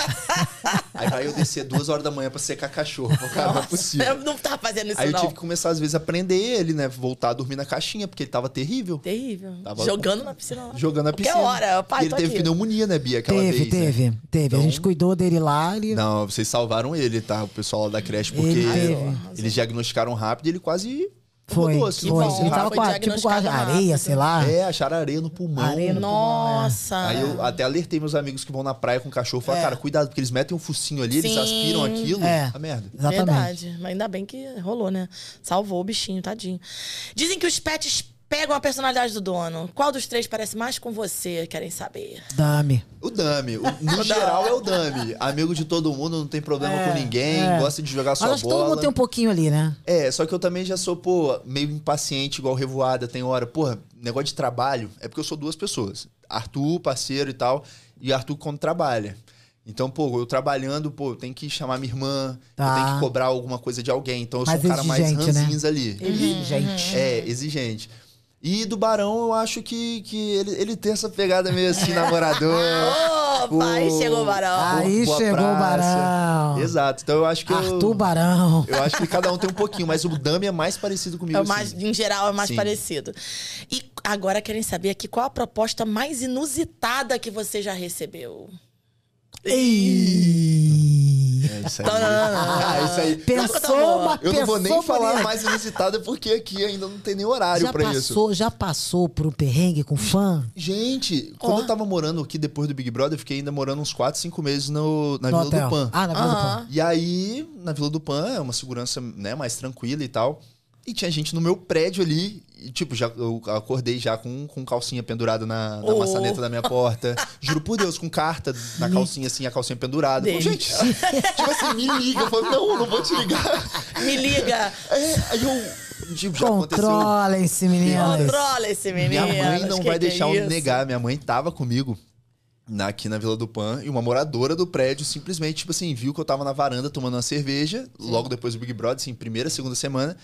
S4: aí vai eu descer duas horas da manhã pra secar cachorro. Eu falo, Cara, não é possível.
S3: Eu não tá fazendo isso,
S4: Aí eu
S3: não.
S4: tive que começar, às vezes, a prender ele, né? Voltar a dormir na caixinha, porque ele tava terrível.
S3: Terrível.
S4: Tava-
S3: Jogando na piscina lá.
S4: Jogando na
S3: Qualquer
S4: piscina.
S3: hora, pai,
S4: e ele
S3: tô
S4: teve
S3: aqui.
S4: pneumonia, né, Bia? Aquela
S2: Teve,
S4: vez, né?
S2: teve, teve. A gente
S4: Então-
S2: cuidou dele lá. Ele...
S4: Não, vocês salvaram ele, tá? O pessoal lá da creche, porque
S2: Ele teve.
S4: eles diagnosticaram rápido e ele quase
S2: Foi,
S4: rodou, assim,
S2: foi.
S4: não
S2: Ele
S3: bom,
S2: tava
S3: foi
S2: com a, tipo com a
S3: diagnosticado
S2: areia,
S3: rápido.
S2: sei lá.
S4: É, acharam areia no pulmão.
S2: Areia no
S3: Nossa.
S4: né? Aí eu até alertei meus amigos que vão na praia com o cachorro. Falei, cara, cuidado, porque eles metem um focinho ali, eles
S3: Sim.
S4: aspiram aquilo.
S2: É.
S4: A merda.
S2: Exatamente.
S3: Verdade. Mas ainda bem que rolou, né? Salvou o bichinho, tadinho. Dizem que os pets pegam a personalidade do dono. Qual dos três parece mais com você? Querem saber.
S2: Dame.
S4: O Dami. o-
S3: *laughs*
S4: no geral é o Dami. Amigo de todo mundo, não tem problema
S2: É,
S4: com ninguém,
S2: é.
S4: gosta de jogar
S2: Mas
S4: sua
S2: acho que
S4: bola.
S2: todo mundo tem um pouquinho ali, né?
S4: É, só que eu também já sou, pô, meio impaciente, igual revoada, tem hora. Porra, negócio de trabalho é porque eu sou duas pessoas. Arthur, parceiro e tal, e Arthur quando trabalha. Então, pô, eu trabalhando, pô, eu tenho que chamar minha irmã,
S2: Tá.
S4: eu tenho que cobrar alguma coisa de alguém. Então eu
S2: Mais
S4: sou um cara mais
S2: exigente, né?
S4: ranzinhos ali.
S2: Exigente.
S4: É, exigente. E do Barão, eu acho que, que ele, ele tem essa pegada
S3: *laughs*
S4: meio assim, namorador.
S3: Opa, aí chegou o varão.
S2: Aí
S4: boa
S2: chegou o
S4: praça.
S2: Barão.
S4: Exato. Então eu acho que eu-
S2: Arthur Barão.
S4: eu acho que cada um tem um pouquinho, mas o Dami é mais parecido comigo.
S3: É o mais,
S4: assim.
S3: em geral, é mais
S4: Sim.
S3: parecido. E agora querem saber aqui qual a proposta mais inusitada que você já recebeu.
S2: Ei.
S4: É isso aí. Ah, isso aí.
S2: Pensou uma
S4: Eu
S2: pessoa.
S4: não vou nem falar
S2: bonita.
S4: mais inusitada porque aqui ainda não tem nem horário
S2: já
S4: pra isso.
S2: passou, Já passou por um perrengue com fã?
S4: Gente, quando eu tava morando aqui depois do Big Brother, eu fiquei ainda morando uns 4, 5 meses no, na
S2: no
S4: Vila
S2: hotel.
S4: do Pan.
S2: Ah, na Vila do Pan.
S4: E aí, na Vila do Pan, é uma segurança né, mais tranquila e tal. E tinha gente no meu prédio ali. E, tipo, já, eu acordei já com, com calcinha pendurada na, na
S3: Oh.
S4: maçaneta da minha porta. Juro por Deus, com carta na calcinha, assim, a calcinha pendurada. Falei,
S3: Gente.
S4: gente, tipo assim, me liga. Eu falei, não, não vou te ligar.
S3: Me liga!
S4: É, aí eu, tipo, já aconteceu.
S2: Controlem-se, meninas.
S3: Controla esse menino.
S4: Minha mãe não
S3: Que
S4: vai
S3: que é
S4: deixar eu
S3: isso?
S4: negar. Minha mãe tava comigo na- aqui na Vila do Pan e uma moradora do prédio simplesmente, tipo assim, viu que eu tava na varanda tomando uma cerveja, logo depois do Big Brother, assim, primeira, segunda semana.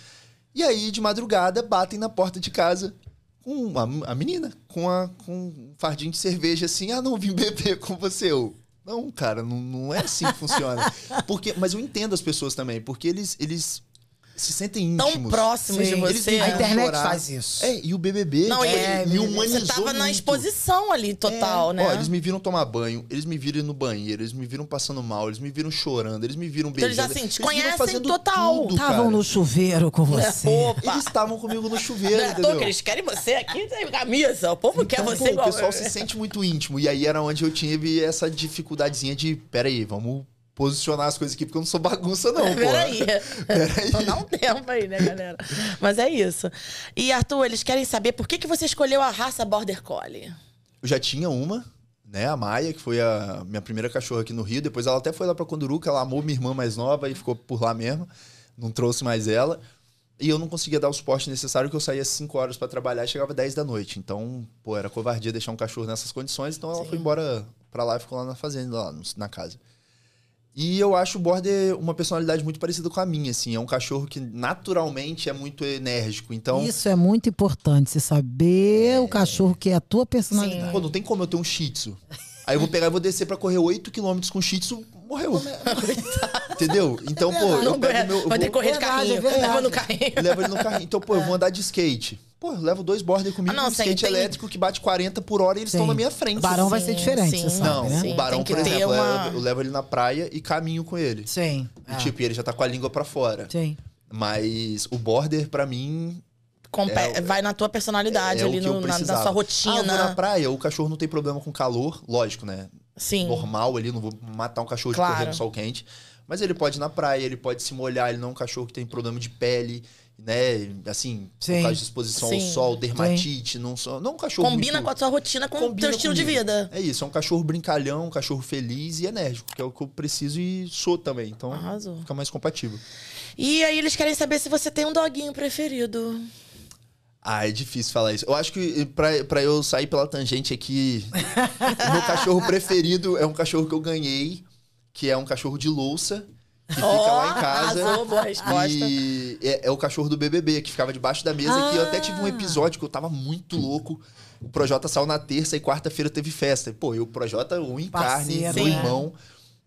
S4: E aí, de madrugada, batem na porta de casa com uma- a, menina, com, a, com um fardinho de cerveja, assim, ah, não, vim beber com você. Eu, não, cara, não, não é assim que funciona.
S3: *laughs*
S4: Porque, mas eu entendo as pessoas também, porque eles, eles se sentem
S3: Tão
S4: íntimos.
S3: próximos de
S2: Sim, eles
S3: você.
S2: A
S3: né?
S4: vivem
S2: internet
S4: chorar.
S2: faz isso.
S4: É, e o BBB
S3: Não,
S4: tipo,
S3: e- é,
S4: me humanizou
S3: Você tava na
S4: muito. É.
S3: exposição ali total, né?
S4: Ó, eles me viram tomar banho, eles me viram ir no banheiro, eles me viram passando mal, eles me viram chorando, eles me viram
S3: Então eles,
S4: beijando.
S3: assim, te
S4: me viram
S3: conhecem
S4: fazendo
S3: total.
S4: tudo, cara. É,
S2: Estavam no chuveiro com você.
S3: Né? Opa!
S4: Eles estavam comigo no
S3: Não
S4: chuveiro,
S3: é à toa
S4: entendeu?
S3: que eles querem você aqui sem camisa. O povo quer
S4: Então,
S3: você
S4: pô,
S3: igual.
S4: O pessoal se sente muito íntimo. E aí era onde eu tive essa dificuldadezinha de, peraí, vamos posicionar as coisas aqui, porque eu não sou bagunça não,
S3: *laughs*
S4: pô.
S3: Peraí.
S4: *laughs*
S3: Então dá um *laughs* tempo aí, né, galera? Mas é isso. E, Arthur, eles querem saber por que, que você escolheu a raça Border Collie.
S4: Eu já tinha uma, né? A Maia, que foi a minha primeira cachorra aqui no Rio. Depois ela até foi lá pra Conduruca, ela amou minha irmã mais nova e ficou por lá mesmo. Não trouxe mais ela. E eu não conseguia dar o suporte necessário, que eu saía às 5 horas pra trabalhar e chegava 10 da noite. Então, pô, era covardia deixar um cachorro nessas condições. Então ela foi embora pra lá e ficou lá na fazenda, lá no- na casa. E eu acho o Border uma personalidade muito parecida com a minha, assim. É um cachorro que naturalmente é muito enérgico. Então,
S2: Isso é muito importante, você saber o cachorro que é a tua personalidade.
S4: pô, não tem como eu ter um shih tzu. Aí eu vou pegar e vou descer pra correr 8km com shih tzu, morreu.
S2: *laughs*
S4: Entendeu? Então, pô, eu
S3: não
S4: pego
S3: aguenta.
S4: meu... eu
S3: Vai ter que
S4: vou-
S3: correr
S2: Verdade,
S3: de
S2: é
S3: carrinho.
S2: verdade.
S3: Leva no carrinho.
S4: *laughs* Leva ele no carrinho. Então,
S2: É.
S4: pô, eu vou andar de skate. Pô, eu levo dois border comigo,
S3: Ah, não,
S4: um
S3: sim,
S4: skate
S3: tem-
S4: elétrico que bate 40 por hora e eles
S2: Sim.
S4: estão na minha frente. assim.
S2: O Barão vai
S3: Sim,
S2: ser diferente,
S3: sim.
S2: você sabe,
S4: Não,
S2: né?
S3: Sim,
S4: o barão,
S3: tem que
S4: por
S3: ter
S4: exemplo, é-
S3: uma- Ah.
S4: eu levo ele na praia e caminho com ele.
S2: Sim.
S4: E,
S2: é,
S4: tipo, ele já tá com a língua pra fora.
S2: sim.
S4: Mas o border, pra mim,
S3: Compe-
S4: É o-
S3: vai na tua personalidade
S4: é
S3: ali
S4: o que eu
S3: no- na,
S4: precisava.
S3: na sua
S4: ah, eu vou na
S3: rotina.
S4: praia, o cachorro não tem problema com calor, lógico, né?
S3: Sim.
S4: normal ali, não vou matar um cachorro
S3: Claro.
S4: de correr no sol quente. Mas ele pode ir na praia, ele pode se molhar, ele não é um cachorro que tem problema de pele, né? Assim,
S2: Sim.
S4: por causa de exposição ao
S3: Sim.
S4: sol, dermatite, não, só, não é um cachorro
S3: Combina
S4: muito-
S3: com a tua rotina, com o
S4: combina
S3: teu estilo de
S4: comigo.
S3: vida.
S4: É isso, é um cachorro brincalhão, um cachorro feliz e enérgico, que é o que eu preciso e sou também. Então,
S3: Arrasou.
S4: fica mais compatível.
S3: E aí eles querem saber se você tem um doguinho preferido.
S4: Ah, é difícil falar isso. Eu acho que pra, pra eu sair pela tangente aqui, o meu cachorro preferido é um cachorro que eu ganhei, que é um cachorro de louça, que fica lá em casa.
S3: Arrasou, boa resposta.
S4: E é, é o cachorro do BBB, que ficava debaixo da mesa. Que eu até
S2: Ah.
S4: tive um episódio que eu tava muito louco. O Projota saiu na terça e quarta-feira teve festa. Pô, e o Projota, o encarne,
S2: Parceiro, é.
S4: meu
S3: né?
S4: irmão.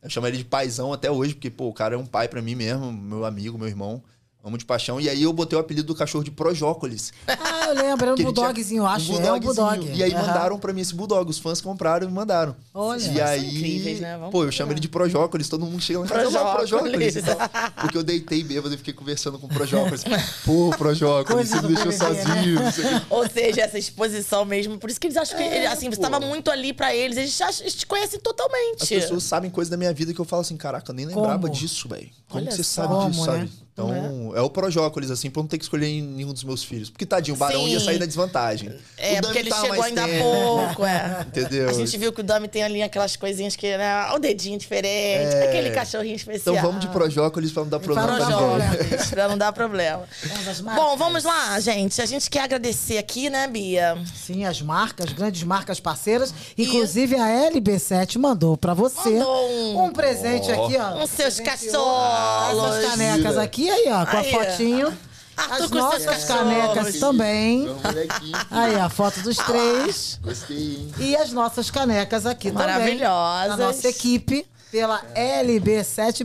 S4: Eu chamo ele de paizão até hoje, porque, pô, o cara é um pai pra mim mesmo, meu amigo, meu irmão. Amo de paixão. E aí eu botei o apelido do cachorro de Projócolis.
S2: Ah, eu lembro, era um
S4: *laughs* Que ele tinha-
S2: bulldogzinho, eu acho. É um bulldog.
S4: E aí
S2: Aham.
S4: mandaram pra mim esse bulldog. Os fãs compraram e me mandaram.
S2: Olha.
S4: e
S3: São
S4: aí,
S3: incríveis, né? Vamos
S4: pô, eu chamo ele de Projócolis. Todo mundo chega lá em casa, "Olha lá,
S3: Projócolis."
S4: é Projócolis. e tal. Porque eu deitei bêbado e fiquei conversando com o Projócolis.
S3: *laughs*
S4: Pô, Projócolis,
S2: Coisa
S4: você me
S2: do
S4: deixou
S2: BBB, né?
S4: sozinho. não sei o quê.
S3: Ou seja, essa exposição mesmo. Por isso que eles acham que,
S4: É,
S3: ele- assim, você tava muito ali pra eles. Eles, acham- eles te conhecem totalmente.
S4: As pessoas sabem coisas da minha vida que eu falo assim, caraca, eu nem
S2: Como?
S4: lembrava disso, velho. Como
S3: Olha
S4: que você
S3: só.
S4: sabe disso,
S2: Como, né?
S4: sabe? Então, é. o Projócolis, assim, pra eu não ter que escolher nenhum dos meus filhos. Porque, tadinho, o Barão
S3: Sim.
S4: ia sair na desvantagem.
S3: É,
S4: o Dami
S3: porque ele
S4: tava
S3: chegou
S4: mais
S3: ainda há
S4: tempo.
S3: pouco, é.
S4: *laughs* Entendeu?
S3: A gente viu que o Dami tem ali aquelas coisinhas que, né? ó, O dedinho diferente, aquele cachorrinho especial.
S4: É. Então vamos de Projócolis pra não dar problema
S2: Projócolis.
S4: também.
S3: Projócolis, pra não dar problema.
S2: Vamos às é marcas.
S3: Bom, vamos lá, gente. A gente quer agradecer aqui, né, Bia?
S2: Sim, as marcas, grandes marcas parceiras. Inclusive a LB7 mandou pra você
S3: Mandou um-
S2: um presente
S4: Ó.
S2: aqui, ó.
S3: Com seus
S2: Ah, Essas
S3: caçolos.
S2: canecas aqui, aí, ó, com a
S3: Aí,
S2: fotinho.
S3: Arthur
S2: As
S3: com seus
S2: nossas
S3: cachorros.
S2: canecas também.
S4: Meu molequinho,
S2: Aí, a foto dos três.
S4: Gostei, hein?
S2: E as nossas canecas aqui também.
S3: Maravilhosas.
S2: Da nossa equipe, pela LB7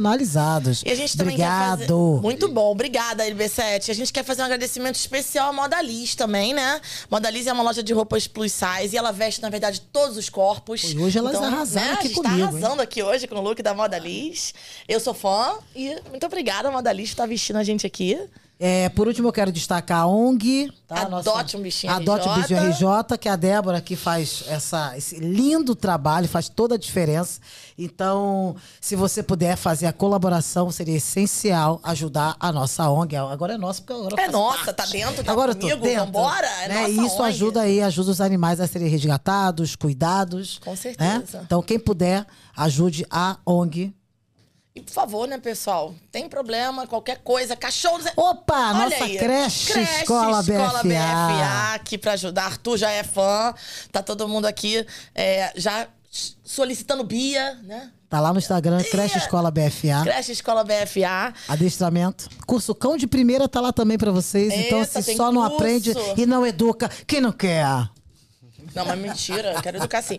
S2: personalizados.
S3: E a gente também
S2: Obrigado.
S3: quer fazer... Muito bom, obrigada, LB7. A gente quer fazer um agradecimento especial à Modaliz também, né? Modaliz é uma loja de roupas plus size e ela veste, na verdade, todos os corpos.
S2: E hoje elas arrasaram
S3: né?
S2: aqui
S3: a gente
S2: comigo,
S3: tá arrasando aqui hoje com o look da Modaliz. Eu sou fã e muito obrigada, Modaliz, por estar vestindo a gente aqui.
S2: É, por último, eu quero destacar a ONG. Tá?
S3: Adote um bichinho
S2: Adote um
S3: RJ.
S2: bichinho RJ, que é a Débora que faz essa, esse lindo trabalho, faz toda a diferença. Então, se você puder fazer a colaboração, seria essencial ajudar a nossa ONG. Agora é nossa, porque agora eu
S3: É
S2: faço
S3: nossa, tá dentro, tá
S2: Agora
S3: comigo,
S2: eu tô dentro,
S3: vambora. É
S2: né?
S3: nossa
S2: E isso
S3: ONG.
S2: ajuda aí, ajuda os animais a serem resgatados, cuidados.
S3: Com certeza.
S2: né? Então, quem puder, ajude a ONG.
S3: E por favor, né, pessoal? Tem problema, qualquer coisa, é cachorro...
S2: Opa,
S3: Olha
S2: nossa
S3: aí.
S2: creche, escola, BFA.
S3: BFA, aqui pra ajudar. Arthur já é fã, tá todo mundo aqui é, já solicitando Bia, né?
S2: Tá lá no Instagram, creche escola BFA.
S3: Creche Escola BFA.
S2: Adestramento. Curso Cão de Primeira tá lá também pra vocês. então,
S3: Eita,
S2: se
S3: tem
S2: só não
S3: curso.
S2: aprende e não educa, quem não quer?
S3: Não, mas mentira, eu quero educar sim.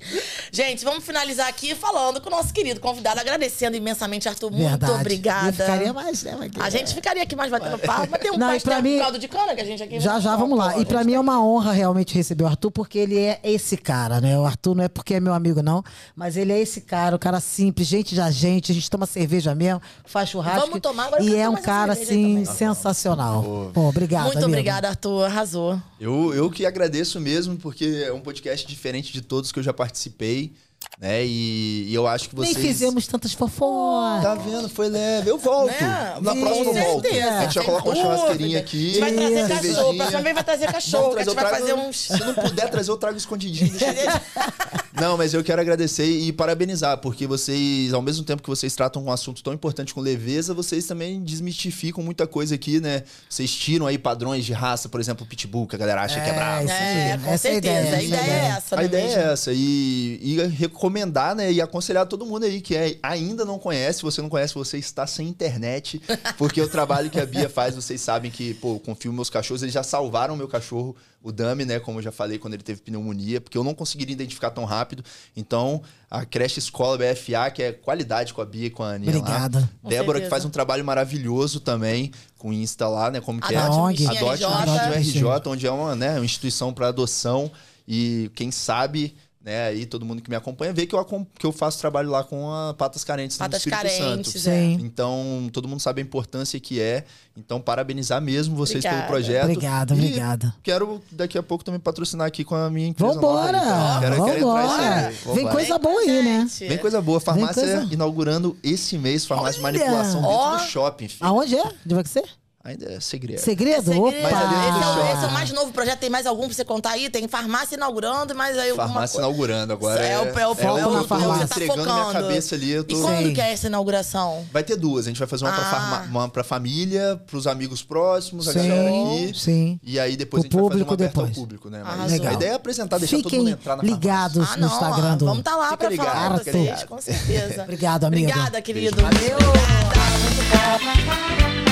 S3: Gente, vamos finalizar aqui falando com o nosso querido convidado, agradecendo imensamente, Arthur.
S2: Verdade.
S3: Muito obrigada.
S2: Eu ficaria mais, né, Maguila?
S3: A gente ficaria aqui mais batendo papo, mas tem um
S2: Não, e
S3: mais
S2: pra
S3: tempo
S2: mim-
S3: caldo de cana que a gente aqui.
S2: Já, já, vamos lá. E pra mim é uma honra realmente receber o Arthur, porque ele é esse cara, né? O Arthur não é porque é meu amigo, não, mas ele é esse cara, o cara simples, gente da gente, a gente toma cerveja mesmo, faz churrasco.
S3: Vamos tomar, agora eu
S2: E
S3: quero
S2: é um
S3: tomar essa
S2: cara,
S3: cerveja aí
S2: assim,
S4: Tá
S3: também.
S2: sensacional. Pô, obrigado,
S3: Muito
S2: amigo.
S3: obrigada, Arthur. Arrasou.
S4: Eu, eu que agradeço mesmo, porque é um podcast diferente de todos que eu já participei, né? E, e eu acho que vocês.
S2: Nem fizemos tantas fofocas.
S4: Tá vendo? Foi leve. Eu volto.
S3: Né?
S4: Na
S3: Com
S4: próxima eu volto.
S3: certeza.
S4: A gente já
S3: Sem
S4: coloca uma
S3: dúvida.
S4: churrasqueirinha
S3: A
S4: aqui.
S3: gente vai trazer
S4: cervejinha.
S3: cachorro. Pra também vai um trazer
S4: Vamos
S3: cachorro. que a gente
S4: trazer, eu
S3: vai
S4: trago-
S3: fazer uns. *laughs*
S4: Se não puder trazer, eu trago escondidinho. deixa eu- Não, mas eu quero agradecer e parabenizar, porque vocês, ao mesmo tempo que vocês tratam um assunto tão importante com leveza, vocês também desmistificam muita coisa aqui, né? Vocês tiram aí padrões de raça, por exemplo, o pitbull, que a galera acha que é bravo.
S2: isso
S3: É,
S2: aí,
S3: com
S2: essa é a
S3: certeza.
S2: ideia,
S3: A
S2: essa é a
S3: ideia é
S2: ideia.
S3: essa,
S4: A
S3: né,
S4: ideia
S3: mesmo?
S4: é essa, e, e recomendar, né, e aconselhar todo mundo aí que é- ainda não conhece, você não conhece, você está
S3: *laughs*
S4: sem internet, porque o trabalho que a Bia faz, vocês sabem que, pô, confio em meus cachorros, eles já salvaram meu cachorro, o Dami, né, como eu já falei, quando ele teve pneumonia, porque eu não conseguiria identificar tão rápido, então a creche escola BFA, que é qualidade com a Bia e com a Aninha lá.
S2: Obrigada.
S3: Com
S4: Débora, que
S3: certeza.
S4: faz um trabalho maravilhoso também com o Insta lá, né? Como que é?
S2: Adote
S3: um
S4: A Adote
S3: bichinho
S4: um
S2: RJ.
S4: bichinho RJ, onde é uma, né, uma instituição para adoção. E quem sabe, né, aí todo mundo que me acompanha vê que eu, acom- que eu faço trabalho lá com a Patas Carentes
S3: Patas
S4: no Espírito
S3: carentes,
S4: Santo.
S3: é.
S2: Sim.
S4: Então, todo mundo sabe a importância que é. Então, parabenizar mesmo vocês
S3: Obrigada.
S4: pelo projeto.
S2: Obrigada,
S4: E
S2: obrigada.
S4: Quero daqui a pouco também patrocinar aqui com a minha empresa. nova
S2: Vambora!
S4: aí, tá? Quero- quero entrar isso
S2: Vambora!
S4: aí. Vambora!
S2: Vem coisa boa aí, né?
S3: Gente.
S4: Vem coisa boa. Farmácia
S2: coisa-
S4: inaugurando esse mês, farmácia
S2: Olha!
S4: de manipulação dentro
S3: Ó!
S4: do shopping, filho.
S2: Aonde é? Onde vai ser?
S4: Ainda é segredo.
S2: Segredo?
S3: Segredo.
S2: Opa!
S4: Mas ali
S3: esse,
S4: é
S3: é o,
S4: shopping.
S3: esse é o mais novo projeto. Tem mais algum pra você contar aí? Tem farmácia inaugurando, mas aí alguma
S4: Farmácia
S3: coisa.
S4: inaugurando agora.
S3: É o- é o-
S2: é o-
S4: eu
S2: na
S4: tô
S2: farmácia.
S4: entregando minha
S3: Focando.
S4: cabeça ali. Eu
S3: E
S4: tô...
S3: quando
S2: Sei.
S3: que é essa inauguração?
S4: Vai ter duas. A gente vai fazer uma, pra,
S3: Ah.
S4: farma... uma pra família, pros amigos próximos, a galera
S2: Sim,
S4: aqui.
S2: sim.
S4: E aí depois
S2: O
S4: a gente vai fazer uma
S2: público
S4: aberta ao
S2: depois.
S4: público, né?
S3: Arrasou.
S4: a ideia é apresentar, deixar todo mundo
S2: Fiquem
S4: entrar na farmácia.
S2: ligados
S3: Ah,
S2: no
S3: não.
S2: Instagram do...
S3: Vamos estar lá
S4: Fica
S3: pra falar
S4: ligado,
S3: pra
S4: fica
S3: vocês,
S4: ligado.
S2: *laughs*
S3: com certeza.
S2: Obrigado, amigo.
S3: Obrigada, querido.
S4: Beijo.
S3: Obrigada.